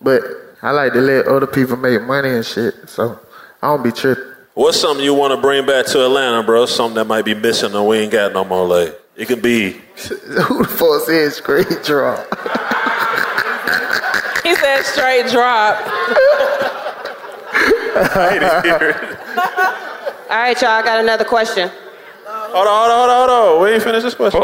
[SPEAKER 27] But I like to let other people make money and shit. So I don't be tripping.
[SPEAKER 3] What's something you want to bring back to Atlanta, bro? Something that might be missing and we ain't got no more. Like it could be
[SPEAKER 27] Who the fuck said straight draw?
[SPEAKER 5] He said straight drop.
[SPEAKER 3] I
[SPEAKER 28] All right, y'all. I got another question.
[SPEAKER 3] Hold on, hold on, hold on, hold on. We ain't finished this question.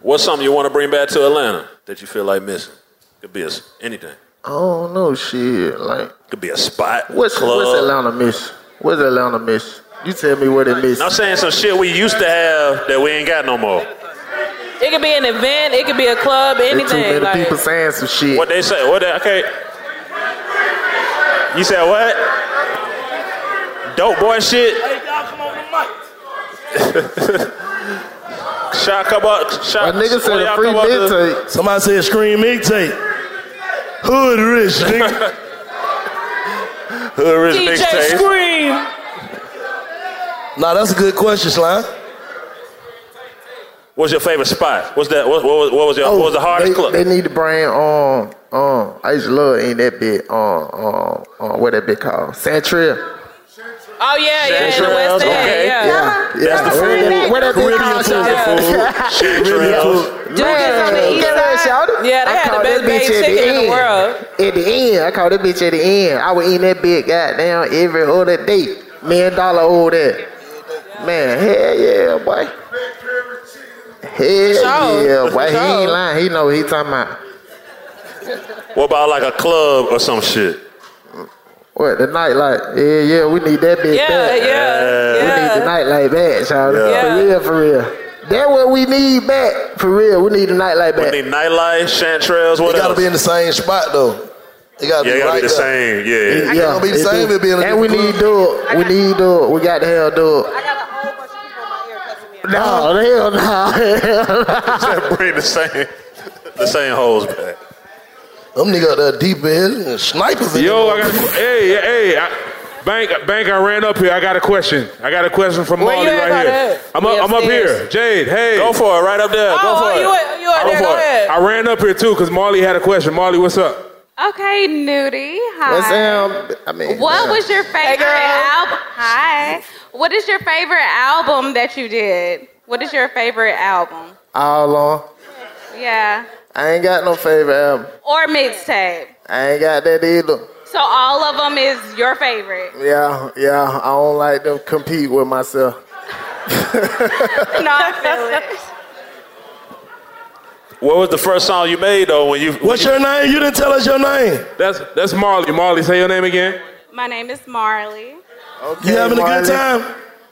[SPEAKER 3] What's something you want to bring back to Atlanta that you feel like missing? Could be a, s- anything.
[SPEAKER 27] I don't know shit. Like
[SPEAKER 3] Could be a spot.
[SPEAKER 27] what's
[SPEAKER 3] club.
[SPEAKER 27] what's Atlanta miss? What's Atlanta miss? You tell me what it miss.
[SPEAKER 3] I'm saying some shit we used to have that we ain't got no more.
[SPEAKER 5] It could be an event, it could be a club,
[SPEAKER 27] There's too many
[SPEAKER 5] anything. Like,
[SPEAKER 27] people saying some shit.
[SPEAKER 3] What they say? What? They, okay. You said what? Dope boy shit. Shot come up. Shot. one of y'all come up to-
[SPEAKER 4] Somebody said scream mixtape. Hood rich, nigga.
[SPEAKER 3] Hood
[SPEAKER 4] rich mixtape.
[SPEAKER 5] Scream.
[SPEAKER 4] Nah, that's a good question, Slime.
[SPEAKER 3] What's your favorite spot? What's that? What, what, was- what was your? what was the hardest
[SPEAKER 27] Oh, they,
[SPEAKER 3] club?
[SPEAKER 27] They need to bring um um. I used to love ain't that bit um um um what that bit called Santrell.
[SPEAKER 5] Oh yeah, yeah, in the West End, yeah.
[SPEAKER 27] Yeah,
[SPEAKER 5] the
[SPEAKER 27] where
[SPEAKER 5] food.
[SPEAKER 27] that- where that bit called Santrell?
[SPEAKER 5] Dude, it's on the east side. Yeah, they
[SPEAKER 27] I
[SPEAKER 5] had
[SPEAKER 27] caught
[SPEAKER 5] the best
[SPEAKER 27] that bitch
[SPEAKER 5] baked
[SPEAKER 27] at
[SPEAKER 5] chicken in the
[SPEAKER 27] end.
[SPEAKER 5] world.
[SPEAKER 27] At the end, I caught that bitch at the end. I would eat that bitch goddamn every other day. Man, dollar over there. Man, hell yeah, boy. Hell
[SPEAKER 3] sure.
[SPEAKER 27] yeah, boy.
[SPEAKER 3] For
[SPEAKER 27] He
[SPEAKER 3] sure.
[SPEAKER 27] ain't lying. He know what he talking about.
[SPEAKER 3] What about like a club or some shit?
[SPEAKER 27] What the night like? Yeah, yeah, we need that bitch
[SPEAKER 3] Yeah,
[SPEAKER 27] back.
[SPEAKER 3] yeah, Yeah.
[SPEAKER 27] We need the night like back, y'all.
[SPEAKER 3] Yeah.
[SPEAKER 27] For real, for real. That what we need back. For real, we need a night like
[SPEAKER 3] We
[SPEAKER 27] back.
[SPEAKER 3] need nightlife, chanterelles. What
[SPEAKER 27] They gotta
[SPEAKER 3] else?
[SPEAKER 27] be
[SPEAKER 4] In the same spot though. It gotta
[SPEAKER 3] yeah, it
[SPEAKER 4] be
[SPEAKER 3] gotta
[SPEAKER 4] right
[SPEAKER 3] be the
[SPEAKER 4] there.
[SPEAKER 3] same. Yeah,
[SPEAKER 4] It- yeah, be the
[SPEAKER 27] it
[SPEAKER 4] same,
[SPEAKER 27] do.
[SPEAKER 4] it'd be in a
[SPEAKER 27] And we
[SPEAKER 4] different
[SPEAKER 27] need do it. We need do it. We got the hell do it. No, hell no.
[SPEAKER 3] Just bring the same, the same hoes back.
[SPEAKER 4] Them niggas out there deep in hell and snipers in
[SPEAKER 11] Yo,
[SPEAKER 4] there.
[SPEAKER 11] I got hey, hey, I, bank, bank. I ran up here. I got a question. I got a question from
[SPEAKER 3] Where
[SPEAKER 11] Marley
[SPEAKER 3] you at,
[SPEAKER 11] right here. I'm
[SPEAKER 3] Marley? We
[SPEAKER 11] up. I'm up
[SPEAKER 3] upstairs.
[SPEAKER 11] here. Jade, hey,
[SPEAKER 3] Go for it, right up there. Go Oh, for it. you at- you at
[SPEAKER 11] Go
[SPEAKER 3] there,
[SPEAKER 11] for
[SPEAKER 3] go
[SPEAKER 11] it.
[SPEAKER 3] ahead.
[SPEAKER 11] I ran up here too because Marley had a question. Marley, what's up?
[SPEAKER 6] Okay, Nudie. Hi.
[SPEAKER 27] I mean,
[SPEAKER 6] What was your favorite album? Hi. What is your favorite album that you did? What is your favorite album?
[SPEAKER 27] All on.
[SPEAKER 6] Yeah.
[SPEAKER 27] I ain't got no favorite album.
[SPEAKER 6] Or mixtape.
[SPEAKER 27] I ain't got that either.
[SPEAKER 6] So all of them is your favorite.
[SPEAKER 27] Yeah, yeah. I don't like to compete with myself.
[SPEAKER 6] no, I feel it.
[SPEAKER 3] What was the first song you made though? When you what's
[SPEAKER 4] your name? You didn't tell us your name.
[SPEAKER 11] That's that's Marley. Marley, say your name again.
[SPEAKER 6] My name is Marley.
[SPEAKER 4] You having a good time?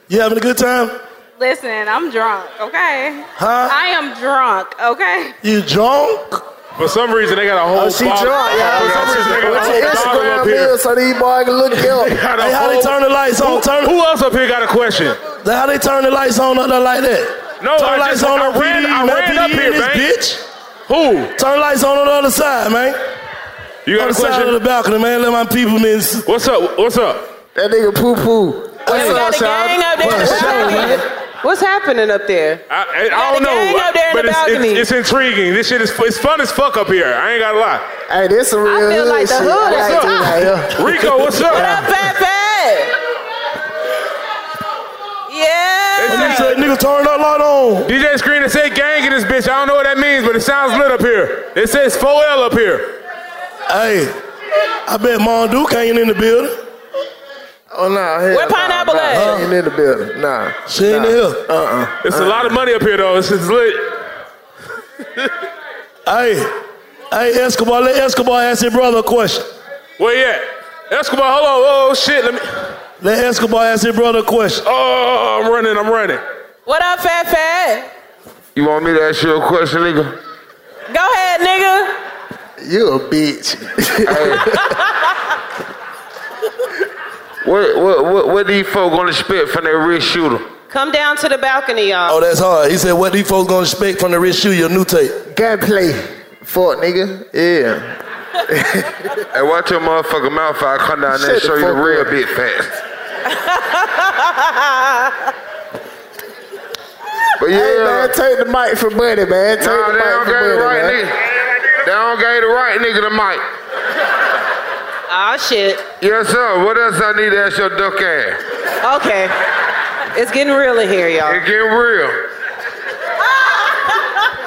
[SPEAKER 4] You having a good time?
[SPEAKER 6] Listen, I'm drunk, okay?
[SPEAKER 4] Huh?
[SPEAKER 6] I am drunk, okay?
[SPEAKER 4] You drunk?
[SPEAKER 11] For some reason, they got a whole.
[SPEAKER 4] Oh, she
[SPEAKER 11] bottle-
[SPEAKER 4] drunk, yeah.
[SPEAKER 11] For some reason, they got a
[SPEAKER 4] What's
[SPEAKER 11] whole
[SPEAKER 4] your
[SPEAKER 11] bottle
[SPEAKER 4] Instagram
[SPEAKER 11] up here.
[SPEAKER 4] is?
[SPEAKER 27] So these boys can look up.
[SPEAKER 11] They got a
[SPEAKER 4] Hey, how they
[SPEAKER 11] whole-
[SPEAKER 4] turn the lights on?
[SPEAKER 11] Who,
[SPEAKER 4] Turn
[SPEAKER 11] who else up here got a question?
[SPEAKER 4] How they turn the lights on up there like that?
[SPEAKER 11] No,
[SPEAKER 4] turn
[SPEAKER 11] I
[SPEAKER 4] lights
[SPEAKER 11] just-
[SPEAKER 4] on
[SPEAKER 11] I
[SPEAKER 4] on
[SPEAKER 11] ran-
[SPEAKER 4] PD,
[SPEAKER 11] I
[SPEAKER 4] man.
[SPEAKER 11] ran
[SPEAKER 4] PD
[SPEAKER 11] up here,
[SPEAKER 4] in this
[SPEAKER 11] man.
[SPEAKER 4] bitch.
[SPEAKER 11] Who?
[SPEAKER 4] Turn lights on on the other side, man.
[SPEAKER 11] You got a
[SPEAKER 4] other side
[SPEAKER 11] question?
[SPEAKER 4] of the balcony, man. Let my people miss.
[SPEAKER 11] What's up? What's up?
[SPEAKER 27] That nigga poo poo.
[SPEAKER 28] What's up, gang up there in the balcony? What's happening up there?
[SPEAKER 11] I, I
[SPEAKER 28] got
[SPEAKER 11] don't
[SPEAKER 28] the gang
[SPEAKER 11] know,
[SPEAKER 28] up there in
[SPEAKER 11] but
[SPEAKER 28] the
[SPEAKER 11] it's,
[SPEAKER 28] balcony.
[SPEAKER 11] it's, it's intriguing. This shit is it's fun as fuck up here. I ain't gotta lie.
[SPEAKER 27] Hey, this some real
[SPEAKER 28] feel like the
[SPEAKER 27] shit.
[SPEAKER 28] hood
[SPEAKER 27] What's
[SPEAKER 28] at
[SPEAKER 27] up?
[SPEAKER 28] times.
[SPEAKER 11] Rico, what's up?
[SPEAKER 28] What up, Fat Fat?
[SPEAKER 11] They
[SPEAKER 4] said nigga turn that light on.
[SPEAKER 11] DJ Screen and said gang in this bitch. I don't know what that means, but it sounds lit up here. It says 4L up here.
[SPEAKER 4] Hey, I bet Mondu came in the building.
[SPEAKER 27] Oh no, nah, hell
[SPEAKER 4] Where
[SPEAKER 27] nah,
[SPEAKER 4] Pineapple
[SPEAKER 27] nah,
[SPEAKER 4] at?
[SPEAKER 27] She ain't in the building. Nah,
[SPEAKER 4] she ain't
[SPEAKER 27] nah.
[SPEAKER 4] here.
[SPEAKER 27] Uh-uh.
[SPEAKER 11] It's a lot of money up here though. It's, it's lit.
[SPEAKER 4] Hey, hey Escobar, let Escobar ask his brother a question.
[SPEAKER 11] Where you at? Escobar, hold on. Oh shit, let me.
[SPEAKER 4] Let Escobar ask his brother a question.
[SPEAKER 11] Oh, I'm running. I'm running.
[SPEAKER 28] What up, Fat Fat?
[SPEAKER 33] You want me to ask you a question, nigga?
[SPEAKER 28] Go ahead, nigga.
[SPEAKER 27] You a bitch.
[SPEAKER 33] What what what, what these folk gonna expect from that rich shooter?
[SPEAKER 28] Come down to the balcony, y'all.
[SPEAKER 4] Oh, that's hard. He said, "What these folks gonna expect from the rich shoe? Your new tape."
[SPEAKER 27] Gunplay. Fuck nigga. Yeah.
[SPEAKER 33] Hey, watch your motherfucking mouth! I come down there and
[SPEAKER 27] Shut
[SPEAKER 33] show
[SPEAKER 27] the
[SPEAKER 33] you the
[SPEAKER 27] fuck
[SPEAKER 33] real
[SPEAKER 27] up.
[SPEAKER 33] big facts.
[SPEAKER 27] But yeah. Hey man, take the mic from Buddy, man. Take
[SPEAKER 33] Nah,
[SPEAKER 27] the
[SPEAKER 33] they
[SPEAKER 27] mic
[SPEAKER 33] don't
[SPEAKER 27] from
[SPEAKER 33] gave the
[SPEAKER 27] Buddy,
[SPEAKER 33] right
[SPEAKER 27] man.
[SPEAKER 33] nigga. They don't gave the right nigga the mic.
[SPEAKER 28] Ah, shit.
[SPEAKER 33] Yes, sir. What else I need to ask your duck ass?
[SPEAKER 28] Okay. It's getting real in here, y'all.
[SPEAKER 33] It getting real.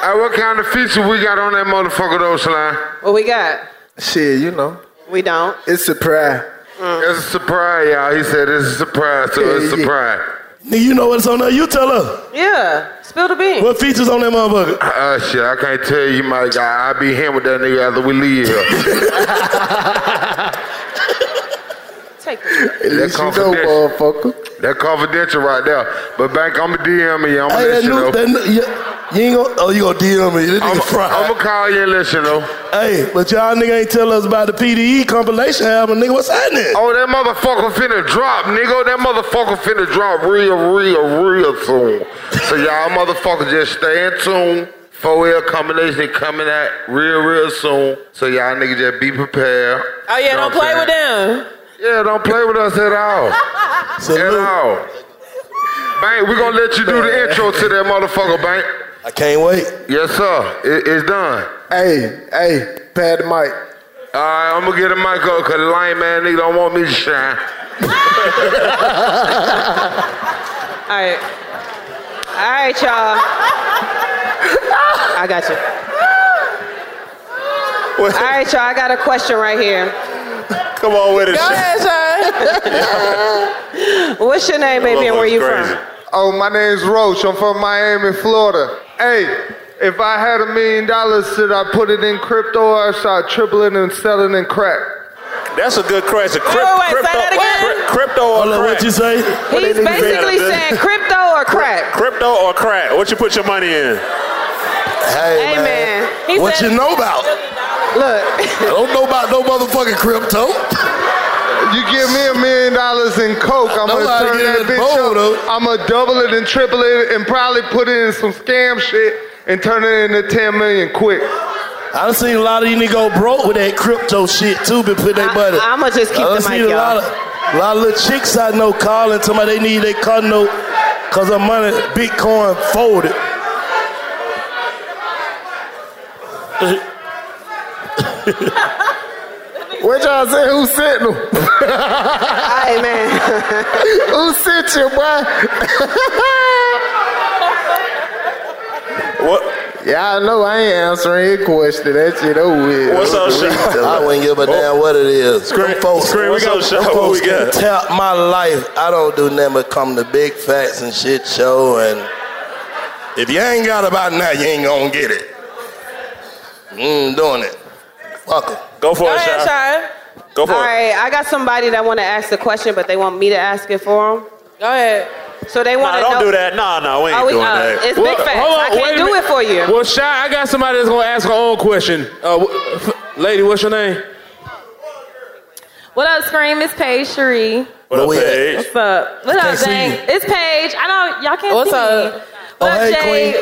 [SPEAKER 33] hey, what kind of feature we got on that motherfucker though, Slime?
[SPEAKER 28] What we got?
[SPEAKER 27] Shit, you know.
[SPEAKER 28] We don't.
[SPEAKER 27] It's surprise.
[SPEAKER 33] It's a surprise, y'all. He said it's a surprise, so it's a surprise.
[SPEAKER 4] Nigga, you know what's on there. You tell her.
[SPEAKER 5] Yeah, spill the beans.
[SPEAKER 4] What features on that motherfucker?
[SPEAKER 33] Uh, shit, I can't tell you, my guy. I'll be here with that nigga after we leave here.
[SPEAKER 5] Take it.
[SPEAKER 33] At least
[SPEAKER 5] you know,
[SPEAKER 33] motherfucker. That confidential right there. But Bank, I'm going to DM you. I'm going to let
[SPEAKER 4] Hey, that
[SPEAKER 33] you
[SPEAKER 4] new,
[SPEAKER 33] know.
[SPEAKER 4] that new, yeah, you ain't gonna, oh, you gonna DM me. This nigga fried.
[SPEAKER 33] I'm going to call you and let you know.
[SPEAKER 4] Hey, but y'all nigga ain't tell us about the PDE compilation album, nigga. What's happening?
[SPEAKER 33] Oh, that motherfucker finna drop, nigga. Oh, That motherfucker finna drop real, real, real soon. So y'all motherfuckers just stay in tune. Four L combination coming out real, real soon. So y'all nigga just be prepared.
[SPEAKER 5] Oh yeah,
[SPEAKER 33] Know
[SPEAKER 5] don't
[SPEAKER 33] what
[SPEAKER 5] play
[SPEAKER 33] I'm
[SPEAKER 5] with them.
[SPEAKER 33] Yeah, don't play with us at all. at all. Bank, we gonna let you do the intro to that motherfucker, Bank.
[SPEAKER 4] I can't wait.
[SPEAKER 33] Yes, sir. It- it's done.
[SPEAKER 27] Hey, hey, pad the mic.
[SPEAKER 33] All right, I'm gonna get a mic up because the lame man nigga don't want me to shine.
[SPEAKER 5] All right. All right, y'all. I got you. All right, y'all. I got a question right here.
[SPEAKER 3] Come on with it.
[SPEAKER 5] Go ahead, son. What's your name, baby, and where you from?
[SPEAKER 27] Oh, my name's Roach. I'm from Miami, Florida. Hey, if I had a million dollars, should I put it in crypto or should I triple it and sell it in crack?
[SPEAKER 3] That's a good question. Crypt, crypto, crypt- crypto or
[SPEAKER 4] Hold on,
[SPEAKER 3] crack?
[SPEAKER 4] what you say?
[SPEAKER 5] He's basically saying crypto or crack.
[SPEAKER 3] Crypto or crack? What you put your money in?
[SPEAKER 4] Hey, man.
[SPEAKER 5] He
[SPEAKER 4] What
[SPEAKER 5] said-
[SPEAKER 4] you know about?
[SPEAKER 5] Look.
[SPEAKER 4] I don't know about no motherfucking crypto.
[SPEAKER 27] You give me a million dollars in coke, I'm gonna
[SPEAKER 4] Nobody
[SPEAKER 27] turn
[SPEAKER 4] get
[SPEAKER 27] that
[SPEAKER 4] in the
[SPEAKER 27] bitch
[SPEAKER 4] bowl,
[SPEAKER 27] up. I'm gonna double it and triple it and probably put it in some scam shit and turn it into 10 million quick.
[SPEAKER 4] I done seen a lot of these niggas go broke with that crypto shit too, been put their money.
[SPEAKER 5] I'ma just keep
[SPEAKER 4] I done
[SPEAKER 5] the mic,
[SPEAKER 4] seen a
[SPEAKER 5] y'all.
[SPEAKER 4] lot of, a lot of little chicks I know calling somebody they need their car note cause her money Bitcoin folded.
[SPEAKER 27] What y'all say? Who sent them?
[SPEAKER 5] Hey, man.
[SPEAKER 27] Who sent you, boy?
[SPEAKER 3] what?
[SPEAKER 27] Yeah, I know I ain't answering your question. That shit over with.
[SPEAKER 4] What's up, Sha- I wouldn't give a damn what it is.
[SPEAKER 27] Oh. Screen-
[SPEAKER 4] Them folks,
[SPEAKER 27] screen, we
[SPEAKER 4] them
[SPEAKER 27] got-
[SPEAKER 4] folks- them
[SPEAKER 27] what we
[SPEAKER 4] folks can
[SPEAKER 27] got?
[SPEAKER 4] Tap my life. I don't do nothing but come to big facts and shit show. And if you ain't got about now, you ain't gonna get it. Mm, doing it. Fuck it.
[SPEAKER 3] Go for
[SPEAKER 4] it, Go for it.
[SPEAKER 5] All right, I got somebody that want to ask the question, but they want me to ask it for them. Go ahead. So they want
[SPEAKER 3] Nah,
[SPEAKER 5] to
[SPEAKER 3] don't
[SPEAKER 5] know.
[SPEAKER 3] do that. Nah, nah, we ain't
[SPEAKER 5] Oh, we-
[SPEAKER 3] doing
[SPEAKER 5] uh,
[SPEAKER 3] that.
[SPEAKER 5] it's big facts. I can't
[SPEAKER 11] wait a
[SPEAKER 5] do it
[SPEAKER 11] minute.
[SPEAKER 5] for you.
[SPEAKER 11] Well, Shy, I got somebody that's gonna ask her own question. Uh, wh- f- lady, what's your name?
[SPEAKER 6] What up, Scream? It's Paige Cherie.
[SPEAKER 11] What up, Paige?
[SPEAKER 6] What's up? What
[SPEAKER 11] Can't
[SPEAKER 6] up,
[SPEAKER 11] see
[SPEAKER 6] Zane? It's Paige. I know y'all can't
[SPEAKER 19] What's
[SPEAKER 6] see
[SPEAKER 19] up?
[SPEAKER 6] me.
[SPEAKER 19] Oh,
[SPEAKER 6] What up,
[SPEAKER 19] hey,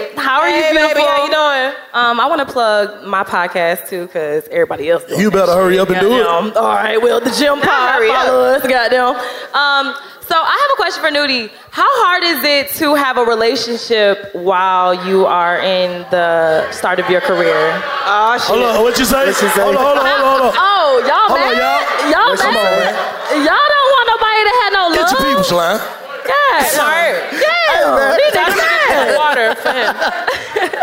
[SPEAKER 6] Jay?
[SPEAKER 19] Queen.
[SPEAKER 6] How are
[SPEAKER 19] Hey,
[SPEAKER 6] you,
[SPEAKER 19] baby,
[SPEAKER 6] beautiful?
[SPEAKER 19] how you
[SPEAKER 6] doing? Um, I want to plug my podcast too, cause everybody else. doing
[SPEAKER 4] You
[SPEAKER 6] that
[SPEAKER 4] better
[SPEAKER 6] shit.
[SPEAKER 4] hurry up and do it.
[SPEAKER 6] Goddamn. All right, well, the gym
[SPEAKER 19] Nah,
[SPEAKER 6] pod
[SPEAKER 19] hurry up.
[SPEAKER 6] follow us, goddamn. Um, so I have a question for Nudie. How hard is it to have a relationship while you are in the start of your career?
[SPEAKER 5] Oh,
[SPEAKER 4] Hold on, what you say? Hold on, hold on, hold on, hold on.
[SPEAKER 6] Oh, y'all
[SPEAKER 4] Hold on,
[SPEAKER 6] mad?
[SPEAKER 4] y'all.
[SPEAKER 6] Oh, y'all
[SPEAKER 4] Wait, come
[SPEAKER 6] mad?
[SPEAKER 4] on, man.
[SPEAKER 6] y'all don't want nobody to have no love.
[SPEAKER 4] Get your people's line.
[SPEAKER 6] God,
[SPEAKER 19] Sorry.
[SPEAKER 6] Yeah,
[SPEAKER 19] man.
[SPEAKER 6] these niggas
[SPEAKER 19] That's
[SPEAKER 6] mad.
[SPEAKER 19] water for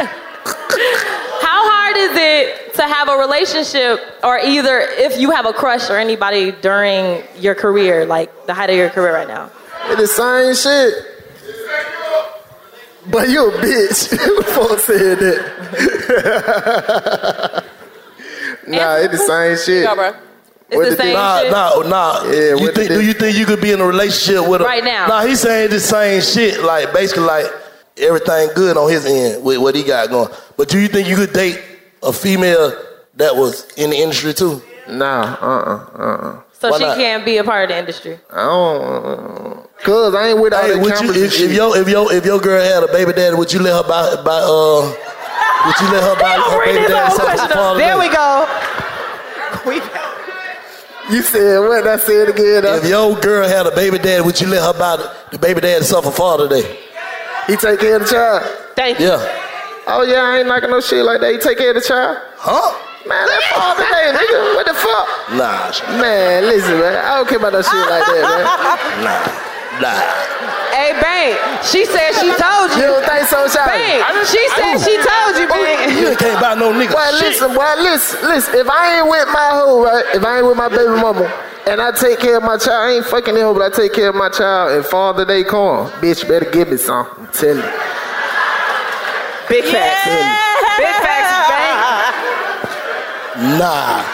[SPEAKER 6] How hard is it to have a relationship, or either if you have a crush or anybody during your career, like the height of your career right now?
[SPEAKER 27] It the same shit. But you a bitch. Folks said that. nah, it the same shit.
[SPEAKER 4] Yeah, bro.
[SPEAKER 6] It's the same
[SPEAKER 4] nah,
[SPEAKER 6] shit.
[SPEAKER 4] nah,
[SPEAKER 27] oh,
[SPEAKER 4] nah.
[SPEAKER 27] Yeah,
[SPEAKER 4] you
[SPEAKER 27] what the
[SPEAKER 4] think, do
[SPEAKER 27] dick-
[SPEAKER 4] you think you could be in a relationship with a
[SPEAKER 6] Right now.
[SPEAKER 4] Nah, he's saying the same shit. Like basically, like everything good on his end with what he got going. But do you think you could date a female that was in the industry too?
[SPEAKER 27] Nah, uh, uh, uh.
[SPEAKER 6] So she can't be a part of the industry.
[SPEAKER 27] I don't. Cause I ain't with all
[SPEAKER 4] Hey,
[SPEAKER 27] that
[SPEAKER 4] would you,
[SPEAKER 27] competition
[SPEAKER 4] if, if your if your if your girl had a baby daddy, would you let her buy buy uh? Would you let her buy her baby daddy something for her
[SPEAKER 5] There we
[SPEAKER 4] later?
[SPEAKER 5] go.
[SPEAKER 27] You said what? I said again.
[SPEAKER 4] If your girl had a baby daddy, would you let her buy the, the baby daddy something for her today?
[SPEAKER 27] He take care of the child.
[SPEAKER 5] Thank
[SPEAKER 4] you.
[SPEAKER 27] Oh yeah, I ain't liking no shit like that. You take care of the child.
[SPEAKER 4] Huh?
[SPEAKER 27] Man, that father day, nigga. What the fuck?
[SPEAKER 4] Nah, sh-
[SPEAKER 27] Man, listen, man. I don't care about that shit like that, man.
[SPEAKER 4] nah, nah.
[SPEAKER 5] Hey, Bank, she said she told you.
[SPEAKER 27] You don't think so, Shawty?
[SPEAKER 5] Bank,
[SPEAKER 27] I just-
[SPEAKER 5] she
[SPEAKER 27] I
[SPEAKER 5] said
[SPEAKER 27] just-
[SPEAKER 5] she told you, Bank.
[SPEAKER 4] You can't buy no
[SPEAKER 27] Oh,
[SPEAKER 4] nigga
[SPEAKER 27] Well,
[SPEAKER 4] shit.
[SPEAKER 27] listen, well, listen, listen. If I ain't with my hoe, right? If I ain't with my baby mama, and I take care of my child. I ain't fucking that hoe, but I take care of my child. And Father Day come, bitch, better give me some. I'm telling you.
[SPEAKER 5] Big facts. Big facts, bank.
[SPEAKER 4] Nah.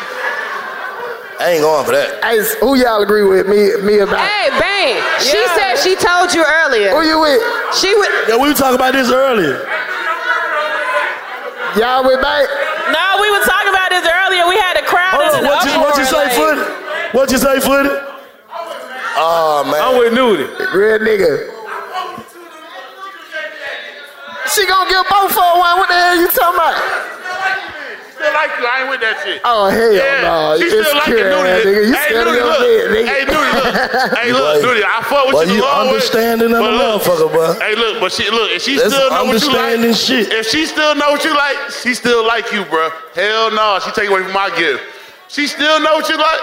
[SPEAKER 4] I ain't going for that.
[SPEAKER 27] Hey, s- who y'all agree with me? Me about?
[SPEAKER 6] Hey, bang. She said she told you earlier.
[SPEAKER 27] Who you with?
[SPEAKER 6] She with.
[SPEAKER 27] Yeah, we were talking about this earlier. Y'all with back?
[SPEAKER 34] No, we were talking about this earlier. We had a crowd
[SPEAKER 27] Hold on,
[SPEAKER 34] in an
[SPEAKER 27] what you- what you say,
[SPEAKER 34] uproar, like-
[SPEAKER 27] Foot?
[SPEAKER 4] What you say, Footy? Oh man. I'm
[SPEAKER 11] with Nudie.
[SPEAKER 27] Real nigga. She gonna get both for one. What the hell you talking about?
[SPEAKER 10] Still like you. I ain't with that shit.
[SPEAKER 27] Oh hell no!
[SPEAKER 10] She
[SPEAKER 27] it's
[SPEAKER 10] still like
[SPEAKER 27] cute,
[SPEAKER 10] it, Nudie.
[SPEAKER 27] nigga. You
[SPEAKER 10] hey,
[SPEAKER 27] scared of
[SPEAKER 10] Nudie,
[SPEAKER 27] your
[SPEAKER 10] look.
[SPEAKER 27] head, nigga.
[SPEAKER 10] Hey, Nudie, look. Hey, look,
[SPEAKER 4] Boy,
[SPEAKER 10] Nudie. I fuck with
[SPEAKER 4] boy,
[SPEAKER 10] you the
[SPEAKER 4] you
[SPEAKER 10] long way.
[SPEAKER 4] understanding of
[SPEAKER 10] But
[SPEAKER 4] the
[SPEAKER 10] look,
[SPEAKER 4] motherfucker, boy.
[SPEAKER 10] Hey, look, but she look. If she
[SPEAKER 4] That's
[SPEAKER 10] still know what you like,
[SPEAKER 4] understanding shit.
[SPEAKER 10] if she still know what you like, she still like you, bruh. Hell no, she take away from my gift. She still know what you like.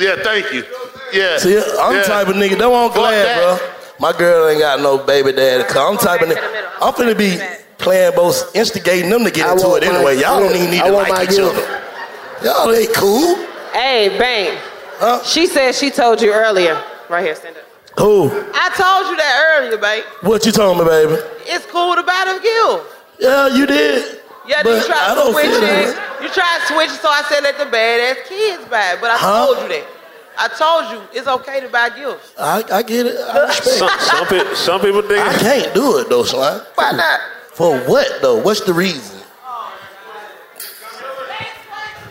[SPEAKER 10] Yeah, thank you. Yeah.
[SPEAKER 4] See, I'm
[SPEAKER 10] yeah.
[SPEAKER 4] the type of nigga. That's why I'm glad, bro. My girl ain't got no baby daddy. Cause I'm type of nigga. I'm finna be playing both, instigating them to get into it
[SPEAKER 27] my
[SPEAKER 4] anyway. Y'all don't even need
[SPEAKER 27] I
[SPEAKER 4] to
[SPEAKER 27] want my
[SPEAKER 4] like each
[SPEAKER 27] gift.
[SPEAKER 4] other. Y'all ain't cool.
[SPEAKER 6] Hey, bang. She said she told you earlier. Right here, stand up.
[SPEAKER 4] Who?
[SPEAKER 25] I told you that earlier, babe.
[SPEAKER 4] What you talking about, baby?
[SPEAKER 25] It's cool to buy them gifts.
[SPEAKER 4] Yeah, you did.
[SPEAKER 25] Yeah,
[SPEAKER 4] But
[SPEAKER 25] you tried
[SPEAKER 4] I don't
[SPEAKER 25] to switch
[SPEAKER 4] feel
[SPEAKER 25] it.
[SPEAKER 4] it.
[SPEAKER 25] You tried to switch it, so I said let the badass kids buy it. But I
[SPEAKER 4] Huh?
[SPEAKER 25] told you that. I told you it's okay to buy gifts.
[SPEAKER 4] I, I get it. I respect
[SPEAKER 3] Some, some, pe- some people think
[SPEAKER 4] I can't do it though, slime.
[SPEAKER 25] Why not?
[SPEAKER 4] For what though? What's the reason?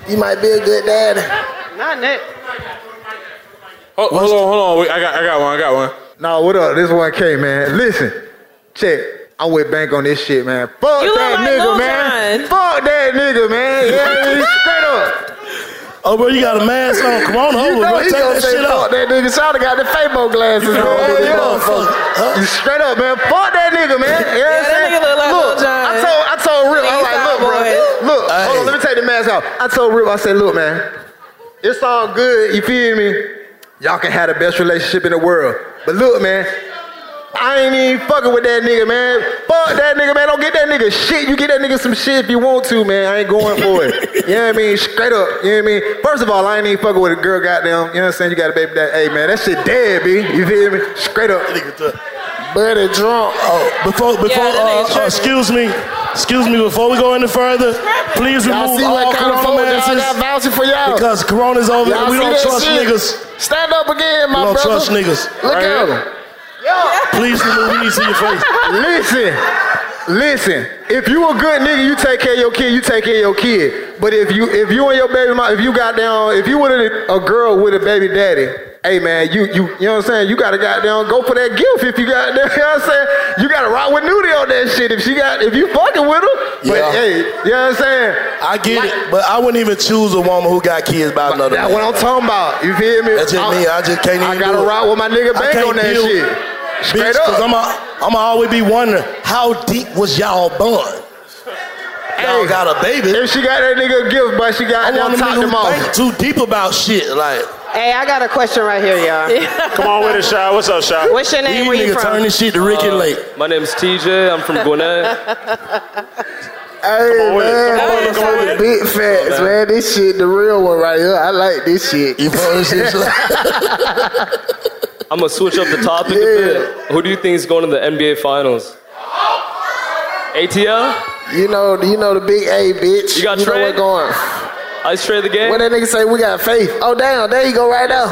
[SPEAKER 27] You might be a good daddy.
[SPEAKER 6] Not that.
[SPEAKER 11] Hold, Oh, hold on, hold on. Wait, I got, I got one. I got one.
[SPEAKER 35] No, what up? This one K man. Listen, check. I'm with bank on this shit, man. Fuck
[SPEAKER 11] You look
[SPEAKER 35] that
[SPEAKER 11] like
[SPEAKER 35] nigga,
[SPEAKER 11] Lil
[SPEAKER 35] man. Fuck that nigga, man. Yeah, he's straight up.
[SPEAKER 4] Oh, bro, you got a mask on. Come on over,
[SPEAKER 35] you know
[SPEAKER 4] bro.
[SPEAKER 35] he
[SPEAKER 4] Take
[SPEAKER 35] gonna
[SPEAKER 4] that
[SPEAKER 35] say
[SPEAKER 4] shit
[SPEAKER 35] fuck
[SPEAKER 4] off.
[SPEAKER 35] that nigga. Shoulda got the Fabo glasses on. Yeah, yeah. You Straight up, man. Fuck that nigga, man. You know what
[SPEAKER 27] Yeah,
[SPEAKER 35] I'm
[SPEAKER 27] that
[SPEAKER 35] saying?
[SPEAKER 27] nigga look like Lil Jon.
[SPEAKER 35] I told, I told Rip. I'm
[SPEAKER 27] Nigga
[SPEAKER 35] like, look, bro.
[SPEAKER 27] cowboy.
[SPEAKER 35] Look, hold on. Let me take the mask off. I told Rip. I said, look, man. It's all good. You feel me? Y'all can have the best relationship in the world, but look, man. I ain't even fucking with that nigga, man. Fuck that nigga, man. Don't get that nigga shit. You get that nigga some shit if you want to, man. I ain't going for it. you know what I mean? Straight up. You know what I mean? First of all, I ain't even fucking with a girl, goddamn. You know what I'm saying? You got a baby that. Hey, man, that shit dead, B. You feel me? Straight up.
[SPEAKER 4] Buddy drunk. Oh, before before uh, uh, excuse me, excuse me. Before we go any further, please
[SPEAKER 27] Y'all
[SPEAKER 4] remove
[SPEAKER 27] see what
[SPEAKER 4] all
[SPEAKER 27] kind of
[SPEAKER 4] corona
[SPEAKER 27] folks y'all
[SPEAKER 4] masks
[SPEAKER 27] got vouching for y'all?
[SPEAKER 4] because corona's over.
[SPEAKER 27] Y'all
[SPEAKER 4] and we
[SPEAKER 27] see
[SPEAKER 4] don't
[SPEAKER 27] that
[SPEAKER 4] trust
[SPEAKER 27] shit?
[SPEAKER 4] niggas.
[SPEAKER 27] Stand up again, my
[SPEAKER 4] we don't
[SPEAKER 27] brother.
[SPEAKER 4] trust niggas.
[SPEAKER 27] Look at him.
[SPEAKER 4] Please remove these in your face.
[SPEAKER 35] Listen, listen. If you a good nigga, you take care of your kid. You take care of your kid. But if you if you and your baby mom, if you got down, if you with a, a girl with a baby daddy, hey man, you you you know what I'm saying? You gotta got down, go for that gift. If you got down, you know what I'm saying? You gotta rock with Nudie on that shit. If she got, if you fucking with her, but
[SPEAKER 4] Yeah.
[SPEAKER 35] hey, you know what I'm saying?
[SPEAKER 4] I get it, but I wouldn't even choose a woman who got kids by another.
[SPEAKER 35] That's what I'm talking about. You feel me?
[SPEAKER 4] That's just
[SPEAKER 35] I-
[SPEAKER 4] me. I just can't even.
[SPEAKER 35] I gotta
[SPEAKER 4] do it.
[SPEAKER 35] ride with my nigga
[SPEAKER 4] I
[SPEAKER 35] Bank
[SPEAKER 4] can't
[SPEAKER 35] on that
[SPEAKER 4] deal-
[SPEAKER 35] shit.
[SPEAKER 4] bitch,
[SPEAKER 35] Straight up.
[SPEAKER 4] Cause I'm a, I'm always be wondering how deep was y'all bond. Y'all got a baby.
[SPEAKER 35] If she got that nigga a gift, but she got
[SPEAKER 4] I want
[SPEAKER 35] them
[SPEAKER 4] a
[SPEAKER 35] top
[SPEAKER 4] nigga
[SPEAKER 35] them
[SPEAKER 4] who
[SPEAKER 35] off.
[SPEAKER 4] think too deep about shit. Like
[SPEAKER 6] Hey, I got a question right here, y'all.
[SPEAKER 3] Come on with it, Shy. What's up, Shy?
[SPEAKER 6] What's your name? Where you from?
[SPEAKER 4] shit to Ricky Lake.
[SPEAKER 1] Uh, My name's TJ. I'm from Gwinnett.
[SPEAKER 27] Hey, man. Big facts, man. This shit, the real one right here. I like this shit.
[SPEAKER 4] You feel this shit?
[SPEAKER 1] I'm gonna switch up the topic a bit. Who do you think is going to the NBA Finals? ATL?
[SPEAKER 27] You know, you know the big A, bitch.
[SPEAKER 1] You got
[SPEAKER 27] you know
[SPEAKER 1] Trey?
[SPEAKER 27] what going.
[SPEAKER 1] Ice Trey the game.
[SPEAKER 27] What that nigga say? We got faith. Oh, damn. There you go right now.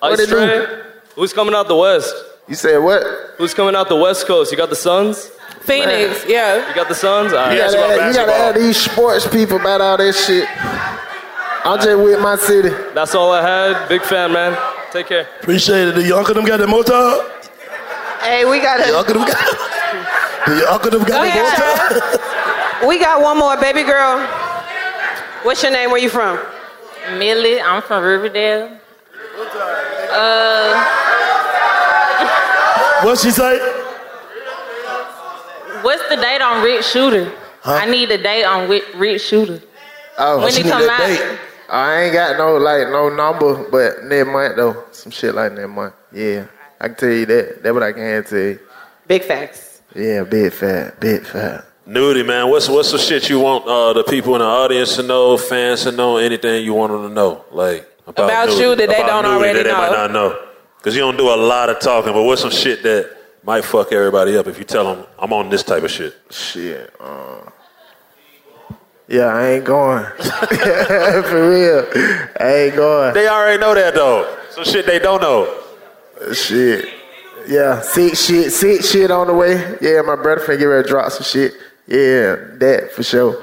[SPEAKER 27] What
[SPEAKER 1] Ice
[SPEAKER 27] it
[SPEAKER 1] Trey.
[SPEAKER 27] do?
[SPEAKER 1] Who's coming out the West?
[SPEAKER 27] You said what?
[SPEAKER 1] Who's coming out the West Coast? You got the Suns.
[SPEAKER 27] Phoenix,
[SPEAKER 1] yeah. You got the Suns. All right.
[SPEAKER 27] You gotta, add, you gotta add these sports people about all that shit. I'm just with my city.
[SPEAKER 1] That's all I had. Big fan, man. Take care.
[SPEAKER 4] Appreciate it. Do your uncle them got that motor?
[SPEAKER 6] Hey, we got
[SPEAKER 4] Your uncle them got. Do your uncle them got that motor?
[SPEAKER 6] We got one more, baby girl. What's your name? Where you from?
[SPEAKER 14] Millie, I'm from Riverdale. Uh,
[SPEAKER 4] What she say?
[SPEAKER 14] what's the date on Rick Shooter?
[SPEAKER 27] Huh?
[SPEAKER 14] I need a date on Rick, Rick Shooter.
[SPEAKER 27] Oh,
[SPEAKER 14] When it come out?
[SPEAKER 27] I ain't got no like no number, but next month though, some shit like next month. Yeah, I can tell you that. That what I can tell you.
[SPEAKER 6] Big facts.
[SPEAKER 27] Yeah, big fat, big fat.
[SPEAKER 3] Nudie, man. What's what's the shit you want uh, the people in the audience to know, fans to know, anything you want them to know? Like, I
[SPEAKER 5] About you that they
[SPEAKER 3] about
[SPEAKER 5] don't
[SPEAKER 3] Nudie
[SPEAKER 5] already
[SPEAKER 3] that they
[SPEAKER 5] know.
[SPEAKER 3] might not know. Because you don't do a lot of talking, but what's some shit that might fuck everybody up if you tell them I'm on this type of shit?
[SPEAKER 27] Shit.
[SPEAKER 4] um,
[SPEAKER 27] Yeah, I ain't going. For real. I ain't going.
[SPEAKER 3] They already know that though. Some shit they don't know.
[SPEAKER 27] Shit. Yeah, sick shit, sick shit on the way. Yeah, my brother finna get ready to drop some shit. Yeah, that for sure.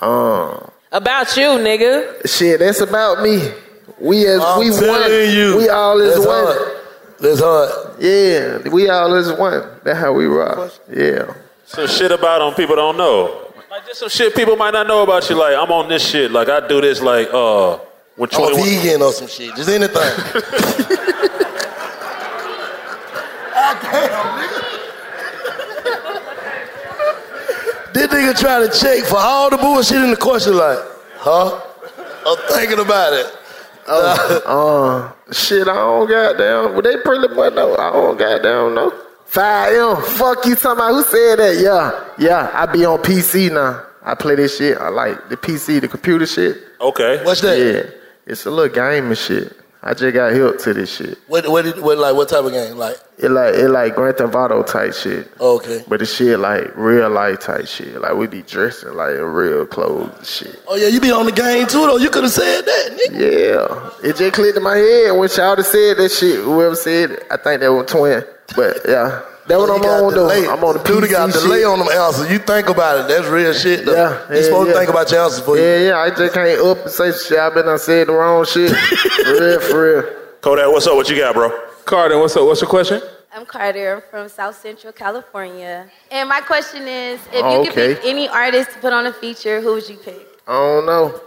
[SPEAKER 27] Um,
[SPEAKER 5] About you, nigga.
[SPEAKER 27] shit, that's about me. We as
[SPEAKER 4] I'm
[SPEAKER 27] we one.
[SPEAKER 4] telling you,
[SPEAKER 27] we all is
[SPEAKER 4] that's
[SPEAKER 27] one.
[SPEAKER 4] hard. That's hard.
[SPEAKER 27] Yeah, we all is one. That's how we rock. Yeah.
[SPEAKER 3] Some shit about them people don't know. Like just some shit people might not know about you. Like I'm on this shit. Like I do this. Like uh, when
[SPEAKER 4] I'm a
[SPEAKER 3] 21
[SPEAKER 4] vegan or some shit. Just anything. This nigga trying to check for all the bullshit in the question, like, huh? I'm thinking about it.
[SPEAKER 27] Uh, shit, I don't goddamn. Well, they pretty much know. I don't goddamn know. 5M. Fuck you talking about who said that? Yeah. Yeah, I be on PC now. I play this shit. I like the PC, the computer shit.
[SPEAKER 3] Okay.
[SPEAKER 4] What's that?
[SPEAKER 27] Yeah. It's a little game and shit. I just got hooked to this shit.
[SPEAKER 4] What, what, did- what, like, what type of game? Like, oh,
[SPEAKER 27] It like it like Grand Theft Auto type shit.
[SPEAKER 4] Okay.
[SPEAKER 27] But the shit like real life type shit. Like we be dressing like in real clothes and shit.
[SPEAKER 4] oh yeah, you be on the game too, though. You could have said that, nigga.
[SPEAKER 27] Yeah, it just clicked in my head when y'all just said that shit. Whoever said it, I think that was twin. But yeah, that what I'm on though.
[SPEAKER 4] Delay.
[SPEAKER 27] I'm on the
[SPEAKER 4] Dude,
[SPEAKER 27] PC
[SPEAKER 4] you got delay
[SPEAKER 27] shit.
[SPEAKER 4] on them answers. You think about it. That's real shit, though.
[SPEAKER 27] Yeah,
[SPEAKER 4] you
[SPEAKER 27] yeah,
[SPEAKER 4] supposed
[SPEAKER 27] yeah.
[SPEAKER 4] to think about your answers for you.
[SPEAKER 27] Yeah, yeah, I just can't up and say shit. I been I said the wrong shit. for real, for real.
[SPEAKER 3] Kodak, what's up? What you got, bro?
[SPEAKER 11] Carden, what's up? What's your question?
[SPEAKER 19] I'm Carter from South Central California. And my question is if
[SPEAKER 27] Oh,
[SPEAKER 19] you could
[SPEAKER 27] okay.
[SPEAKER 19] pick any artist to put on a feature, who would you pick?
[SPEAKER 27] I don't know.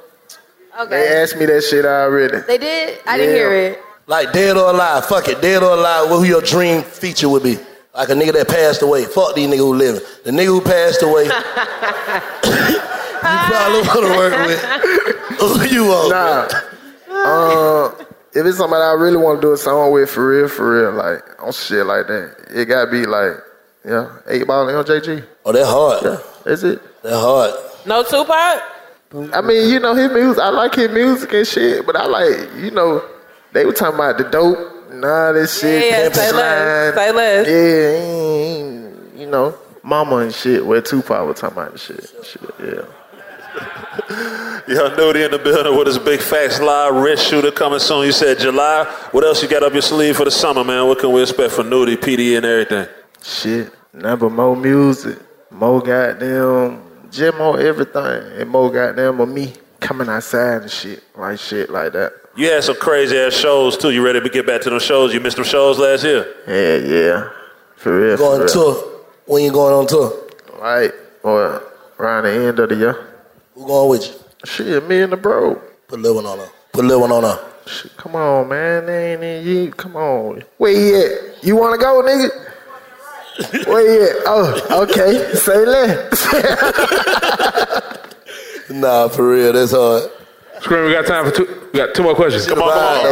[SPEAKER 27] They
[SPEAKER 19] Okay.
[SPEAKER 27] asked me that shit already.
[SPEAKER 19] They did? I didn't hear it.
[SPEAKER 4] Like dead or alive, fuck it, dead or alive, what who your dream feature would be? Like a nigga that passed away. Fuck these niggas who living. The nigga who passed away, you probably wanna work with. Who Oh, you want?
[SPEAKER 27] Nah. Um, if it's somebody I really want to do a song with, for real, for real, like on shit like that, it gotta be like, yeah, eight ball and LJG.
[SPEAKER 4] Oh, that hard.
[SPEAKER 27] Yeah, that's it.
[SPEAKER 4] That hard.
[SPEAKER 5] No Tupac?
[SPEAKER 27] I mean, you know his music. I like his music and shit, but I like, you know, they were talking about the dope, nah, this shit.
[SPEAKER 5] Yeah, yeah,
[SPEAKER 27] Pimp
[SPEAKER 5] say
[SPEAKER 27] Slime.
[SPEAKER 5] less, say less.
[SPEAKER 27] Yeah, mm, you know, Mama and shit. Where Tupac was talking about the shit. shit yeah.
[SPEAKER 3] Y'all know they in the building with his big facts live rent shooter coming soon. You said July. What else you got up your sleeve for the summer, man? What can we expect for Nudie, PD, and everything?
[SPEAKER 27] Shit, number more music, more goddamn, just more everything, and more goddamn of me coming outside and shit, like shit like that.
[SPEAKER 3] You had some crazy ass shows too. You ready to get back to them shows? You missed them shows last year.
[SPEAKER 27] Yeah, yeah, for real.
[SPEAKER 4] Going
[SPEAKER 27] for real.
[SPEAKER 4] tour. When you going on tour?
[SPEAKER 27] Right, or around the end of the year.
[SPEAKER 4] Who going with you?
[SPEAKER 27] Shit, me and the bro.
[SPEAKER 4] Put a little one on her. Put a little one on her.
[SPEAKER 27] Come on, man, they ain't in you. Come on, where he at? You want to go, nigga? Where he at? Oh, okay. Say less.
[SPEAKER 4] Nah, for real, that's hard.
[SPEAKER 11] Scream, we got time for two. We got two more questions.
[SPEAKER 3] Come on,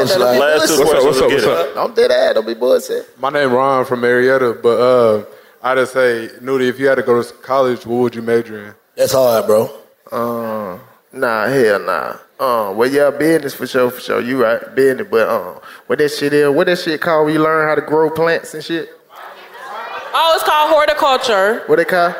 [SPEAKER 3] come on. Last two
[SPEAKER 11] what's up? What's up?
[SPEAKER 3] questions, let's
[SPEAKER 11] What's
[SPEAKER 3] get
[SPEAKER 11] up?
[SPEAKER 27] Don't do that. Don't be bullshit.
[SPEAKER 20] My name Ron from Marietta, but uh, I just say, Nudie, if you had to go to college, what would you major in?
[SPEAKER 4] That's hard, bro.
[SPEAKER 27] Um, nah, hell nah. Um, well, yeah, business for sure, for sure. You right, business. But um, what that shit is? What that shit called? Where you learn how to grow plants and shit.
[SPEAKER 5] Oh, it's called horticulture.
[SPEAKER 27] What they call?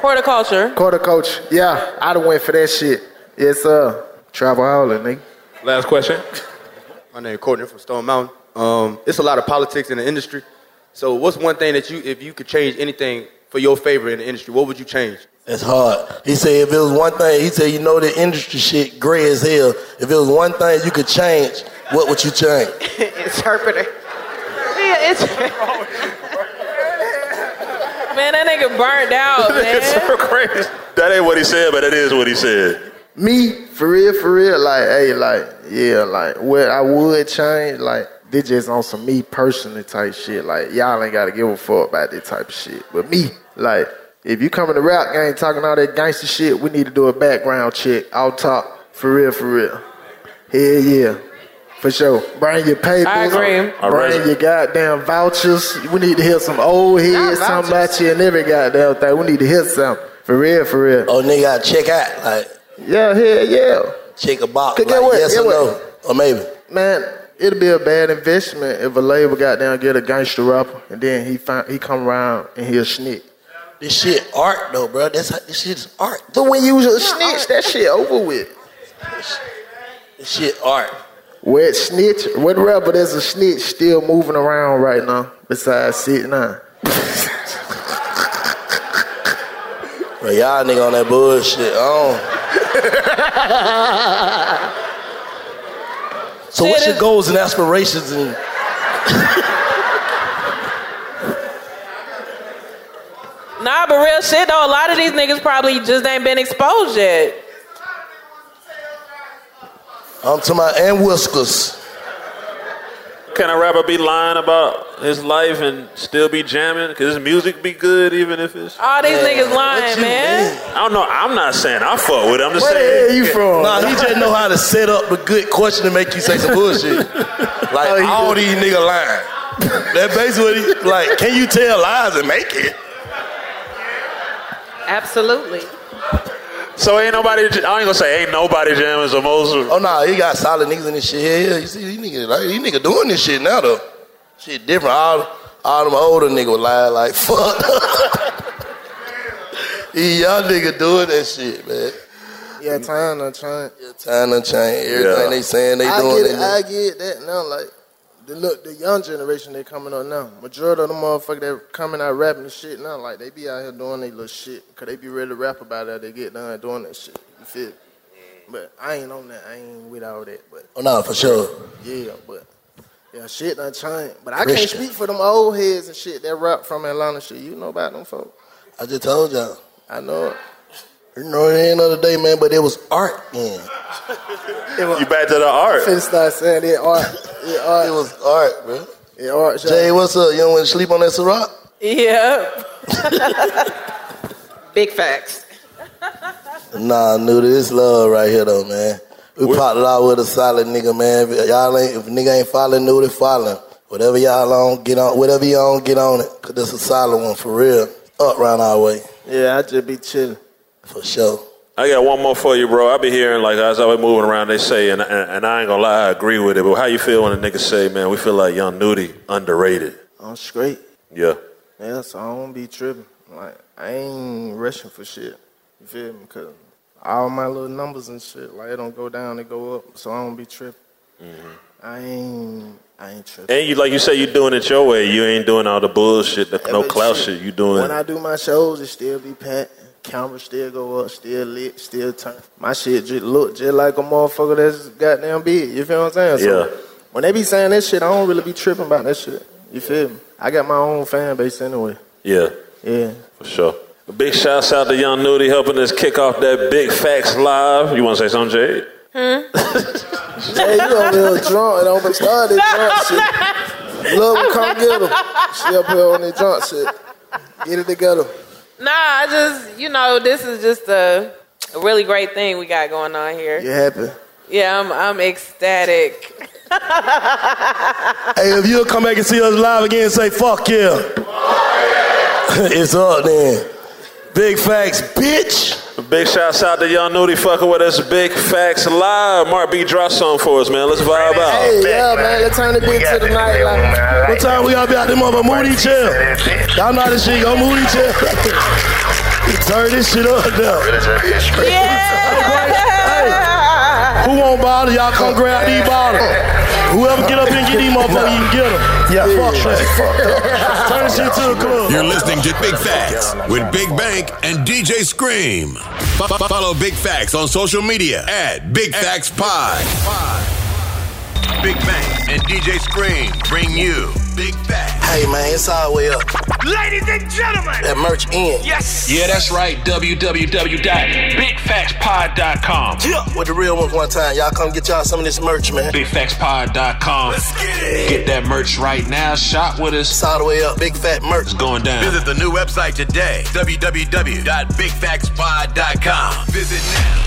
[SPEAKER 5] Horticulture.
[SPEAKER 27] Horticulture. Yeah, I done went for that shit. Yes, sir. Travel howling, nigga.
[SPEAKER 11] Last question.
[SPEAKER 22] My name is Courtney from Stone Mountain. Um, it's a lot of politics in the industry. So, what's one thing that you, if you could change anything for your favor in the industry, what would you change?
[SPEAKER 4] That's hard. He said if it was one thing, he said, you know the industry shit gray as hell. If it was one thing you could change, what would you change?
[SPEAKER 25] Interpreter.
[SPEAKER 5] Yeah, it's. man, that nigga burnt out, man.
[SPEAKER 3] That ain't what he said, but that is what he said.
[SPEAKER 27] Me, for real, for real. Like, hey, like, yeah, like, what I would change, like, this just on some me personally type shit. Like, y'all ain't gotta give a fuck about this type of shit. But me, like, if you come in the rap game talking all that gangster shit, we need to do a background check. I'll talk. For real, for real. Hell yeah. For sure. Bring your papers.
[SPEAKER 5] I agree. I
[SPEAKER 27] Bring
[SPEAKER 5] raise-
[SPEAKER 27] your goddamn vouchers. We need to hear some old heads, something about you and every goddamn thing. We need to hear something. For real, for real.
[SPEAKER 4] Oh, nigga, gotta check out, like.
[SPEAKER 27] Yeah, hell yeah.
[SPEAKER 4] Check a box,
[SPEAKER 27] Could
[SPEAKER 4] like,
[SPEAKER 27] get what?
[SPEAKER 4] yes
[SPEAKER 27] Get
[SPEAKER 4] or
[SPEAKER 27] what?
[SPEAKER 4] no, or maybe.
[SPEAKER 27] man, it'd be a bad investment if a label got down and get a gangster rapper and then he find, he come around and he'll snitch.
[SPEAKER 4] This shit art though, bro. That's how, this shit is art.
[SPEAKER 27] But when you was a snitch, that shit over with.
[SPEAKER 4] This shit art.
[SPEAKER 27] What snitch? What rapper that's a snitch still moving around right now? Besides Sit Nine.
[SPEAKER 4] Bro, y'all nigga on that bullshit. I don't. So what's your goals and aspirations and
[SPEAKER 5] Nah, but real shit though, a lot of these niggas probably just ain't been exposed yet.
[SPEAKER 4] I'm talking about um, and whiskers.
[SPEAKER 3] Can a rapper be lying about his life and still be jamming? Cause his music be good even if it's.
[SPEAKER 5] All these niggas lying, man.
[SPEAKER 3] I don't know. I'm not saying I fuck with. it. I'm just
[SPEAKER 4] Where the
[SPEAKER 3] saying.
[SPEAKER 4] hell you from? Nah, he just know how to set up the good question to make you say some bullshit. Like all these nigga lying. That basically what he- like. Can you tell lies and make it?
[SPEAKER 6] Absolutely.
[SPEAKER 3] So ain't nobody. I ain't gonna say ain't nobody jamming some most.
[SPEAKER 4] Oh nah, he got solid niggas in this shit. Yeah, yeah. You see, these niggas, like, these nigga doing this shit now though. Shit different. All, all them older niggas would lie like fuck. These young nigga doing that shit, man.
[SPEAKER 27] Yeah, time to time.
[SPEAKER 4] Time to change everything
[SPEAKER 27] Yeah.
[SPEAKER 4] they saying they
[SPEAKER 27] I
[SPEAKER 4] doing.
[SPEAKER 27] get it.
[SPEAKER 4] they
[SPEAKER 27] I get that now. Like the look, the young generation they coming up now. Majority of the motherfuckers that coming out rapping and shit now, like they be out here doing they little shit, cause they be ready to rap about it. They get done doing that shit. You feel? me? But I ain't on that. I ain't with all that. But
[SPEAKER 4] Oh, nah, for sure.
[SPEAKER 27] Yeah, but yeah, shit done changed. But I
[SPEAKER 4] Christian.
[SPEAKER 27] can't speak for them old heads and shit that rap from Atlanta. Shit, you know about them folks.
[SPEAKER 4] I just told y'all.
[SPEAKER 27] I know it.
[SPEAKER 4] You know, at the end of the day, man, but it was art then.
[SPEAKER 3] You back to the art.
[SPEAKER 27] Finna start saying it art. It art. It
[SPEAKER 4] was art, bro.
[SPEAKER 27] It art.
[SPEAKER 4] Jay, what's up? You don't want to sleep on that Ciroc?
[SPEAKER 5] Yeah.
[SPEAKER 6] Big facts.
[SPEAKER 4] Nah, new to this love right here though, man. We popped it out with a solid nigga, man. If y'all ain't if nigga ain't following, new to following. Whatever y'all on, get on. Whatever y'all on, get on it. Cause this a solid one for real. Up round our way
[SPEAKER 27] Yeah, I just be chilling.
[SPEAKER 4] for sure.
[SPEAKER 3] I got one more for you, bro. I be hearing like as I was moving around, they say, and, and, and I ain't gonna lie, I agree with it. But how you feel when a nigga say, man, we feel like Young Nudie underrated?
[SPEAKER 27] I'm straight.
[SPEAKER 3] Yeah.
[SPEAKER 27] Yeah, so I don't be tripping. Like I ain't rushing for shit. You feel me? Cause all my little numbers and shit, like it don't go down, they go up. So I don't be tripping.
[SPEAKER 4] Mm-hmm.
[SPEAKER 27] I ain't, I ain't tripping.
[SPEAKER 3] And you like you say, you doing it your way. You ain't doing all the bullshit, the, no clout shit. You doing
[SPEAKER 27] When I do my shows, it still be packed. Camera still go up, still lit, still turn. My shit just look just like a motherfucker that's goddamn big. You feel what I'm saying?
[SPEAKER 3] Yeah.
[SPEAKER 27] When they be saying that shit, I don't really be tripping about that shit. You feel me? I got my own fan base anyway.
[SPEAKER 3] Yeah.
[SPEAKER 27] Yeah.
[SPEAKER 3] For sure. Big shouts out to Young Nudie helping us kick off that Big Facts Live. You want to say something, Jade?
[SPEAKER 27] Jay, you over here drunk and over started drunk shit. Love will come get him. She up here on that drunk shit. Get it together.
[SPEAKER 5] Nah, I just you know this is just a, a really great thing we got going on here.
[SPEAKER 27] You happy?
[SPEAKER 5] Yeah, I'm I'm ecstatic.
[SPEAKER 4] Hey, if you'll come back and see us live again, say fuck yeah. it's up then. Big facts, bitch.
[SPEAKER 3] Big shouts out to Young Nudie fucking with us. Big Facts Live. Mark B, drop something for us, man. Let's vibe out.
[SPEAKER 27] Hey, yeah, man, let's turn it big to the night. Like,
[SPEAKER 4] What time we gotta be out there, mother? Moody chill. Y'all know this shit go Moody chill. Turn this shit up now. Hey, Who want bottle? Y'all come grab these bottles. Whoever get up and get these motherfuckers, you can get them. Yeah, fuck that. Turn this shit to a club.
[SPEAKER 7] You're listening to Big Facts with Big Bank and DJ Scream. Fo- fo- Follow Big Facts on social media at Big Facts Pod. Big Bank and DJ Scream bring you Big Facts.
[SPEAKER 4] Hey man, it's all way up.
[SPEAKER 7] Ladies and gentlemen,
[SPEAKER 4] that merch in.
[SPEAKER 7] Yes.
[SPEAKER 4] Yeah, that's right. www.bigfaxpod.com. Yeah, with the real ones one time. Y'all come get y'all some of this merch, man. Bigfaxpod.com. Let's get it. Get that merch right now. Shop with us. It's all the way up. Big fat merch. It's going down.
[SPEAKER 7] Visit the new website today, www.bigfactspod.com. Visit now.